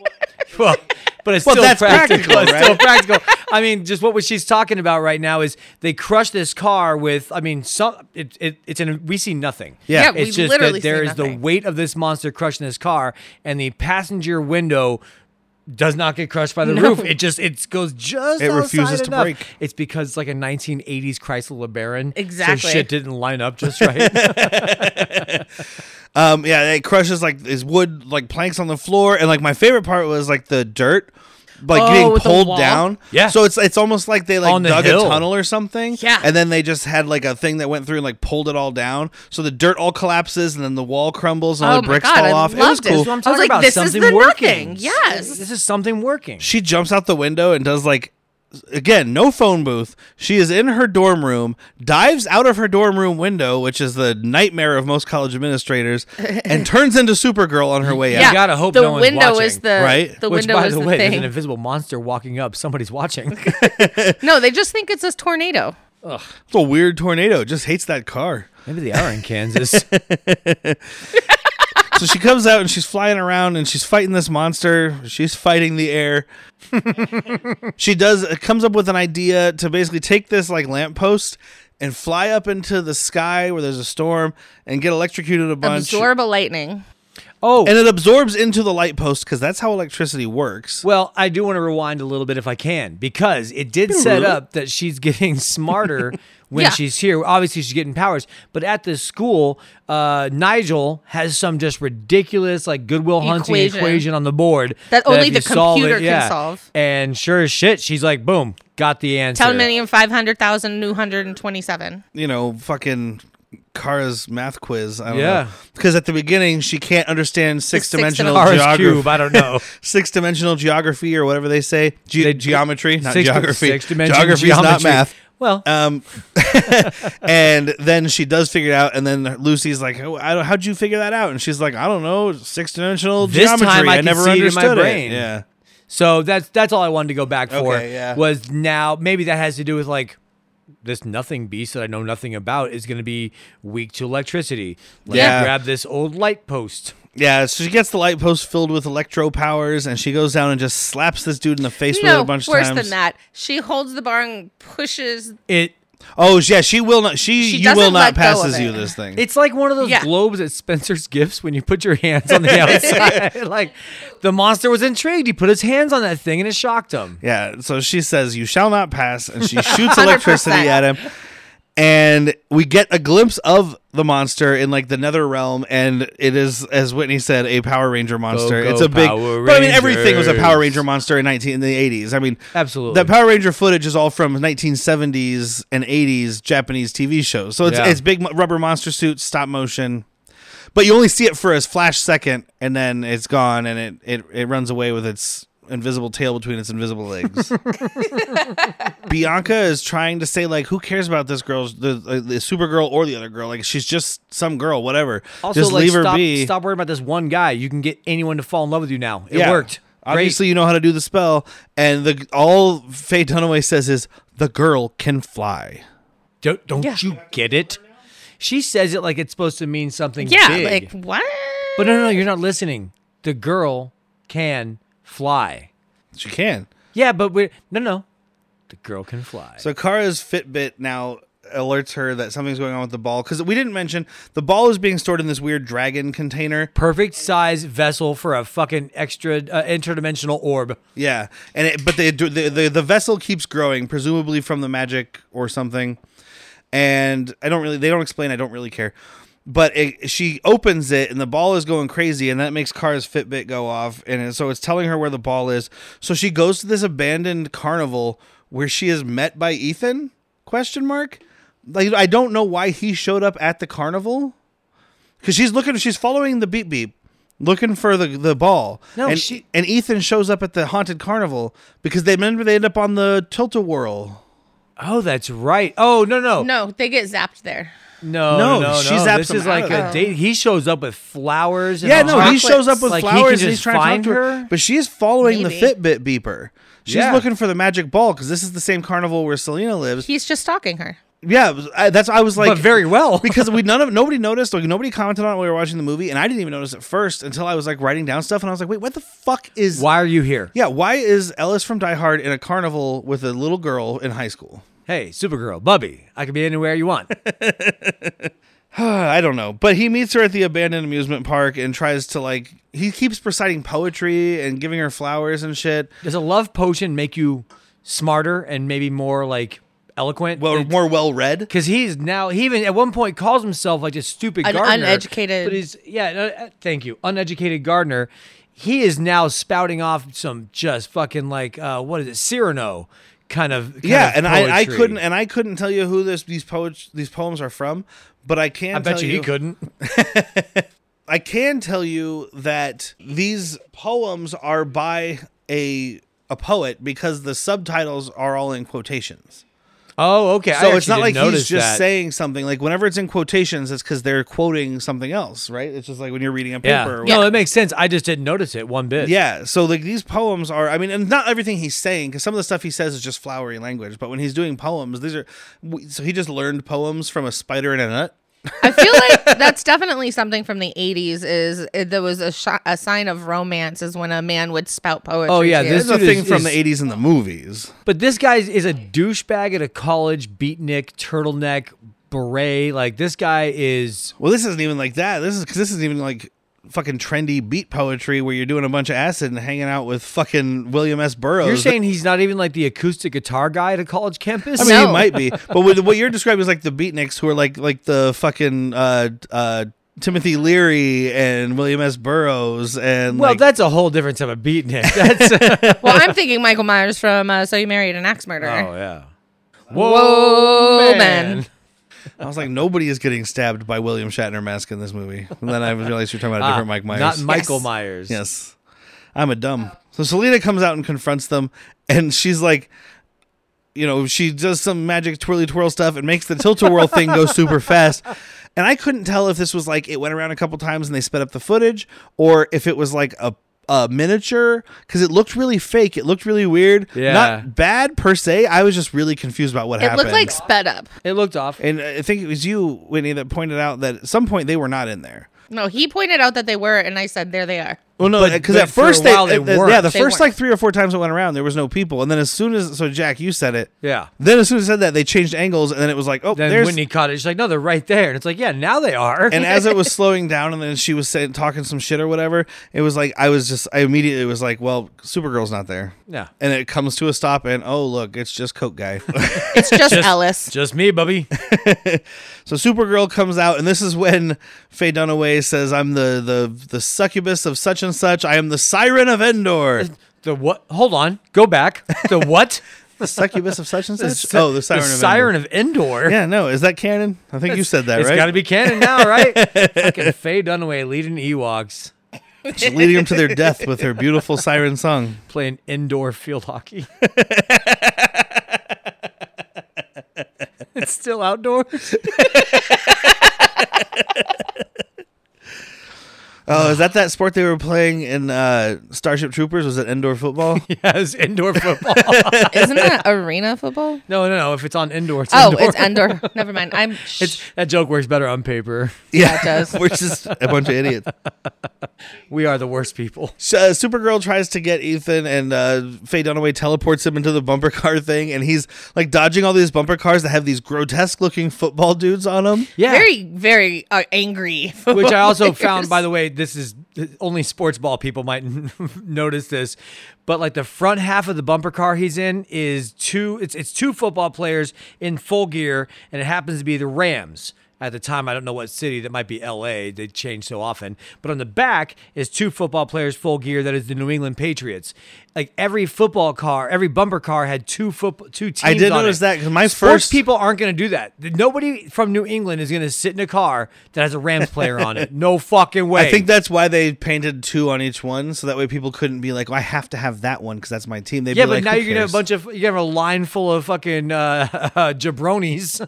B: [LAUGHS] Well, but it's
A: Well,
B: still
A: that's
B: practical.
A: practical,
B: it's
A: right?
B: still practical. I mean, just what she's talking about right now is they crush this car with. I mean, some it, it it's an we see nothing.
A: Yeah. Yeah,
C: we
B: it's just
C: literally
B: that there
C: see
B: is the
C: nothing.
B: weight of this monster crushing this car, and the passenger window does not get crushed by the roof. It just it goes just.
A: It
B: outside
A: refuses to
B: enough.
A: break.
B: It's because it's like a 1980s Chrysler LeBaron.
C: Exactly.
B: So shit didn't line up just right.
A: Um, yeah, it crushes like this wood, like planks on the floor, and like my favorite part was like the dirt, like
C: Oh,
A: getting
C: with the
A: pulled
C: wall?
A: down.
B: Yeah.
A: So it's it's almost like they like
B: On the
A: dug a
B: hill.
A: tunnel or something.
C: Yeah.
A: And then they just had like a thing that went through and like pulled it all down. So the dirt all collapses and then the wall crumbles and all
C: Oh
A: the
C: my
A: bricks
C: God,
A: fall
C: I
A: off. It was
C: loved it.
A: cool.
B: That's what I'm
C: was
B: talking
C: like,
B: about.
C: this is
B: something
C: the
B: working.
C: nothing. Yes.
B: This is something working.
A: she jumps out the window and does like again no phone booth she is in her dorm room dives out of her dorm room window which is the nightmare of most college
C: [LAUGHS]
A: administrators and turns into supergirl on her way out
C: yeah.
B: gotta hope
C: the
B: no one's
C: window
B: watching,
C: is the
A: right?
C: The
B: Which,
C: window
B: by
C: is
B: the
C: the,
B: way, there's an
C: thing.
B: invisible monster walking up. Somebody's
C: [LAUGHS]
B: watching.
C: No, they just think it's a tornado.
A: it's a weird tornado just hates that car
B: Maybe they are in Kansas.
A: so she comes out and she's flying around and she's fighting this monster. She's fighting the air. [LAUGHS] she does uh, comes up with an idea to basically take this like lamppost and fly up into the sky where there's a storm and get electrocuted a bunch.
C: Absorb a lightning.
B: [LAUGHS] Oh,
A: and it absorbs into the light post because that's how electricity works.
B: Well, I do want to rewind a little bit if I can, because it did set up that she's getting
C: [LAUGHS]
B: smarter when
C: Yeah.
B: she's here. Obviously, she's getting powers, but at this school, uh, Nigel has some just ridiculous like Goodwill Hunting
C: Equation.
B: equation, on the board
C: That only
B: if
C: the
B: you solve
C: computer can solve.
B: And sure as shit, she's like, boom, got the answer.
C: 10 million five hundred thousand new hundred and twenty-seven.
A: you know, fucking Kara's math quiz. I don't
B: Yeah.
A: Because at the beginning, she can't understand six dimensional
C: six-dimensional-
B: RS
A: geography.
B: cube, I don't know.
A: Six dimensional geography or whatever they say. [LAUGHS] Ge-
B: They-
A: geometry, not
B: six-
A: geography.
B: six dimension
A: Geography is not
B: geometry.
A: math.
B: Well,
A: Um, [LAUGHS] and then she does figure it out, and then Lucy's like, oh, I don't, "How'd you figure that out?" And she's like, "I don't know, six dimensional
B: This time
A: geometry.
B: I
A: I,
B: can
A: never
B: see it in my
A: understood
B: brain.
A: Yeah,
B: So that's that's all I wanted to go back for.
A: Okay, yeah.
B: Was now maybe that has to do with like this nothing beast that I know nothing about is going to be weak to electricity. Let's
A: Yeah.
B: grab this old light post.
A: yeah. So she gets the light post filled with electro powers, and she goes down and just slaps this dude in the face with it
C: No,
A: a bunch of
C: worse
A: times.
C: than that. She holds the bar and pushes.
B: It
A: Oh yeah, she will not. She,
C: She
A: you will
C: doesn't
A: not
C: let go of
A: passes
C: it.
A: you this thing.
B: it's like one of those
C: Yeah.
B: globes at Spencer's [LAUGHS] Gifts when you put your hands on
A: [LAUGHS]
B: the outside. [LAUGHS] like the monster was intrigued. He put his hands on that thing and it shocked him.
A: yeah. So she says, "You shall not pass," and she shoots
C: 100%.
A: electricity at him. And we get a glimpse of the monster in like the nether realm, and it is, as Whitney said, a Power Ranger monster.
B: go
A: it's a big,
B: Power
A: but I mean, everything was a Power
B: Rangers.
A: Ranger monster in nineteen in the eighties. I mean,
B: Absolutely.
A: that Power Ranger footage is all from nineteen seventies and eighties Japanese TV shows. So it's
B: Yeah.
A: it's big mo- rubber monster suits, stop motion, but you only see it for a flash second and then it's gone and it it, it runs away with its invisible tail between its invisible legs bianca is trying to say like who cares about this girl's the, uh, the, the supergirl or the other girl like she's just some girl whatever
B: Also,
A: just
B: like,
A: leave her
B: stop,
A: be
B: stop worrying about this one guy. You can get anyone to fall in love with you now. It
A: Yeah.
B: worked. Great.
A: obviously you know how to do the spell and the all faye dunaway says is the girl can fly
B: Don't, don't
C: Yeah.
B: you get it? She says it like it's supposed to mean something
C: Yeah,
B: big.
C: like what?
B: but no, no, no, you're not listening. The girl can fly.
A: she can
B: Yeah, but we're no, no. The girl can fly.
A: So Kara's Fitbit now alerts her that something's going on with the ball because we didn't mention the ball is being stored in this weird dragon container.
B: Perfect size vessel for a fucking extra uh, interdimensional orb.
A: Yeah, and it, but they, do- the, the the vessel keeps growing, presumably from the magic or something. And I don't really they don't explain. I don't really care. But it, she opens it and the ball is going crazy, and that makes Kara's Fitbit go off, and so it's telling her where the ball is. So she goes to this abandoned carnival where she is met by Ethan? Question mark. Like I don't know why he showed up at the carnival because she's looking she's following the beep beep looking for the the ball
B: No,
A: and
B: she-
A: and ethan shows up at the haunted carnival because they remember they end up on the tilt-a-whirl
B: Oh, that's right. Oh, no, no. No,
C: No, they get zapped there.
B: no, no.
A: No,
B: no,
A: she zaps
B: This
A: him
B: is like
A: out of
B: a
A: there.
B: date. He shows up with flowers. And
A: yeah no he
B: hearts.
A: shows up with
B: Like, he can
A: flowers and
B: just
A: he's trying
B: find
A: to talk to
B: her?
A: her but she's following
C: Maybe.
A: the fitbit beeper she's
B: Yeah.
A: looking for the magic ball because this is the same carnival where selena lives
C: He's just stalking her.
A: yeah it was- I, that's i was like
B: but very [LAUGHS]
A: [LAUGHS]
B: well.
A: because we none of nobody noticed like nobody commented on it while we were watching the movie and i didn't even notice at first until i was like writing down stuff and i was like wait what the fuck is
B: Why are you here?
A: Yeah, why is Ellis from Die Hard in a carnival with a little girl in high school?
B: Hey, Supergirl, Bubby, I can be anywhere
A: [LAUGHS]
B: you want.
A: Uh, I don't know. But he meets her at the abandoned amusement park and tries to like he keeps reciting poetry and giving her flowers and shit.
B: Does a love potion make you smarter and maybe more like eloquent?
A: Well, more well read.
B: because he's now he even at one point calls himself like a stupid
C: An
B: gardener,
C: uneducated-
B: But he's yeah, no, uh, thank you, uneducated gardener. He is now spouting off some just fucking like uh, what is it, Cyrano kind of kind
A: Yeah,
B: of
A: and I, I
B: poetry.
A: couldn't and I couldn't tell you who this these poets these poems are from, but I can
B: I bet
A: tell
B: you, he couldn't.
A: I can tell you that these poems are by a a poet because the subtitles are all in quotations.
B: Oh, okay. I
A: So it's
B: actually
A: not like
B: didn't
A: he's
B: notice
A: just
B: that.
A: saying something. Like whenever it's in quotations, it's because they're quoting something else, right? It's just like when you're reading a paper.
B: Yeah.
A: Or
B: No,
A: whatever.
B: it makes sense. I just didn't notice it one bit.
A: yeah. So like these poems are. I mean, and not everything he's saying because some of the stuff he says is just flowery language. But when he's doing poems, these are. w- So he just learned poems from a spider and a nut.
C: I feel like [LAUGHS] that's definitely something from the 80s is it, there was a, sh- a sign of romance is when a man would spout poetry.
B: Oh, yeah,
C: to you.
B: this [LAUGHS]
A: This is a
B: dude is-
A: thing from
B: is-
A: the '80s in the movies.
B: But this guy is a douchebag at a college beatnik turtleneck beret. Like this guy is
A: Well, this isn't even like that. This is because this isn't even like fucking trendy beat poetry where you're doing a bunch of acid and hanging out with fucking William S. Burroughs.
B: You're saying he's not even like the acoustic guitar guy at a college campus?
A: I mean,
C: No.
A: he might be, but with, what you're describing is like the beatniks who are like like the fucking uh, uh, Timothy Leary and William S. Burroughs and
B: well,
A: like,
B: that's a whole different type of beatnik. [LAUGHS] That's
C: Well, I'm thinking Michael Myers from uh, So You Married an Axe
A: Oh,
C: Murderer.
B: yeah. Oh,
C: Whoa, man.
A: I was like, nobody is getting stabbed by William Shatner mask in this movie. And then I realized you're talking about a different Mike Myers.
B: Ah, Not Michael
C: Yes.
B: Myers.
A: Yes. I'm a dumb. So Selena comes out and confronts them, and she's like, you know, she does some magic twirly twirl stuff and makes the tilt a whirl thing go super fast. And I couldn't tell if this was like it went around a couple times and they sped up the footage, or if it was like a a miniature because it looked really fake. It looked really weird.
B: Yeah.
A: Not bad per se. I was just really confused about what
C: It
A: happened.
C: looked like sped up.
B: It looked off.
A: and I think it was you, Whitney, that pointed out that at some point they were not in there.
C: No, he pointed out that they were, and I said, there
B: [LAUGHS]
C: they are.
A: Well, no,
B: But-
A: because
B: but
A: at
B: for a
A: first they,
B: while they
A: uh, uh,
B: weren't.
A: yeah, the
C: They
A: first
C: weren't.
A: like three or four times it went around, there was no people, and then as soon as so Jack, you said it,
B: Yeah.
A: Then as soon as it said that, they changed angles, and then it was like, oh,
B: Then
A: there's.
B: Whitney caught it. She's like, no, they're right there. And it's like, yeah, now they are.
A: [LAUGHS]
B: [LAUGHS]
A: and as it
C: [LAUGHS]
A: was slowing down, and then she was saying talking some shit or whatever, it was like I was just I immediately was like, well, Supergirl's not there.
B: Yeah.
A: And it comes to a stop, and oh look, it's just Coke guy. [LAUGHS]
C: It's just, Ellis.
B: Just me, Bubby.
A: so Supergirl comes out, and this is when Faye Dunaway says, "I'm the the the succubus of such and such. I am the siren of Endor."
B: The what? Hold on. Go back. The what?
A: [LAUGHS] the succubus of such and such. Oh, [LAUGHS] the siren of Endor.
B: siren of Endor.
A: Yeah, no, is that canon? I think you said that,
B: It's
A: right?
B: got to be canon
A: [LAUGHS]
B: now, right? Fucking Faye Dunaway leading Ewoks,
A: She's leading them to their death with her [LAUGHS] beautiful siren song.
B: playing indoor
A: [LAUGHS]
B: field hockey. [LAUGHS] it's still outdoors.
A: Oh, is that that sport they were playing in uh, Starship Troopers? Was it indoor football?
B: Yes, indoor football.
C: Isn't that arena football?
B: [LAUGHS] no, no, no. If it's on indoor, it's
C: Oh,
B: indoor. [LAUGHS]
C: it's Endor. Never mind. I'm. It's,
B: that joke works better on paper.
A: [LAUGHS] yeah,
C: it does.
A: we're just a bunch of idiots.
B: We are the worst people.
A: So, uh, Supergirl tries to get Ethan, and uh, Faye Dunaway teleports him into the bumper car thing, and he's like dodging all these bumper cars that have these grotesque-looking football dudes on them.
B: Yeah.
C: Very, very uh, angry.
B: which I also
A: [LAUGHS]
C: players.
B: found, by the way, this is only sports ball people might [LAUGHS] notice this, but like the front half of the bumper car he's in is two. It's it's two football players in full gear, and it happens to be the Rams. At the time, I don't know what city. That might be L.A. They change so often. But on the back is two football players full gear. That is the New England Patriots. Like every football car, every bumper car had two foot two teams.
A: I did
B: on
A: notice
B: it.
A: that, 'cause my
B: Sports
A: first-
B: people people aren't going to do that. Nobody from New England is going to sit in a car that has a Rams player on it. No fucking way.
A: [LAUGHS] I think that's why they painted two on each one, so that way people couldn't be like, well, "I have to have that one because that's my team." They'd
B: yeah,
A: be
B: but
A: like,
B: now
A: "Who
B: you're gonna have a
A: cares?"
B: bunch of you have a line full of fucking uh, [LAUGHS] jabronis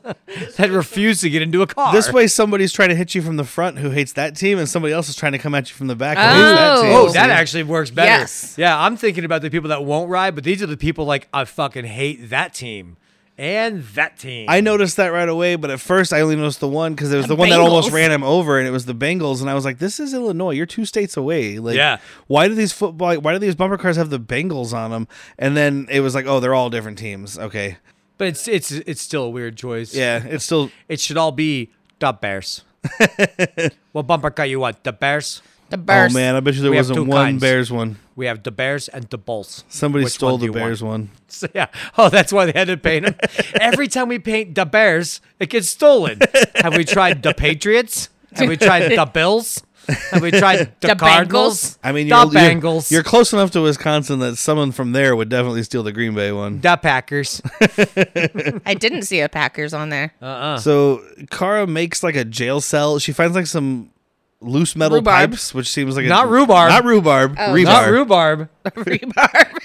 B: [LAUGHS] that refuse to get into a car.
A: This way, somebody's trying to hit you from the front who hates that team, and somebody else is trying to come at you from the back. Who hates that
C: Oh.
A: team.
B: Oh,
C: See?
B: that actually works better.
C: Yes.
B: Yeah, I'm thinking about the people that won't ride, but these are the people like I fucking hate that team and that team.
A: I noticed that right away, but at first I only noticed the one because there was the,
C: The
A: one that almost
C: Bengals.
A: ran him over, and it was the Bengals. And I was like, "This is Illinois. You're two states away. Like,
B: Yeah.
A: why do these football? Why do these bumper cars have the Bengals on them?" And then it was like, "Oh, they're all different teams." Okay,
B: but it's it's it's still a weird choice.
A: yeah, it's still oh,
B: it should all be
A: [LAUGHS]
B: the Bears. what bumper car you want? The Bears.
C: the burst.
A: Oh man, I bet you there
B: We have
A: wasn't
B: two
A: one
B: kinds.
A: Bears one.
B: We have the Bears and the Bulls.
A: Somebody
B: Which
A: stole
B: one do
A: the
B: you
A: Bears
B: Want?
A: one.
B: So, [LAUGHS] yeah. Oh, that's why they had to paint them. [LAUGHS] Every time we paint the Bears, it
A: [LAUGHS]
B: gets stolen. Have we tried the Patriots? Have we tried the Bills? Have we tried the,
C: The
B: Cardinals?
C: Bengals?
A: I mean,
B: the
A: you're, you're-
B: Bengals.
A: You're, close enough to Wisconsin that someone from there would definitely steal the Green Bay one.
B: the
A: [LAUGHS]
B: Packers.
C: I didn't see a Packers on there.
A: So Kara makes like a jail cell. She finds like some loose metal
C: Rhubarb.
A: pipes, which seems like
B: Not
A: a,
B: rhubarb.
A: not rhubarb, rebar,
B: Not rhubarb.
C: Rebar.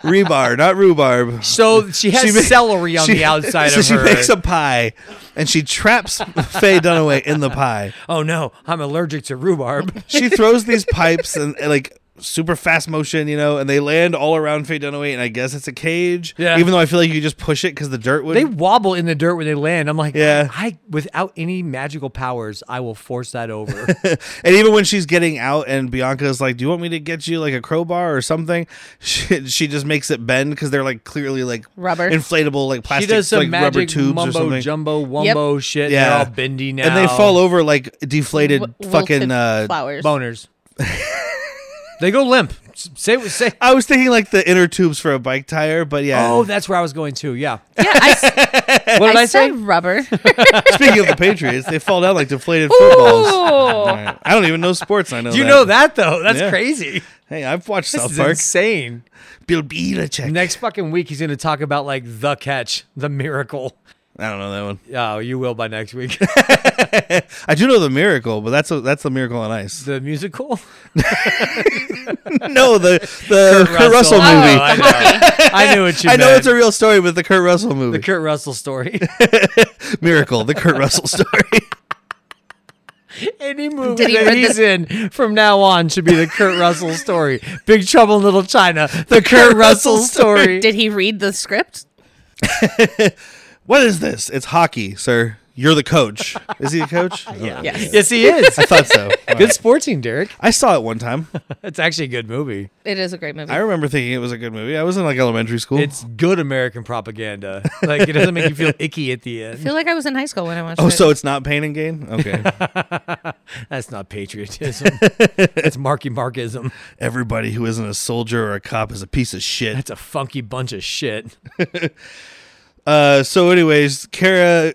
A: rebar, not rhubarb.
B: So she has
A: [LAUGHS] She ma-
B: celery
A: [LAUGHS]
B: on the outside
A: so
B: of
A: she
B: her.
A: makes a pie, and she
B: [LAUGHS]
A: traps Faye Dunaway in the pie.
B: oh no, I'm allergic to rhubarb.
A: She throws these pipes and like super fast motion, you know, and they land all around Faye Dunaway, and I guess it's a cage.
B: Yeah.
A: Even though I feel like you could just push it because the dirt would.
B: They wobble in the dirt when they land. I'm like,
A: Yeah.
B: I without any magical powers, I will force that over.
A: and even when she's getting out, and Bianca's like, "Do you want me to get you like a crowbar or something?" [LAUGHS] She, she just makes it bend because they're like clearly like
C: Rubber.
A: inflatable, like
B: she
A: plastic,
B: does some
A: like rubber
B: magic
A: tubes or
B: mumbo
A: something.
B: jumbo wumbo shit. Yeah,
A: Yeah.
B: they're all bendy now,
A: And they fall over like deflated
C: W- wilted
A: fucking. Uh,
C: flowers.
B: boners. they go limp. S- Say say.
A: I was thinking like the inner tubes for a bike tire, but yeah.
B: Oh, that's where I was going to. Yeah.
C: Yeah, I, s-
B: What did I,
C: I
B: say?
A: [LAUGHS]
C: said
A: [LAUGHS]
C: rubber. [LAUGHS]
A: Speaking of the Patriots, they fall down like deflated footballs.
C: Ooh.
A: I don't even know sports. I know
B: You
A: that.
B: know that though. That's
A: Yeah.
B: crazy.
A: Hey, I've watched
B: This
A: South
B: is
A: Park.
B: insane.
A: Bill Belichick.
B: Next fucking week, he's going to talk about like the catch, the miracle.
A: I don't know that one.
B: Oh, you will by next week. [LAUGHS]
A: I do know the miracle, but that's a, that's the miracle on ice.
B: the musical.
A: [LAUGHS] no, the the Kurt, Russell,
B: Oh,
A: movie.
B: I know. I knew what you
A: I know
B: meant.
A: it's a real story, but the Kurt Russell movie,
B: the Kurt Russell story.
A: miracle, the Kurt Russell story.
B: Any movie
C: he
B: that
C: read
B: he's in from now on should be the Kurt Russell story. Big Trouble in Little China, the Kurt Russell story.
C: Did he read the script?
A: what is this? It's hockey, sir. You're the coach. Is he a coach? yeah.
C: Yes,
B: Yes, he is.
A: I thought so. All
B: Good
A: right.
B: sporting, Derek.
A: I saw it one time.
B: It's actually a good movie.
C: it is a great movie.
A: I remember thinking it was a good movie. I was in like elementary school.
B: It's good American propaganda. Like it doesn't make you feel icky at the
C: I
B: end.
C: feel like I was in high school when I watched
A: oh,
C: it.
A: so it's not pain and gain. Okay,
B: That's not [LAUGHS] patriotism. That's Marky Markism.
A: everybody who isn't a soldier or a cop is a piece of shit.
B: That's a funky bunch of shit.
A: Uh, so, anyways, Kara,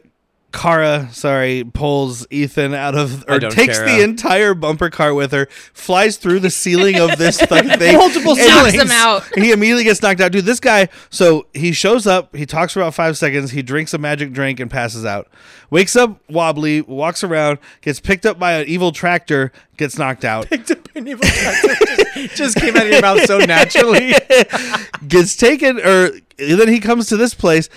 A: Kara, sorry, pulls Ethan out of, or
B: don't
A: takes
B: care,
A: the
B: uh.
A: entire bumper car with her, flies through the ceiling of
B: [LAUGHS]
A: this th- thing,
B: Multiple
A: and
C: ceilings.
A: he's-
C: Knocks
A: [LAUGHS]
C: him out.
A: He immediately gets knocked out. Dude, this guy. So he shows up. He talks for about five seconds. He drinks a magic drink and passes out. Wakes up wobbly, walks around, gets picked up by an evil tractor, gets knocked out.
B: [LAUGHS] just, just came out of your
A: [LAUGHS]
B: mouth so naturally.
A: gets taken or then he comes to this place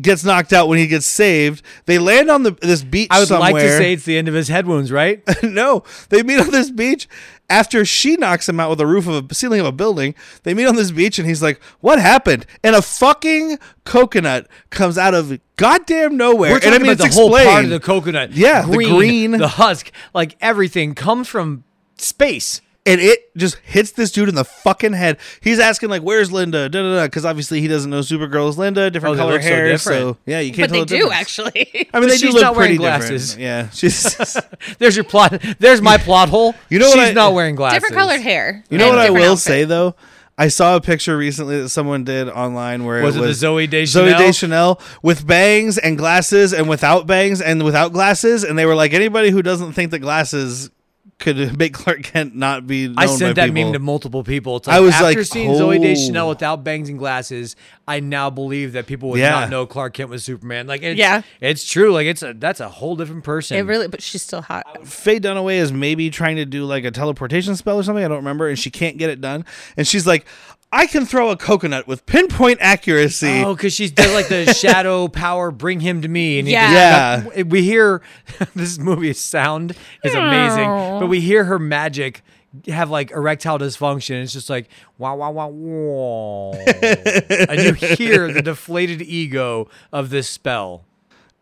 A: gets knocked out when he gets saved they land on the this beach
B: I would
A: somewhere.
B: like to
A: [LAUGHS]
B: say it's the end of his head wounds, right?
A: no they meet on this beach after she knocks him out with the roof of a ceiling of a building they meet on this beach and he's like what happened and a fucking coconut comes out of goddamn nowhere
B: We're
A: and
B: talking
A: i mean
B: about
A: it's
B: the whole part of
A: explained.
B: the coconut.
A: Yeah, the green.
B: the husk, like everything, come from space. [LAUGHS]
A: and it just hits this dude in the fucking head. He's asking like, "Where's Linda?" Da da da. Because obviously he doesn't know Supergirl is Linda, different
B: Oh, they
A: color
B: look so
A: hair. So,
B: different.
A: yeah, you can't.
C: but
A: tell
C: they
A: the
C: do
A: difference.
C: actually.
A: [LAUGHS] I mean,
B: But
A: they do
B: she's
A: look
B: not
A: pretty
B: wearing
A: different.
B: glasses.
A: Yeah, [LAUGHS] she's.
B: There's your plot. There's
A: [LAUGHS]
B: my plot hole.
A: You know
B: she's
A: what I-
B: not wearing glasses.
C: different colored hair.
A: you know
C: and
A: what I
C: different
A: will
C: outfit.
A: say though. I saw a picture recently that someone did online where
B: Was it
A: it
B: the
A: was
B: Zoe
A: Zoe
B: Deschanel?
A: Deschanel with bangs and glasses and without bangs and without glasses, and they were like, anybody who doesn't think that glasses could [LAUGHS] make Clark Kent not be. Known
B: I sent
A: by
B: that
A: people.
B: meme to multiple people. It's
A: I
B: like,
A: was
B: after
A: like,
B: seeing Zoe
A: oh.
B: Deschanel without bangs and glasses, I now believe that people would
A: Yeah.
B: not know Clark Kent was Superman. Like, it's,
C: Yeah.
B: it's true. Like, it's a that's a whole different person.
C: It really, but she's still hot.
A: Faye Dunaway is maybe trying to do like a teleportation spell or something. I don't remember, and she can't get it done. And she's like, "I can throw a coconut with pinpoint accuracy."
B: Oh, because she's did
A: [LAUGHS]
B: like the shadow power, bring him to me. And he
C: Yeah.
A: Yeah.
B: just- we hear [LAUGHS] this movie's sound is amazing, but we hear her magic have like erectile dysfunction. It's just like wow, wow, wow, wow, and you hear the deflated ego of this spell.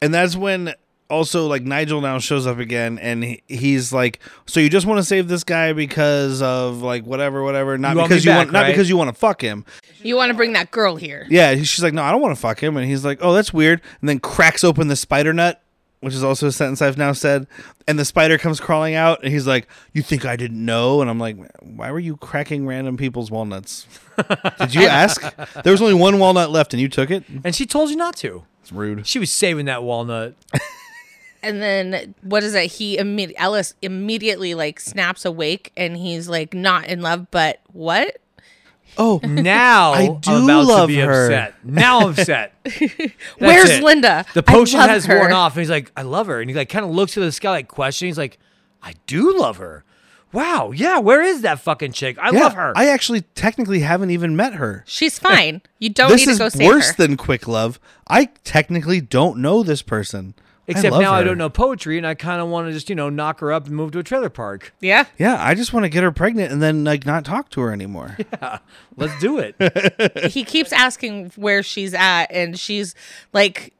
A: And that's when also like Nigel now shows up again, and he, he's like, "So you just want to save this guy because of like whatever, whatever, not
B: You want
A: because
B: me
A: you
B: back,
A: want, not
B: right?"
A: because you want to fuck him."
C: You want to bring that girl here?
A: Yeah, he- she's like, "No, I don't want to fuck him," and he's like, "Oh, that's weird." And then cracks open the spider nut. Which is also a sentence I've now said. And the spider comes crawling out, and he's like, You think I didn't know? And I'm like, Why were you cracking random people's walnuts? Did you ask? There was only one walnut left, and you took it?
B: And she told you not to.
A: It's rude.
B: She was saving that walnut.
C: And then what is it? He immediately Ellis immediately like snaps awake, and he's like not in love, but what?
A: Oh,
B: Now
A: I do
B: I'm about
A: love
B: to be
A: her.
B: upset. Now
A: [LAUGHS]
B: I'm upset. That's
C: Where's
B: it.
C: Linda?
B: The
C: I
B: potion
C: love
B: has
C: her.
B: worn off, and he's like, "I love her," and he like kind of looks to the sky, like questioning. He's like, "I do love her." Wow, yeah. Where is that fucking chick? I
A: yeah,
B: love her.
A: I actually technically haven't even met her.
C: She's fine. You don't
A: this
C: need to go
A: is
C: save
A: worse
C: her.
A: than quick love. I technically don't know this person.
B: Except
A: love
B: now I
A: her.
B: don't know poetry, and I kind of want to just you know knock her up and move to a trailer park.
C: Yeah.
A: Yeah, I just want to get her pregnant and then like not talk to her anymore.
B: Let's do it.
C: he keeps asking where she's at, and she's like,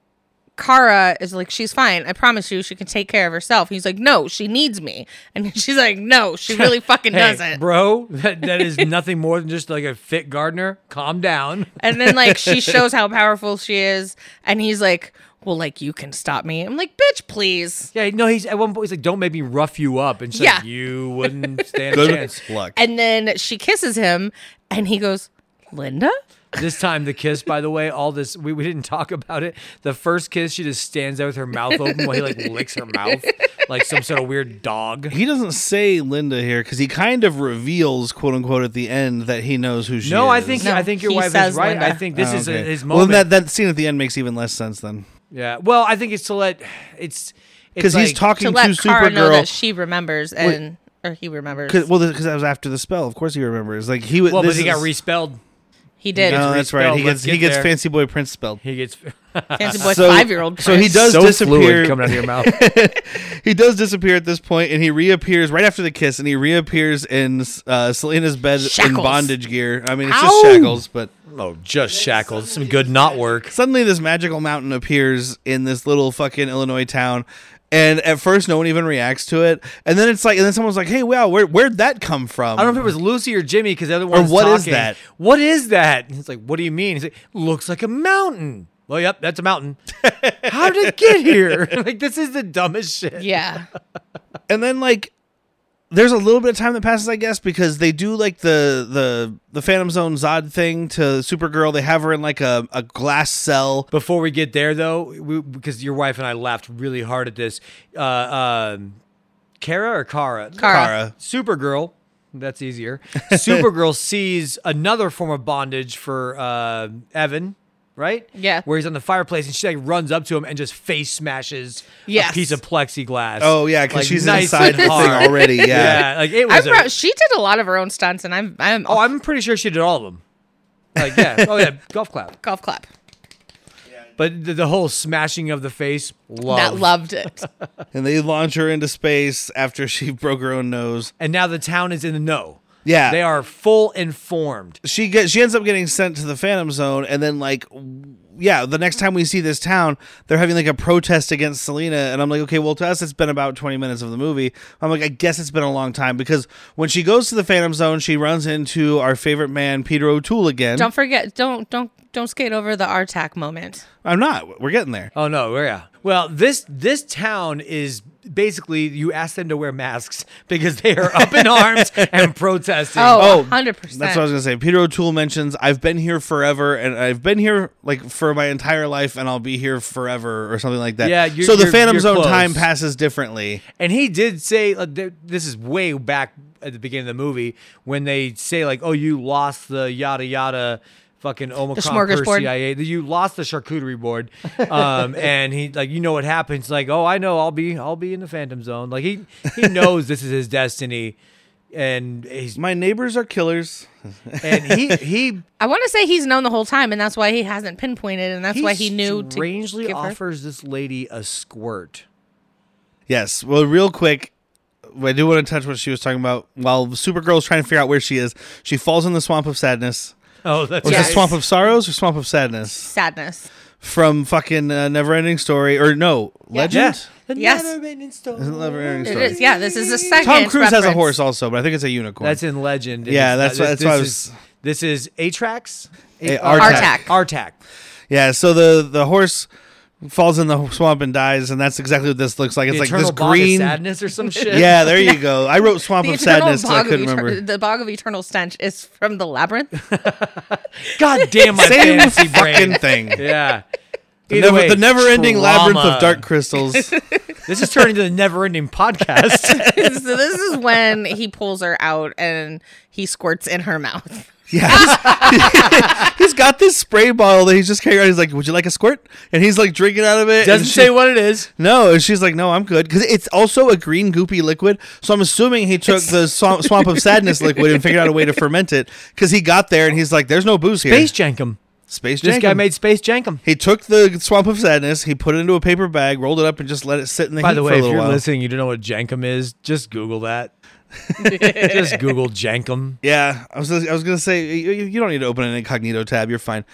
C: Kara is like, she's fine. I promise you, she can take care of herself. He's like, no, she needs me. And [LAUGHS] she's like, no,
A: [LAUGHS]
C: she really fucking
B: Hey,
C: doesn't.
B: bro? That that is nothing more than just like a fit gardener.
A: [LAUGHS]
B: Calm down.
C: And then like she shows how powerful she is, and he's like, well, like you can stop me. I'm like, bitch, please.
B: Yeah, no, he's at one point he's like, "Don't make me rough you up," and she's like,
C: Yeah.
B: "You wouldn't stand a
A: Good
B: chance."
A: luck.
C: And then she kisses him, and he goes, Linda.
B: This time, the kiss, by the way, all this we, we didn't talk about it. The first kiss, she just stands there with her mouth open while he like licks her mouth like some sort of weird dog.
A: He doesn't say Linda here because he kind of reveals, quote unquote, at the end that he knows who she is.
B: No, I think
C: No,
B: I think your
C: he
B: wife is
C: says
B: right. I
C: Linda.
B: think this
A: Oh,
B: is
A: okay.
B: his
A: Well,
B: moment.
A: then that that scene at the end makes even less sense then,
B: yeah. Well, I think it's to let it's
A: because
B: because
A: he's talking
C: to
A: to,
C: let Kara know that
A: Supergirl.
C: she remembers and or he remembers.
A: 'Cause- well, because that was after the spell. Of course, he remembers. Like he was.
B: Well, but
A: this
B: he got
A: is-
B: respelled.
C: He did.
A: No, that's right. He
B: respelled.
A: gets
B: Let's
A: he
B: get
A: gets
B: there.
A: fancy boy prince spelled.
B: He gets
C: Fancy boy
A: So-
C: five year old.
A: so he does
B: so
A: disappear.
B: fluid coming out of your
A: [LAUGHS]
B: mouth.
A: He does disappear at this point, and he reappears right after the kiss, and he reappears in uh, Selena's bed in
C: Shackles.
A: bondage gear. I mean, it's
C: Ow!
A: just shackles, but
B: oh, just shackles. Some good knot work.
A: suddenly this magical mountain appears in this little fucking Illinois town. And at first, no one even reacts to it. And then it's like, and then someone's like, "Hey, wow, where where'd that come from?"
B: I don't know if it was Lucy or Jimmy because the other one.
A: what is that?
B: What is that? And He's like, what do you mean? He's like, looks like a mountain. Well, yep, that's a mountain.
A: [LAUGHS]
B: How did it get here? [LAUGHS] like, this is the dumbest shit.
C: Yeah.
A: and then like there's a little bit of time that passes, I guess, because they do like the the the Phantom Zone Zod thing to Supergirl. They have her in like a, a glass cell.
B: Before we get there, though, we, because your wife and I laughed really hard at this. Uh, um, Kara or Kara?
C: Kara.
A: Kara.
B: Supergirl.
A: [LAUGHS]
B: That's easier. Supergirl sees another form of bondage for uh, Evan, right?
C: Yeah.
B: Where he's on the fireplace and she like runs up to him and just face smashes a
C: Yes.
B: piece of plexiglass.
A: Oh yeah, because
B: Like,
A: she's
B: nice
A: inside
B: [LAUGHS] and
A: the thing [LAUGHS]
B: hard.
A: already. Yeah.
B: Yeah. like it
C: I
B: was. a,
C: pro- she did a lot of her own stunts, and I'm I'm
B: oh, I'm pretty sure she did all of them. Like yeah. Oh yeah. Golf clap.
C: golf clap.
B: But the, the whole smashing of the face. Love.
C: That loved it. [LAUGHS]
A: And they launch her into space after she [LAUGHS] broke her own nose.
B: And now the town is in the know.
A: Yeah.
B: They are full informed.
A: she gets she ends up getting sent to the Phantom Zone, and then like, w- yeah, the next time we see this town, they're having like a protest against Selena, and I'm like, okay, well, to us, it's been about 20 minutes of the movie. I'm like, I guess it's been a long time because when she goes to the Phantom Zone, she runs into our favorite man, Peter O'Toole again.
C: don't forget. Don't don't don't skate over the Artak moment.
A: I'm not. We're getting there.
B: Oh no, yeah. Well, this this town is basically you ask them to wear masks [LAUGHS] because they are up in arms
C: [LAUGHS]
B: and protesting.
C: Oh, 100 percent.
A: That's what I was gonna say. Peter O'Toole mentions I've been here forever, and I've been here like for my entire life, and I'll be here forever, or something like that.
B: Yeah, you're-
A: so the
B: you're-
A: Phantom
B: you're
A: Zone
B: close.
A: time passes differently.
B: And he did say like, th- this is way back at the beginning of the movie when they say like, "Oh, you lost the yada yada." Fucking Omicron per
C: smorgasbord.
B: CIA. that You lost the charcuterie board,
C: [LAUGHS]
B: um, and he like you know what happens. Like oh, I know I'll be I'll be in the Phantom Zone. Like he
C: [LAUGHS]
B: he knows this is his destiny, and he's
A: My neighbors are killers.
B: and he he
C: I want to say he's known the whole time, and that's why he hasn't pinpointed, and that's why he knew. to
B: strangely
C: give her-
B: offers this lady a squirt.
A: Yes. Well, real quick, I do want to touch what she was talking about. While Supergirl's trying to figure out where she is, she falls in the swamp of sadness.
B: Oh, that's
A: Or is
C: Yes.
A: it swamp of sorrows or swamp of sadness
C: sadness.
A: from fucking uh, Neverending Story or no Legend?
C: Yes.
A: Neverending
C: It
A: Story.
C: is. Yeah, this is a second.
A: Tom Cruise has a
C: reference.
A: horse also, but I think it's a unicorn.
B: That's in Legend. and
A: Yeah, that's
B: it's
A: what- that's
B: this
A: what I
B: is- This is Atrax.
A: A- Artak.
C: Artak.
B: Artak.
A: yeah. So the the horse falls in the swamp and dies, and that's exactly what this looks like. It's
B: The
A: like
B: Eternal
A: this
B: Bog of
A: green.
B: sadness
A: [LAUGHS]
B: or some shit.
A: Yeah, there you go. I wrote swamp
C: The
A: of
C: eternal
A: sadness because I
C: bog of
A: couldn't
C: eter-
A: remember.
C: The bog of eternal stench is from the labyrinth. [LAUGHS]
B: God damn my
A: Same
B: fancy brain.
A: fucking thing.
B: Yeah.
A: The
B: Either
A: never,
B: way,
A: the never-ending labyrinth
B: trauma.
A: of dark
B: [LAUGHS]
A: crystals.
B: This is turning into the
A: [LAUGHS]
B: never-ending podcast.
C: so this is when he pulls her out and he squirts in her mouth. [LAUGHS]
A: Yeah, he's [LAUGHS] got this spray bottle that he's just carrying around. He's like, "Would you like a squirt?" And he's like drinking out of it. and
B: Doesn't
A: she-
B: say what it is.
A: No, and she's like, "No, I'm good," because it's also a green goopy liquid. So I'm assuming he took the swamp,
B: [LAUGHS]
A: swamp of sadness liquid and figured out a way to ferment it. Because he got there and he's like, "There's no booze here."
B: Base Jankum.
A: Space
B: This guy
A: Jankum.
B: made Space Jankum.
A: He took the swamp of sadness, he put it into a paper bag, rolled it up, and just let it sit in the
B: By
A: [LAUGHS] heat
B: the
A: for
B: way,
A: a
B: if
A: little
B: you're
A: while.
B: listening, you don't know what Jankum is, just Google that. just Google Jankum.
A: Yeah, I was I was gonna say you, you you don't need to open an incognito tab. You're fine.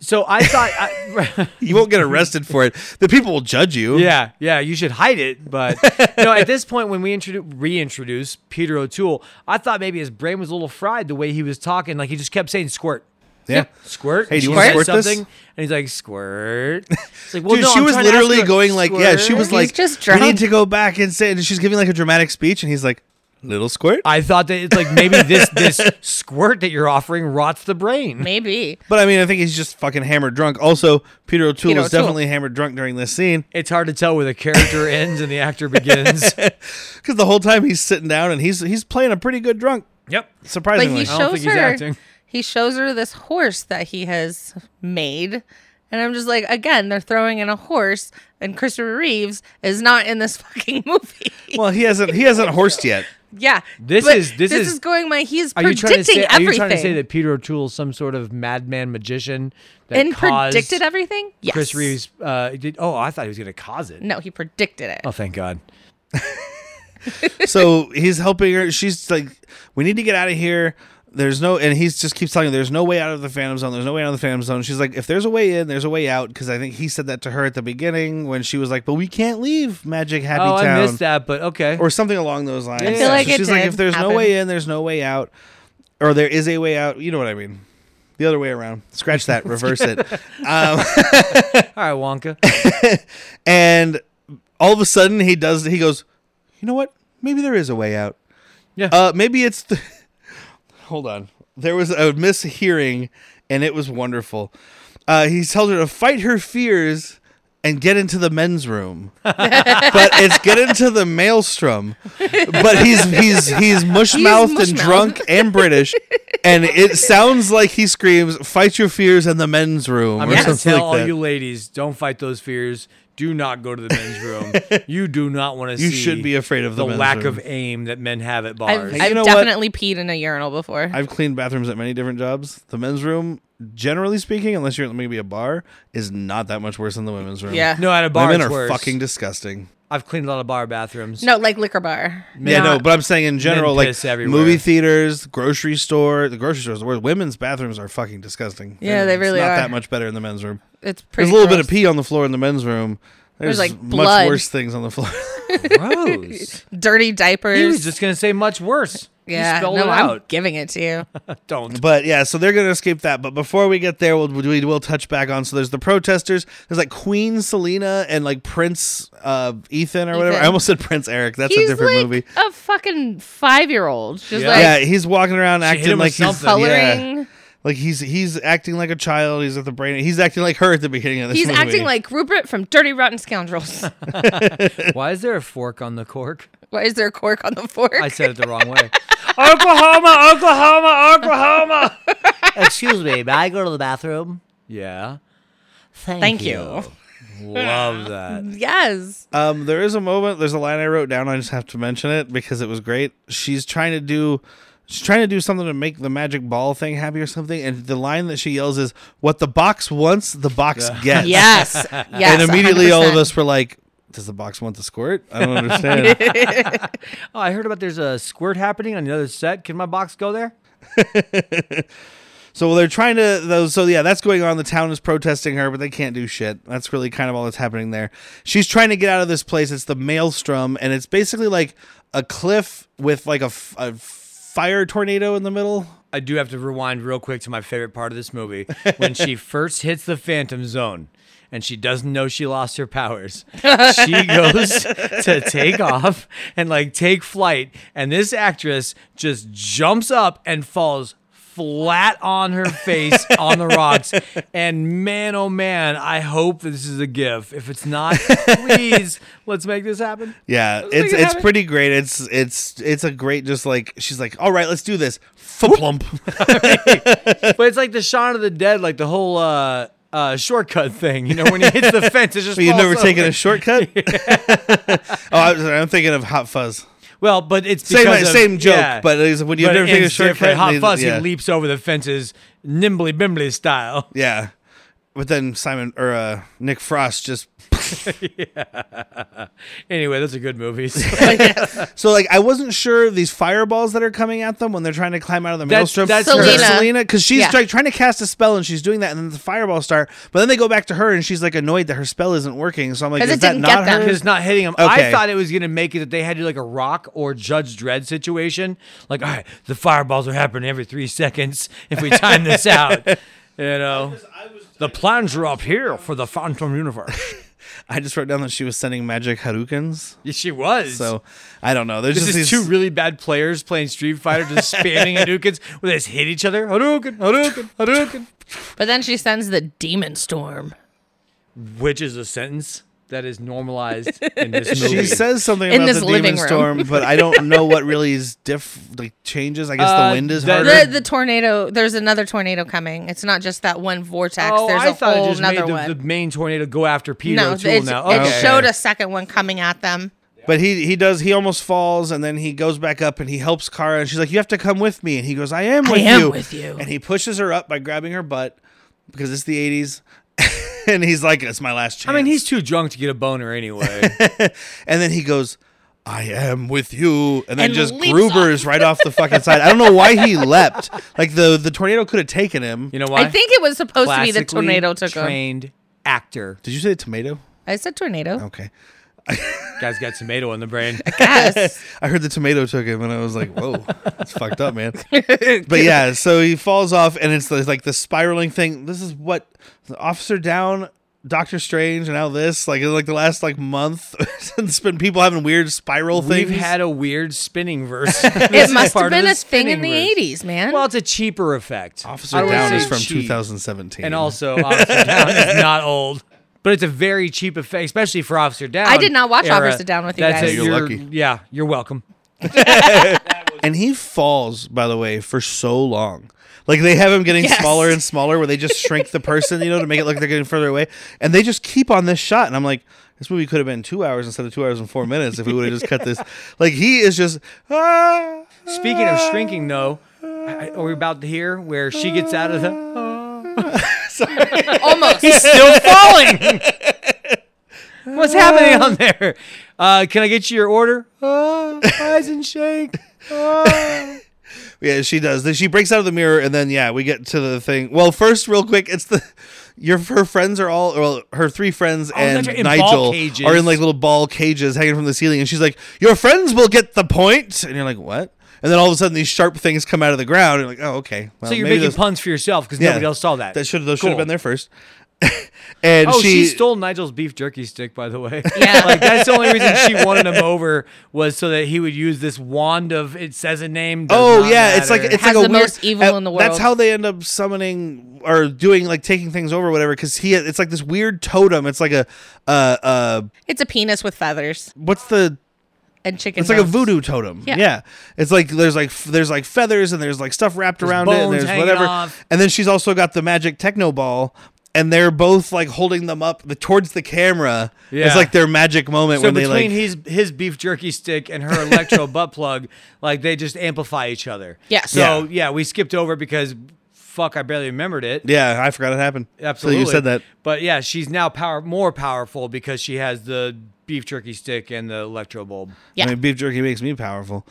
B: So I thought,
A: [LAUGHS]
B: I,
A: You won't get arrested for it. The people will judge you.
B: [LAUGHS] yeah, yeah, you should hide it.
A: [LAUGHS]
B: But no, at this point, when we introdu- reintroduce Peter O'Toole, I thought maybe his brain was a little fried the way he was talking. Like he just kept saying squirt.
A: yeah.
B: Squirt.
A: Hey, do you
B: She
A: wanna
B: said
A: squirt this?
B: something? And he's like,
A: [LAUGHS]
B: squirt. It's like, well,
A: Dude,
B: no,
A: she
B: I'm
A: was
B: trying to ask
A: literally
B: you a
A: going like, yeah, she
B: squirt.
A: was
C: He's
A: like,
C: just
A: we need
C: drunk.
A: to go back and say, and she's giving like a dramatic speech, and he's like, little squirt.
B: I thought that it's like maybe this this squirt that you're offering rots the
C: [LAUGHS]
B: brain.
C: Maybe.
A: But I mean, I think he's just fucking hammered drunk. Also, Peter O'Toole
C: Peter
A: was
C: O'Toole.
A: definitely hammered drunk during this scene
B: It's hard to tell where the character ends and the actor begins.
A: because the whole time he's sitting down and he's he's playing a pretty good drunk.
B: yep.
C: But
A: Surprisingly,
C: he
B: I don't think
C: shows
B: he's
C: her
B: acting.
C: he shows her this horse that he has made. And I'm just like, again, they're throwing in a horse, and Christopher Reeves is not in this [LAUGHS] fucking movie.
A: well, he hasn't he hasn't horsed yet.
C: yeah,
B: This
C: but
B: is- this
C: this
B: is-
C: is going my. He is
B: Are you trying to
C: predicting
B: say? Are you
C: everything.
B: trying to say that Peter O'Toole is some sort of madman magician that
C: and
B: caused
C: predicted everything? Yes.
B: Chris Reeves? Uh, did, oh, I thought he was going to cause it.
C: No, he predicted it.
B: Oh, thank God.
A: so he's helping her. She's like, "We need to get out of here." There's no, and he just keeps telling her, "There's no way out of the Phantom Zone. There's no way out of the Phantom Zone." She's like, "If there's a way in, there's a way out." Because I think he said that to her at the beginning when she was like, "But we can't leave Magic Happy
B: Oh,
A: Town,"
B: I missed that, but okay.
A: or something along those lines.
B: I feel like
A: So
C: it
A: she's like,
C: did
A: "If there's no
C: happen.
A: way in, there's no way out," or "There is a way out." You know what I mean? The other way around. Scratch
B: [LAUGHS]
A: that. Reverse it.
B: All right,
A: [LAUGHS]
B: Wonka.
A: And all of a sudden, he does. He goes, "You know what? Maybe there is a way out."
B: Yeah.
A: Uh, maybe it's. The- [LAUGHS] Hold on. There was a mishearing, and it was wonderful. Uh, he tells her to fight her fears and get into the men's room, but it's get into the maelstrom. But he's he's he's mush mouthed and
C: mush-mouthed.
A: drunk and British, and it sounds like he screams, "Fight your fears in the men's room,"
B: I'm
A: or
B: going to
A: something
B: tell all
A: like that.
B: you ladies: don't fight those fears. Do not go to
A: [LAUGHS]
B: the men's room. you do not want to see.
A: You should be afraid of the
B: the
A: men's
B: lack
A: room.
B: of aim that men have at bars.
C: I've,
A: You
C: I've
A: know what?
C: definitely peed in a urinal before.
A: I've cleaned bathrooms at many different jobs. The men's room, generally speaking, unless you're at maybe a bar, is not that much worse than the women's room.
C: yeah.
B: no, at a bar,
A: Women
B: it's
A: are
B: worse.
A: fucking disgusting.
B: I've cleaned a lot of bar bathrooms.
C: No, like liquor bar.
A: yeah, no,
B: Not-
A: but I'm saying in general, like
B: piss everywhere.
A: movie theaters, grocery store, the grocery store is the worst. Women's bathrooms are fucking disgusting.
C: Yeah, they
A: It's
C: really
A: not
C: are.
A: that much better in the men's room.
C: It's
A: There's
C: pretty.
A: a little bit
C: gross.
A: of pee on the floor in the men's room. There's,
C: There's, like,
A: much
C: blood.
A: worse things on the floor.
C: [LAUGHS]
B: gross.
C: dirty diapers.
B: he was just gonna say much worse. You
C: yeah,
B: spelled
C: no,
B: it
C: I'm
B: out.
C: giving it to you.
B: Don't.
A: But yeah, so they're going to escape that. But before we get there, we'll, we will touch back on. So there's the protesters. There's like Queen Selena and like Prince uh, Ethan or whatever.
C: Ethan.
A: I almost said Prince Eric. That's
C: he's
A: a different
C: like
A: movie.
C: a fucking five year old. Just
B: Yeah.
C: like
A: yeah, he's walking around
B: hit
A: acting
B: him
A: like
B: with
A: he's
B: something.
A: yeah.
C: coloring.
A: like he's he's acting like a child. He's at the brain. He's acting like her at the beginning of this.
C: He's
A: movie.
C: acting like Rupert from Dirty
B: [LAUGHS]
C: Rotten Scoundrels.
B: Why is there a fork on
D: [LAUGHS]
B: the cork?
C: Why is there a cork on the fork?
B: I said it the wrong way. Oklahoma, Oklahoma, Oklahoma.
D: [LAUGHS] Excuse me, may I go to the bathroom?
B: Yeah,
D: Thank,
C: Thank
D: you.
C: you.
B: love that. [LAUGHS]
C: [LAUGHS] Yes.
A: Um, there is a moment. There's a line I wrote down. I just have to mention it because it was great. She's trying to do, she's trying to do something to make the magic ball thing happy or something. And the line that she yells is, "What the box wants, the box gets."
B: [LAUGHS]
C: [LAUGHS] Yes. Yes.
A: and immediately all of
C: 100%.
A: us were like, "Does the box want the squirt?" I don't understand.
B: Oh, I heard about there's a squirt happening on the other set. Can my box go there?
A: so they're trying to. Those, so yeah, that's going on. The town is protesting her, but they can't do shit. That's really kind of all that's happening there. She's trying to get out of this place. It's the maelstrom, and it's basically like a cliff with like a, f- a fire tornado in the middle.
B: I do have to rewind real quick to my favorite part of this movie when she first hits the Phantom Zone and she doesn't know she lost her powers. She goes to take off and like take flight, and this actress just jumps up and falls flat on her face on the rocks. And man, oh man, I hope this is a gif. If it's not, please let's make this happen.
A: Yeah, it's
B: it
A: it's
B: happen.
A: pretty great. It's it's it's a great just like she's like, all right, let's do this. Plump. [LAUGHS]
B: But it's like the Shaun of the Dead, like the whole uh uh shortcut thing. You know, when he
A: [LAUGHS]
B: hits the fence, it just
A: You've
B: falls [LAUGHS]
A: never taken
B: over.
A: a shortcut. oh, I was, I'm thinking of Hot Fuzz.
B: Well, but it's
A: Same-
B: because of-
A: same joke,
B: yeah.
A: but it's- when you
B: But
A: never
B: it
A: take a
B: ends
A: shortcut,
B: different. Hot
A: they-
B: Fuzzy
A: yeah.
B: leaps over the fences, nimbly bimbly style. [LAUGHS]
A: Yeah. But then Simon or uh, Nick Frost just
B: Anyway, those are good
A: [LAUGHS]
B: movies.
A: so like I wasn't sure of these fireballs that are coming at them when they're trying to climb out of the
B: That's-
A: maelstrom.
B: that's
A: Is that
C: Selena.
A: Selena, because she's
C: Yeah.
A: like trying to cast a spell and she's doing that, and then the fireballs start. But then they go back to her and she's like annoyed that her spell isn't working. So I'm like,
C: 'Cause
A: is
C: it
A: that
C: didn't
A: not
C: get them.
A: her?
B: because it's not hitting them. I
A: Okay.
B: thought it was gonna make it that they had to do like a rock or Judge Dredd situation. Like, all right, the fireballs are happening every three seconds if we time
A: [LAUGHS]
B: this out. You know, the plans are up here for the Phantom Universe. [LAUGHS]
A: I just wrote down that she was sending magic harukens.
B: Yeah, she was.
A: So I don't know. There's
B: This
A: just
B: is
A: these
B: two really bad players playing Street Fighter, [LAUGHS] just spamming Hadoukens where they just hit each other. Hadouken, Hadouken, Hadouken.
C: But then she sends the demon storm
B: Which is a sentence that is [LAUGHS] normalized in this movie.
A: she says something
C: In
A: about
C: this
A: the
C: living
A: demon
C: room.
A: storm, but I don't know what really is diff like changes. I guess
B: Uh,
A: the wind is
B: that-
A: harder.
C: the, the tornado there's another tornado coming it's not just that one vortex
B: Oh,
C: there's a
B: I thought
C: whole
B: it just
C: another
B: made
C: one
B: the, the main tornado go after Peter
C: no
B: O'Toole
C: it's-
B: now.
C: it
B: Okay.
C: showed a second one coming at them
A: But he he does he almost falls and then he goes back up and he helps Kara and she's like, "You have to come with me." And he goes, "I am with
C: am
A: you."
C: with you.
A: And he pushes her up by grabbing her butt because it's the '80s, [LAUGHS] and he's like, "It's my last
B: I
A: chance."
B: mean, he's too drunk to get a boner [LAUGHS] anyway.
A: and then he goes. I am with you, and then
C: And
A: just
C: leaps
A: Gruber's right off the fucking side. I don't know why he leapt. Like the the tornado could have taken him.
B: You know why?
C: i think it was supposed to be the
B: Classically
C: tornado took him
B: trained actor.
A: Did you say tomato?
C: i said tornado
A: Okay,
B: Guy's got tomato in the [LAUGHS] brain.
C: yes
A: I heard the tomato took him, and I was like, "Whoa, that's fucked up,
B: [LAUGHS]
A: man." But yeah, so he falls off, and it's it's like the spiraling thing. This is what Officer Down, Doctor Strange, and now this. Like it's like the last like month, [LAUGHS] it's been people having weird spiral
B: We've
A: things.
B: had a weird spinning [LAUGHS] verse.
C: it must have been a thing in the 80s man
B: Well, it's a cheaper effect. I
A: Officer
B: would
A: Down
B: say
A: is from
B: cheap.
A: 2017,
B: And also, Officer Down
A: [LAUGHS]
B: is not old. But it's a very cheap effect, especially for Officer Down.
C: I did not watch Officer Down with you
B: That's
C: guys.
B: it.
A: You're
B: You're-
A: lucky.
B: Yeah, you're welcome.
A: and he falls. By the way, for so long. Like they have him getting
C: Yes.
A: smaller and smaller, where they just shrink the person, you know, to make it look they're getting further away, and they just keep on this shot. And I'm like, this movie could have been two hours instead of two hours and four minutes if we would have just cut this. Like he is just ah.
B: Speaking of shrinking, though, I- I- are we about to hear where she gets out of the.
A: [LAUGHS]
C: almost
B: He's still falling! What's happening on there? Uh, can I get you your order?
A: Ah,
B: Oh, rise and shake. Oh.
A: Yeah, she does. Then she breaks out of the mirror, and then yeah, we get to the thing. Well, first, real quick, it's the your her friends are all well, her three friends and
B: that's right, Oh, in ball
A: Nigel
B: cages.
A: are in like little ball cages hanging from the ceiling, and she's like, "Your friends will get the point," and you're like, "What?" And then all of a sudden, these sharp things come out of the ground, and you're like, "Oh, okay." Well,
B: So you're
A: maybe
B: making
A: those-
B: puns for yourself because
A: yeah,
B: nobody else saw that.
A: That should those should have
B: Cool.
A: been there first. [LAUGHS] and
B: Oh, she,
A: she,
B: stole Nigel's beef jerky stick, by the way. Yeah, [LAUGHS] like that's the only reason she wanted him over was so that he would use this wand of it says a name. does
A: Oh
B: not
A: yeah, it's like
B: matter.
A: it's
C: Has
A: like a
C: the
A: weird-
C: most evil
A: uh,
C: in the
A: That's
C: world.
A: how they end up summoning or doing like taking things over, or whatever. Because he, it's like this weird totem. It's like a, uh, uh,
C: it's a penis with feathers
A: what's the?
C: and chicken
A: It's like a
C: bones.
A: voodoo totem.
C: Yeah.
A: it's like there's like f- there's like feathers and there's like stuff wrapped around it and
B: bones
A: there's
B: hanging
A: whatever.
B: off.
A: And then she's also got the magic techno ball. And they're both like holding them up the, towards the camera.
B: Yeah.
A: It's like their magic moment
B: so
A: when they like
B: between his his beef jerky stick and
A: [LAUGHS]
B: her electro butt plug, like they just amplify each other.
C: Yes.
B: So
A: Yeah.
B: yeah, we skipped over because fuck, I barely remembered it.
A: Yeah, I forgot it happened.
B: Absolutely.
A: So you said that.
B: But yeah, she's now power more powerful because she has the beef jerky stick and the electro bulb.
C: Yeah.
A: I mean, beef jerky makes me powerful.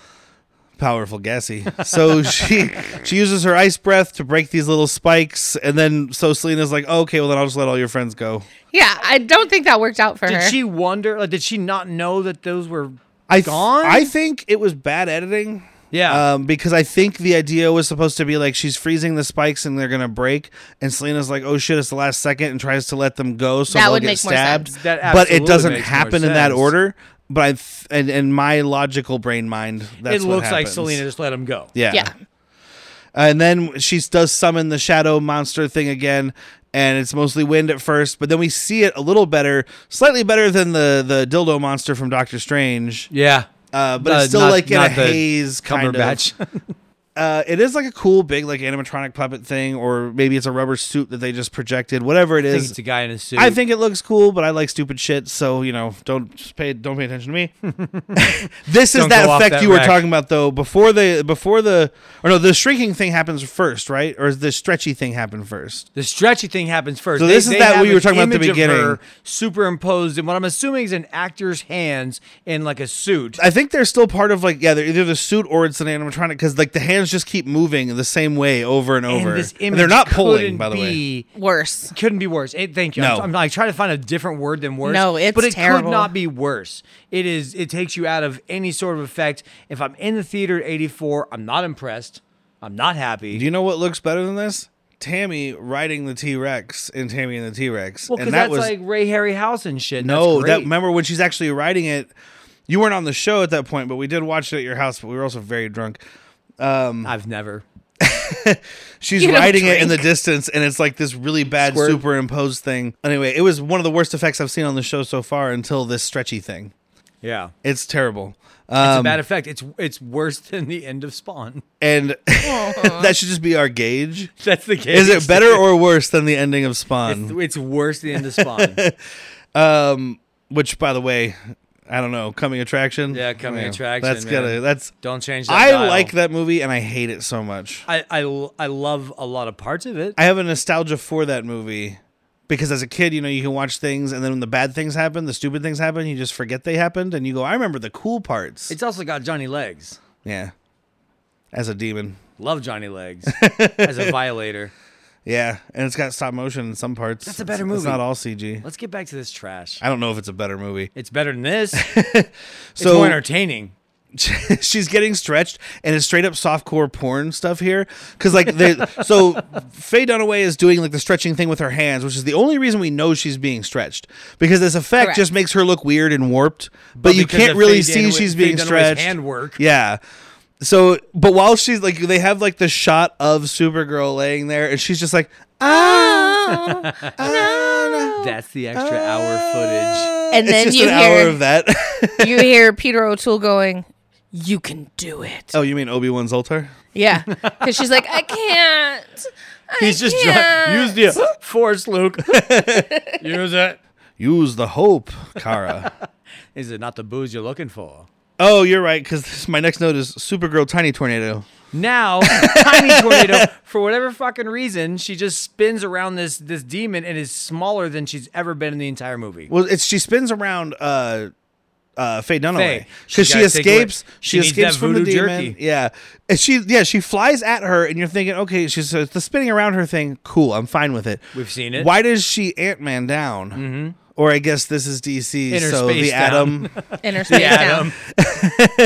A: Powerful, gassy. So she she uses her ice breath to break these little spikes, and then so Selena's like, oh, "Okay, well then I'll just let all your friends go."
C: yeah i don't think that worked out for
B: Did
C: her
B: she wonder? Like, did she not know that those were
A: I th-
B: gone?
A: I think it was bad editing.
C: Oh.
B: Yeah.
A: Um, because I think the idea was supposed to be like she's freezing the spikes and they're gonna break, and Selena's like, "Oh shit, it's the last second," and tries to let them go so
C: That
A: they'll
C: would
A: get
C: make more
A: stabbed.
C: sense.
B: That
A: but it
B: absolutely
A: doesn't
B: makes more
A: happen in that
B: sense.
A: order. But I th- and and my logical brain mind, that's
B: it
A: what
B: looks like
A: happens.
B: Selena just let him go.
C: yeah
A: And then she does summon the shadow monster thing again, and it's mostly wind at first, but then we see it a little better, slightly better than the the dildo monster from Doctor Strange.
B: Yeah.
A: Uh, but
B: Uh,
A: it's still
B: not-
A: like in a
B: not the
A: haze kind of.
B: Cumberbatch.
A: uh, it is like a cool big like animatronic puppet thing, or maybe it's a rubber suit that they just projected. Whatever it
B: I think
A: is,
B: it's a guy in a suit.
A: I think it looks cool, but I like stupid shit, so you know, don't just pay don't pay attention to
B: [LAUGHS]
A: me. this is
B: Don't
A: that
B: go off
A: effect
B: that
A: you were
B: rack.
A: talking about though. Before the before the or no, the shrinking thing happens first, right? Or is the stretchy thing happen first?
B: the stretchy thing happens first.
A: So this is that
B: have
A: we were
B: an
A: talking about at the
B: image of
A: beginning.
B: her superimposed in what I'm assuming is an actor's hands in like a suit.
A: I think they're still part of like yeah, they're either the suit or it's an animatronic because like the hands just keep moving the same way over and over.
B: And this
A: And
B: image
A: they're not pulling,
B: couldn't
A: by the way.
B: be-
C: [LAUGHS] Worse.
B: Couldn't be worse. It, thank you. I'm-
A: No.
B: I'm, like trying to find a different word than worse.
C: No, it's
B: but it
C: terrible.
B: could not be worse. It is. It takes you out of any sort of effect. If I'm in the theater at 84, I'm not impressed. I'm not happy.
A: Do you know what looks better than this? Tammy riding the T Rex in Tammy and the T Rex,
B: well, because
A: and that
B: that's
A: was
B: like Ray Harryhausen shit. and that's
A: No, that
B: great.
A: remember when she's actually writing it. You weren't on the show at that point, but we did watch it at your house. But we were also very drunk.
B: I've never.
A: She's
C: You don't
A: writing it in the
C: drink.
A: distance, and it's like this really bad
B: Squirt.
A: superimposed thing. Anyway, it was one of the worst effects I've seen on the show so far until this stretchy thing.
B: Yeah,
A: It's terrible.
B: it's a
A: Um,
B: bad effect. It's it's worse [LAUGHS] than the end of Spawn. [LAUGHS]
A: and [LAUGHS] that should just be our gauge.
B: That's the
A: Is
B: case.
A: it
B: [LAUGHS]
A: better or worse than the ending of Spawn?
B: It's, it's worse than the end
A: [LAUGHS]
B: of Spawn.
A: Um, which, by the way, I don't know. Coming attraction.
B: Yeah, coming attraction,
A: That's
B: man.
A: gonna. That's.
B: Don't change. That
A: I
B: dial.
A: like that movie, and I hate it so much.
B: I, I l- I love a lot of parts of it.
A: I have a nostalgia for that movie because as a kid, you know, you can watch things, and then when the bad things happen, the stupid things happen, you just forget they happened, and you go, "I remember the cool parts."
B: It's also got Johnny Legs.
A: yeah, as a demon.
B: Love Johnny Legs
A: [LAUGHS]
B: as a violator.
A: Yeah, and it's got stop motion in some parts.
B: That's a better
A: It's- It's
B: movie.
A: not all CG.
B: Let's get back to this trash.
A: I don't know if it's a better movie.
B: It's better
A: [LAUGHS]
B: than this. it's
A: So-
B: more entertaining.
A: [LAUGHS] she's getting stretched and it's straight up softcore porn stuff here because like they [LAUGHS] so faye dunaway is doing like the stretching thing with her hands which is the only reason we know she's being stretched because this effect
C: Correct.
A: just makes her look weird and warped but, you
B: because
A: can't
B: of
A: really
B: Faye
A: see
B: Dunaway-
A: she's
B: Faye
A: being
B: Dunaway's
A: stretched
B: hand work.
A: yeah so but while she's like they have like the shot of supergirl laying there and she's just like "Ah."
C: Oh.
B: That's the extra hour footage.
C: And
A: It's
C: then
A: just
C: you
A: an
C: hear-
A: hour of that [LAUGHS]
C: you hear Peter O'Toole going, "You can do it."
A: oh you mean obi-wan's altar
C: [LAUGHS] Yeah, because she's like, "I can't."
A: Oh,
C: I
B: He's just
C: can't.
B: drunk.
A: [LAUGHS]
B: Use the force, Luke. Use it.
A: use the hope kara
B: Is it not the booze you're looking for?
A: Oh, you're right. Because my next note is Supergirl Tiny Tornado.
B: Now, [LAUGHS] Tiny Tornado, for whatever fucking reason, she just spins around this this demon and is smaller than she's ever been in the entire movie.
A: Well, it's she spins around uh, uh, Faye Dunaway
B: Faye.
A: because
B: She's
A: she
B: gotta take
A: escapes.
B: away-
A: She,
B: she needs
A: escapes
B: that
A: from the
B: voodoo
A: demon.
B: jerky.
A: Yeah, and she yeah she flies at her, and you're thinking, okay, she's so it's the spinning around her thing. Cool, I'm fine with it.
B: We've seen it. Mm-hmm.
A: Why does she Ant Man down? Or I guess this is DC,
B: Inner
A: so
B: space
A: the
B: down. [LAUGHS]
A: atom.
C: Inner space down.
A: um,
B: Adam,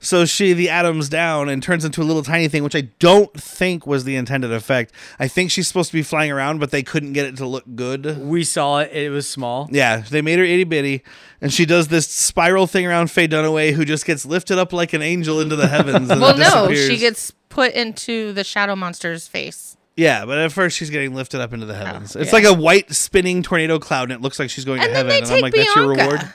A: so she the atom's down and turns into a little tiny thing, which I don't think was the intended effect. I think she's supposed to be flying around, but they couldn't get it to look good.
B: we saw it. It was small.
A: Yeah, they made her itty bitty, and she does this spiral thing around Faye Dunaway, who just gets lifted up like an angel into the heavens. And
C: Well,
A: then
C: no,
A: disappears.
C: she gets put into the shadow monster's face.
A: Yeah, but at first she's getting lifted up into the heavens. it's
C: Oh, yeah.
A: like a white spinning tornado cloud, and it looks like she's going
C: And
A: to
C: then
A: heaven.
C: they
A: and
C: take
A: I'm like, that's your
C: Bianca. [LAUGHS]
A: reward.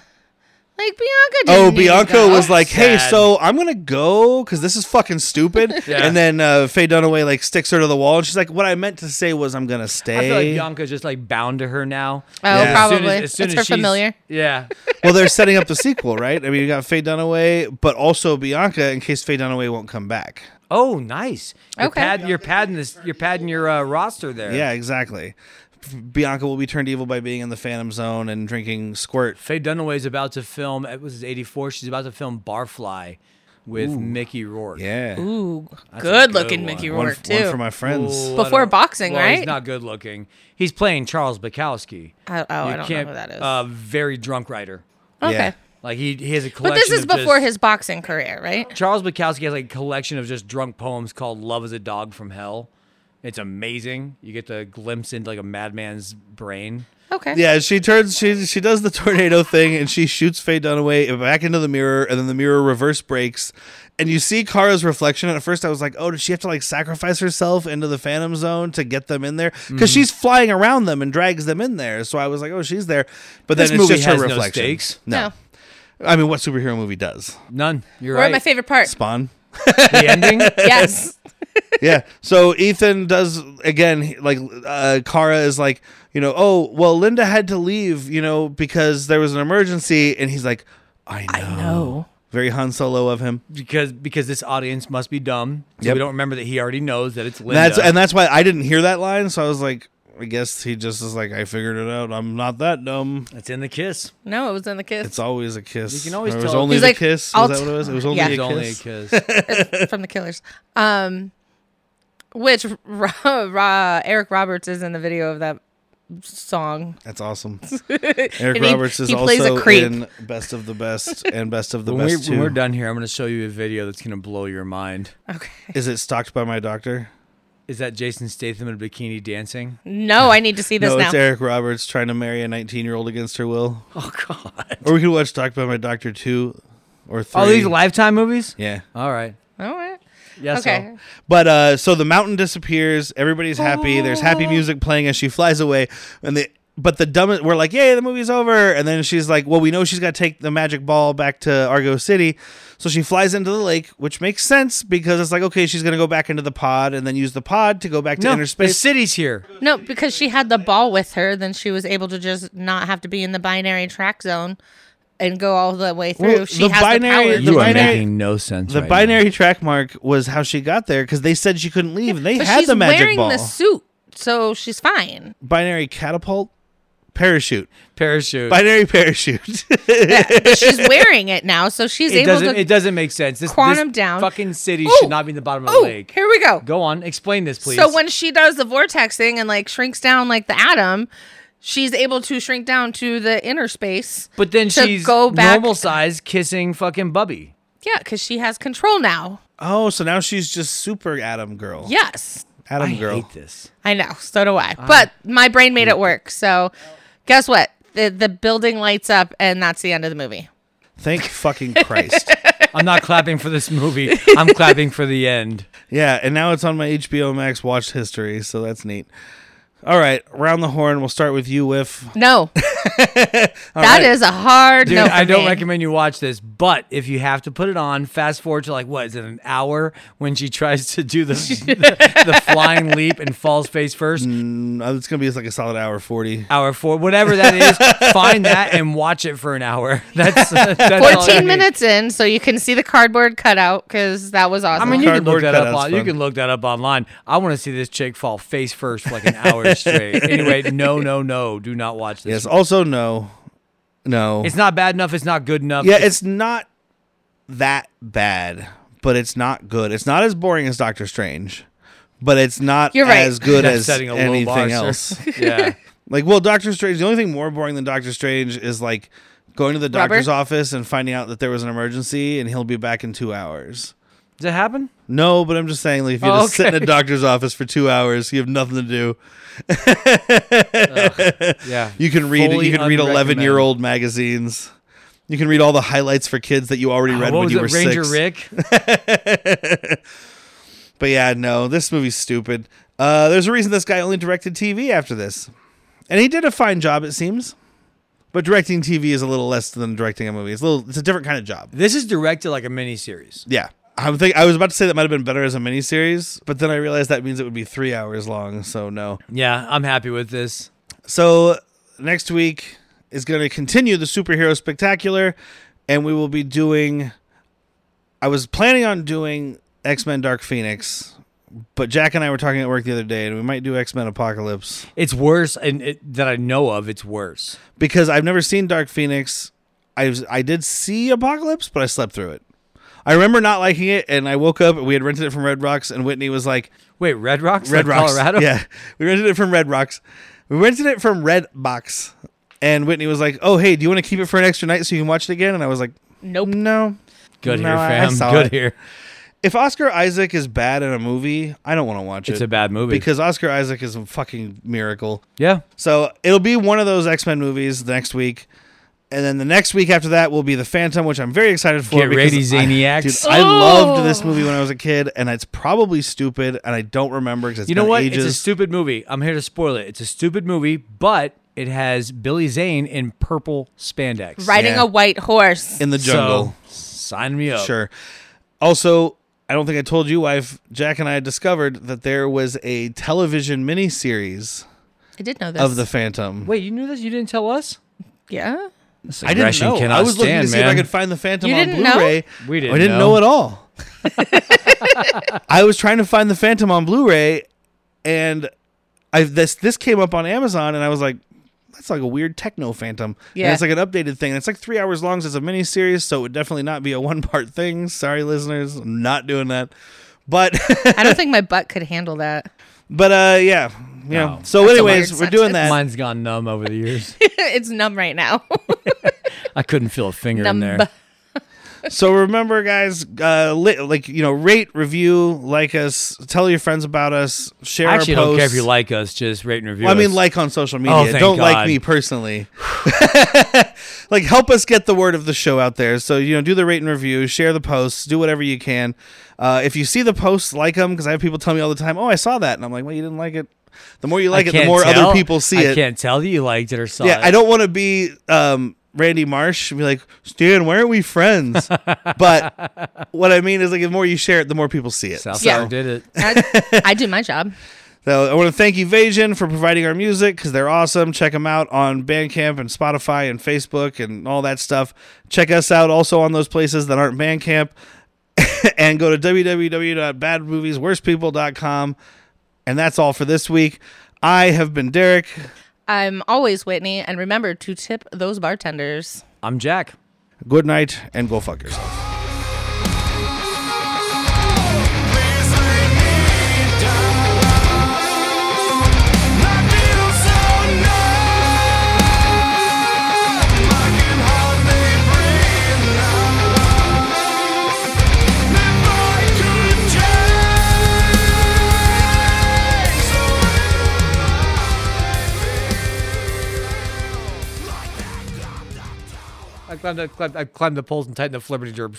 C: Like Bianca. Didn't
A: Oh,
C: need
A: Bianca
C: that.
A: was like, "Hey,
B: Sad.
A: so I'm gonna go because this is fucking stupid."
B: [LAUGHS] Yeah.
A: And then uh, Faye Dunaway like sticks her to the wall, and she's like, "What I meant to say was I'm gonna
B: I feel like
A: stay."
B: Bianca's just like bound to her now.
C: Oh,
A: Yeah.
B: As soon
C: probably.
B: as- as soon
C: it's
B: as
C: her
B: she's-
C: familiar.
B: Yeah.
A: well, they're setting up the sequel, right? I mean, you got Faye Dunaway, but also Bianca in case Faye Dunaway won't come back.
B: Oh, nice. You're
C: Okay.
B: Pad, you're padding this. You're padding your uh, roster there.
A: Yeah, exactly. F- Bianca will be turned evil by being in the Phantom Zone and drinking squirt.
B: Faye Dunaway's about to film. It was eighty four. She's about to film Barfly with Mickey Rourke.
A: Yeah,
C: Ooh, good
B: good
C: looking
B: one.
C: Mickey
A: one,
C: Rourke
A: f-
C: too.
A: one for my friends.
B: Well, I
C: Before
B: don't-
C: boxing,
B: well,
C: right?
B: He's not good looking. He's playing Charles Bukowski.
C: I- oh,
B: You
C: I don't know
B: can't-
C: who that is.
B: Uh, very drunk writer.
C: okay,
A: Yeah.
B: Like he, he has a collection.
C: but this is
B: of just-
C: before his boxing career, right?
B: Charles Bukowski has like a collection of just drunk poems called "Love Is a Dog from Hell." It's amazing. You get the glimpse into like a madman's brain.
C: Okay.
A: Yeah, she turns. She she does the tornado thing, and she shoots Faye Dunaway back into the mirror, and then the mirror reverse breaks, and you see Kara's reflection. And at first, I was like, "Oh, did she have to like sacrifice herself into the Phantom Zone to get them in there?" Because
B: Mm-hmm.
A: she's flying around them and drags them in there. So I was like, "Oh, she's there," but then
B: This
A: it's
B: movie
A: just
B: has
A: her
B: no
A: reflection.
B: stakes.
A: no, I mean, what superhero movie does
B: None. You're
C: We're
B: right.
A: [LAUGHS]
C: at my favorite part.
A: Spawn?
B: The ending?
C: Yes.
A: yeah. So Ethan does again. he- Like uh, Kara is like, you know, oh well, Linda had to leave, you know, because there was an emergency, and he's like, I know.
C: know.
A: Very Han Solo of him.
B: because because this audience must be dumb. So
A: Yep.
B: we don't remember that he already knows that it's Linda.
A: And that's and that's why I didn't hear that line. So I was like, I guess he just is like, I figured it out. I'm not that dumb.
B: That's in the kiss.
C: No, it was in the kiss.
A: It's always a kiss.
B: You can always
A: Or it was
B: tell.
A: only
C: He's
A: the
C: like,
A: kiss.
C: "I'll
A: Was that
C: t-
A: what it was? It was only,
C: Yeah.
A: a,
B: It's
A: kiss.
B: only
A: [LAUGHS]
B: a kiss.
C: [LAUGHS] from the Killers. Um, which [LAUGHS] Ra, Ra, Eric Roberts is in the video of that song.
A: That's awesome.
C: [LAUGHS] And
A: Eric
C: he-
A: Roberts is
C: he plays a
A: also
C: creep.
A: in Best of the Best and Best of the
B: when, we,
A: Best
B: when we're
A: too.
B: done here, I'm going to show you a video that's going to blow your mind.
C: Okay.
A: Is it stalked by my doctor?
B: Is that Jason Statham in a bikini dancing?
A: [LAUGHS]
C: No, I need to see this
A: No,
C: now.
A: it's Eric Roberts trying to marry a 19 year old against her will.
B: Oh God!
A: Or we could watch Talked by My Doctor 2 or 3.
C: Oh,
B: All these Lifetime movies?
A: yeah.
B: All right.
C: All right.
B: Yeah.
C: Okay.
B: So.
A: But uh, so the mountain disappears. Everybody's happy. There's happy music playing as she flies away. And the but the dumbest we're like, yay, the movie's over. And then she's like, well, we know she's got to take the magic ball back to Argo City. So she flies into the lake, which makes sense because it's like, okay, she's gonna go back into the pod and then use the pod to go back to
B: No,
A: inner
B: the
A: space.
B: city's here.
C: No, because she had the ball with her, then she was able to just not have to be in the binary track zone and go all the way through.
A: Well, the
C: she has
A: binary-
C: the power.
A: You are binary- making
B: no sense.
A: The binary track mark was how she got there because they said she couldn't leave. and they
C: but
A: had
C: she's
A: the magic
C: wearing
A: ball.
C: the suit, so
A: [LAUGHS]
C: she's fine.
A: binary catapult, parachute,
B: parachute. [LAUGHS]
A: binary parachute. [LAUGHS]
C: She's wearing it now, so she's
B: it
C: able
B: doesn't.
C: to.
B: It doesn't make sense. This,
C: quantum
B: this
C: down.
B: Fucking city
C: Ooh.
B: should not be in the bottom of the
C: Oh,
B: lake.
C: here we go.
B: Go on. Explain this, please.
C: So when she does the vortex thing and like shrinks down like the atom, she's able to shrink down to the inner space.
B: But then
C: to
B: she's
C: go back-
B: normal size kissing fucking Bubby.
C: Yeah, because she has control now.
A: oh, so now she's just super Adam girl.
C: Yes,
A: Adam
B: I
A: girl.
B: hate this.
C: I know. So do
B: Uh-huh.
C: I. but my brain made it work. So guess what? The the building lights up, and that's the end of the movie.
B: [LAUGHS]
A: Thank fucking Christ.
B: I'm not clapping for this
C: [LAUGHS]
B: movie. I'm clapping for the end.
A: yeah, and now it's on my HBO Max watch history, so that's neat. All right, round the horn. We'll start with you, Whiff.
B: [LAUGHS]
C: No, that is a hard
B: Dude,
C: no. for
B: I don't
C: me.
B: recommend you watch this, but if you have to put it on, fast forward to like what is it an hour when she tries
A: [LAUGHS]
B: to do the the, the flying leap and falls face first.
A: Mm, It's gonna be like a solid hour forty.
B: Hour four, whatever that is, find that and watch it for an hour. [LAUGHS] That's, that's all I
C: Fourteen
B: need.
C: minutes in, so you can see the cardboard cutout because that was
B: I
C: awesome.
B: mean, you can look
A: Cardboard
B: that up.
A: cutouts
B: On, you
A: fun.
B: can look that up online. I want to see this chick fall face first for like an
A: [LAUGHS]
B: hour straight. Anyway, no, no, no, do not watch this.
A: Yes. Also, no, no.
B: It's not bad enough. It's not good enough.
A: yeah, it's not that bad, but it's not good. It's not as boring as Doctor Strange, but it's not
C: You're right.
A: as good
B: I'm
A: as
B: setting a low
A: anything
B: bar, sir. [LAUGHS]
A: else.
B: yeah.
A: Like, well, Doctor Strange, the only thing more boring than Doctor Strange is like going to the
C: Rubber?
A: doctor's office and finding out that there was an emergency and he'll be back in two hours.
B: Does it happen?
A: No, but I'm just saying, like, if you
B: Oh,
A: just sit in a doctor's office for two hours, you have nothing to do.
B: Yeah.
A: You can read,
B: Fully
A: you can read
B: unrecommend.
A: 11 year old magazines. You can read all the highlights for kids that you already read
B: Ah, what
A: when
B: was
A: you
B: it,
A: were
B: Ranger
A: six.
B: Rick?
A: [LAUGHS] But yeah, no, this movie's stupid. Uh, there's a reason this guy only directed TV after this, and he did a fine job, it seems. But directing TV is a little less than directing a movie. It's a little, it's a different kind of job.
B: This is directed like a miniseries.
A: Yeah. I'm think I was about to say that might have been better as a miniseries, but then I realized that means it would be three hours long. So no.
B: Yeah, I'm happy with this.
A: So next week is going to continue the superhero spectacular, and we will be doing. I was planning on doing X Men Dark Phoenix, but Jack and I were talking at work the other day, and we might do X Men Apocalypse
B: It's worse, and it, that I know of, it's worse.
A: because I've never seen Dark Phoenix. I was, I did see Apocalypse, but I slept through it. I remember not liking it, and I woke up. We had rented it from Red Rocks, and Whitney was like,
B: Wait, Red Rocks,
A: Red
B: like
A: Rocks.
B: Colorado.
A: Yeah. We rented it from Red Rocks. We rented it from Red Box. And Whitney was like, Oh, hey, do you want to keep it for an extra night so you can watch it again? And I was like,
C: nope.
A: No.
B: good
A: No,
B: here,
A: I- I
B: fam.
A: saw
B: Good
A: it.
B: here.
A: If Oscar Isaac is bad in a movie, I don't want to watch it.
B: It's a bad movie.
A: Because Oscar Isaac is a fucking miracle.
B: yeah,
A: So it'll be one of those X Men movies the next week. And then the next week after that will be The Phantom, which I'm very excited for.
B: Get ready,
A: because I-
B: Zaniacs.
A: dude, I, loved this movie when I was a kid, and it's probably stupid, and I don't remember because
B: you know
A: been
B: what?
A: ages.
B: It's a stupid movie. I'm here to spoil it. It's a stupid movie, but it has Billy Zane in purple spandex.
C: Riding
A: Yeah.
C: a white horse.
A: in the
B: So, uh,
A: jungle.
B: sign me up.
A: Sure. Also, I don't think I told you, wife. Jack and I discovered that there was a television miniseries
C: I did know this.
A: of the Phantom.
B: Wait, you knew this? You didn't tell us?
C: yeah.
B: This
A: I didn't know. I was looking to see if I could find the Phantom
C: You
A: on
C: didn't know?
A: Blu-ray.
B: We didn't
A: I didn't
B: know.
A: know. at all. [LAUGHS] I was trying to find the Phantom on Blu-ray, and I this this came up on Amazon, and I was like, "That's like a weird techno Phantom."
C: Yeah.
A: and it's like an updated thing. It's like three hours long. So it's a mini series, so it would definitely not be a [LAUGHS] one-part thing. Sorry, listeners, I'm not doing that. But [LAUGHS]
C: I don't think my butt could handle that.
A: but uh, yeah, you know.
B: No.
A: So
C: That's a
A: anyways,
C: weird
A: we're doing that.
C: sentence.
B: Mine's gone numb over the years.
C: [LAUGHS] it's numb
B: [LAUGHS]
C: right now.
B: I couldn't feel a finger
C: numb.
B: in there.
A: So remember, guys, uh, li- like you know, rate, review, like us, tell your friends about us, share
B: I actually
A: our posts.
B: don't care if you like us. Just rate and review.
A: Well, I mean,
B: us.
A: like on social
B: Oh,
A: media.
B: thank
A: don't
B: God.
A: like me personally.
B: [SIGHS]
A: [LAUGHS] like, help us get the word of the show out there. So you know, do the rate and review, share the posts, do whatever you can. Uh, if you see the posts, like them because I have people tell me all the time, "Oh, I saw that," and I'm like, "Well, you didn't like it." The more you
B: I
A: like it, the
B: can't
A: more
B: tell.
A: other people see
B: I
A: it.
B: can't tell that you liked it or saw
A: Yeah,
B: it.
A: I don't want to be um, Randy Marsh and be like, Stan, why aren't we friends? but what I mean is, like, the more you share it, the more people see it.
B: South
C: Yeah.
B: Park did it.
C: I,
B: [LAUGHS]
C: I do my job.
A: So I want to thank Evasion for providing our music because they're awesome. Check them out on Bandcamp and Spotify and Facebook and all that stuff. Check us out also on those places that aren't Bandcamp [LAUGHS] and go to www.badmoviesworstpeople.com. And that's all for this week. I have been Derek.
C: I'm always Whitney, and remember to tip those bartenders.
B: I'm Jack.
A: Good night and go fuck yourself.
E: Please lay me down. I feel so numb. I can hardly breathe now. If I could change the way that I feel, like that.
B: I climbed, I climbed, I climbed the poles and tightened the flipper gerbs.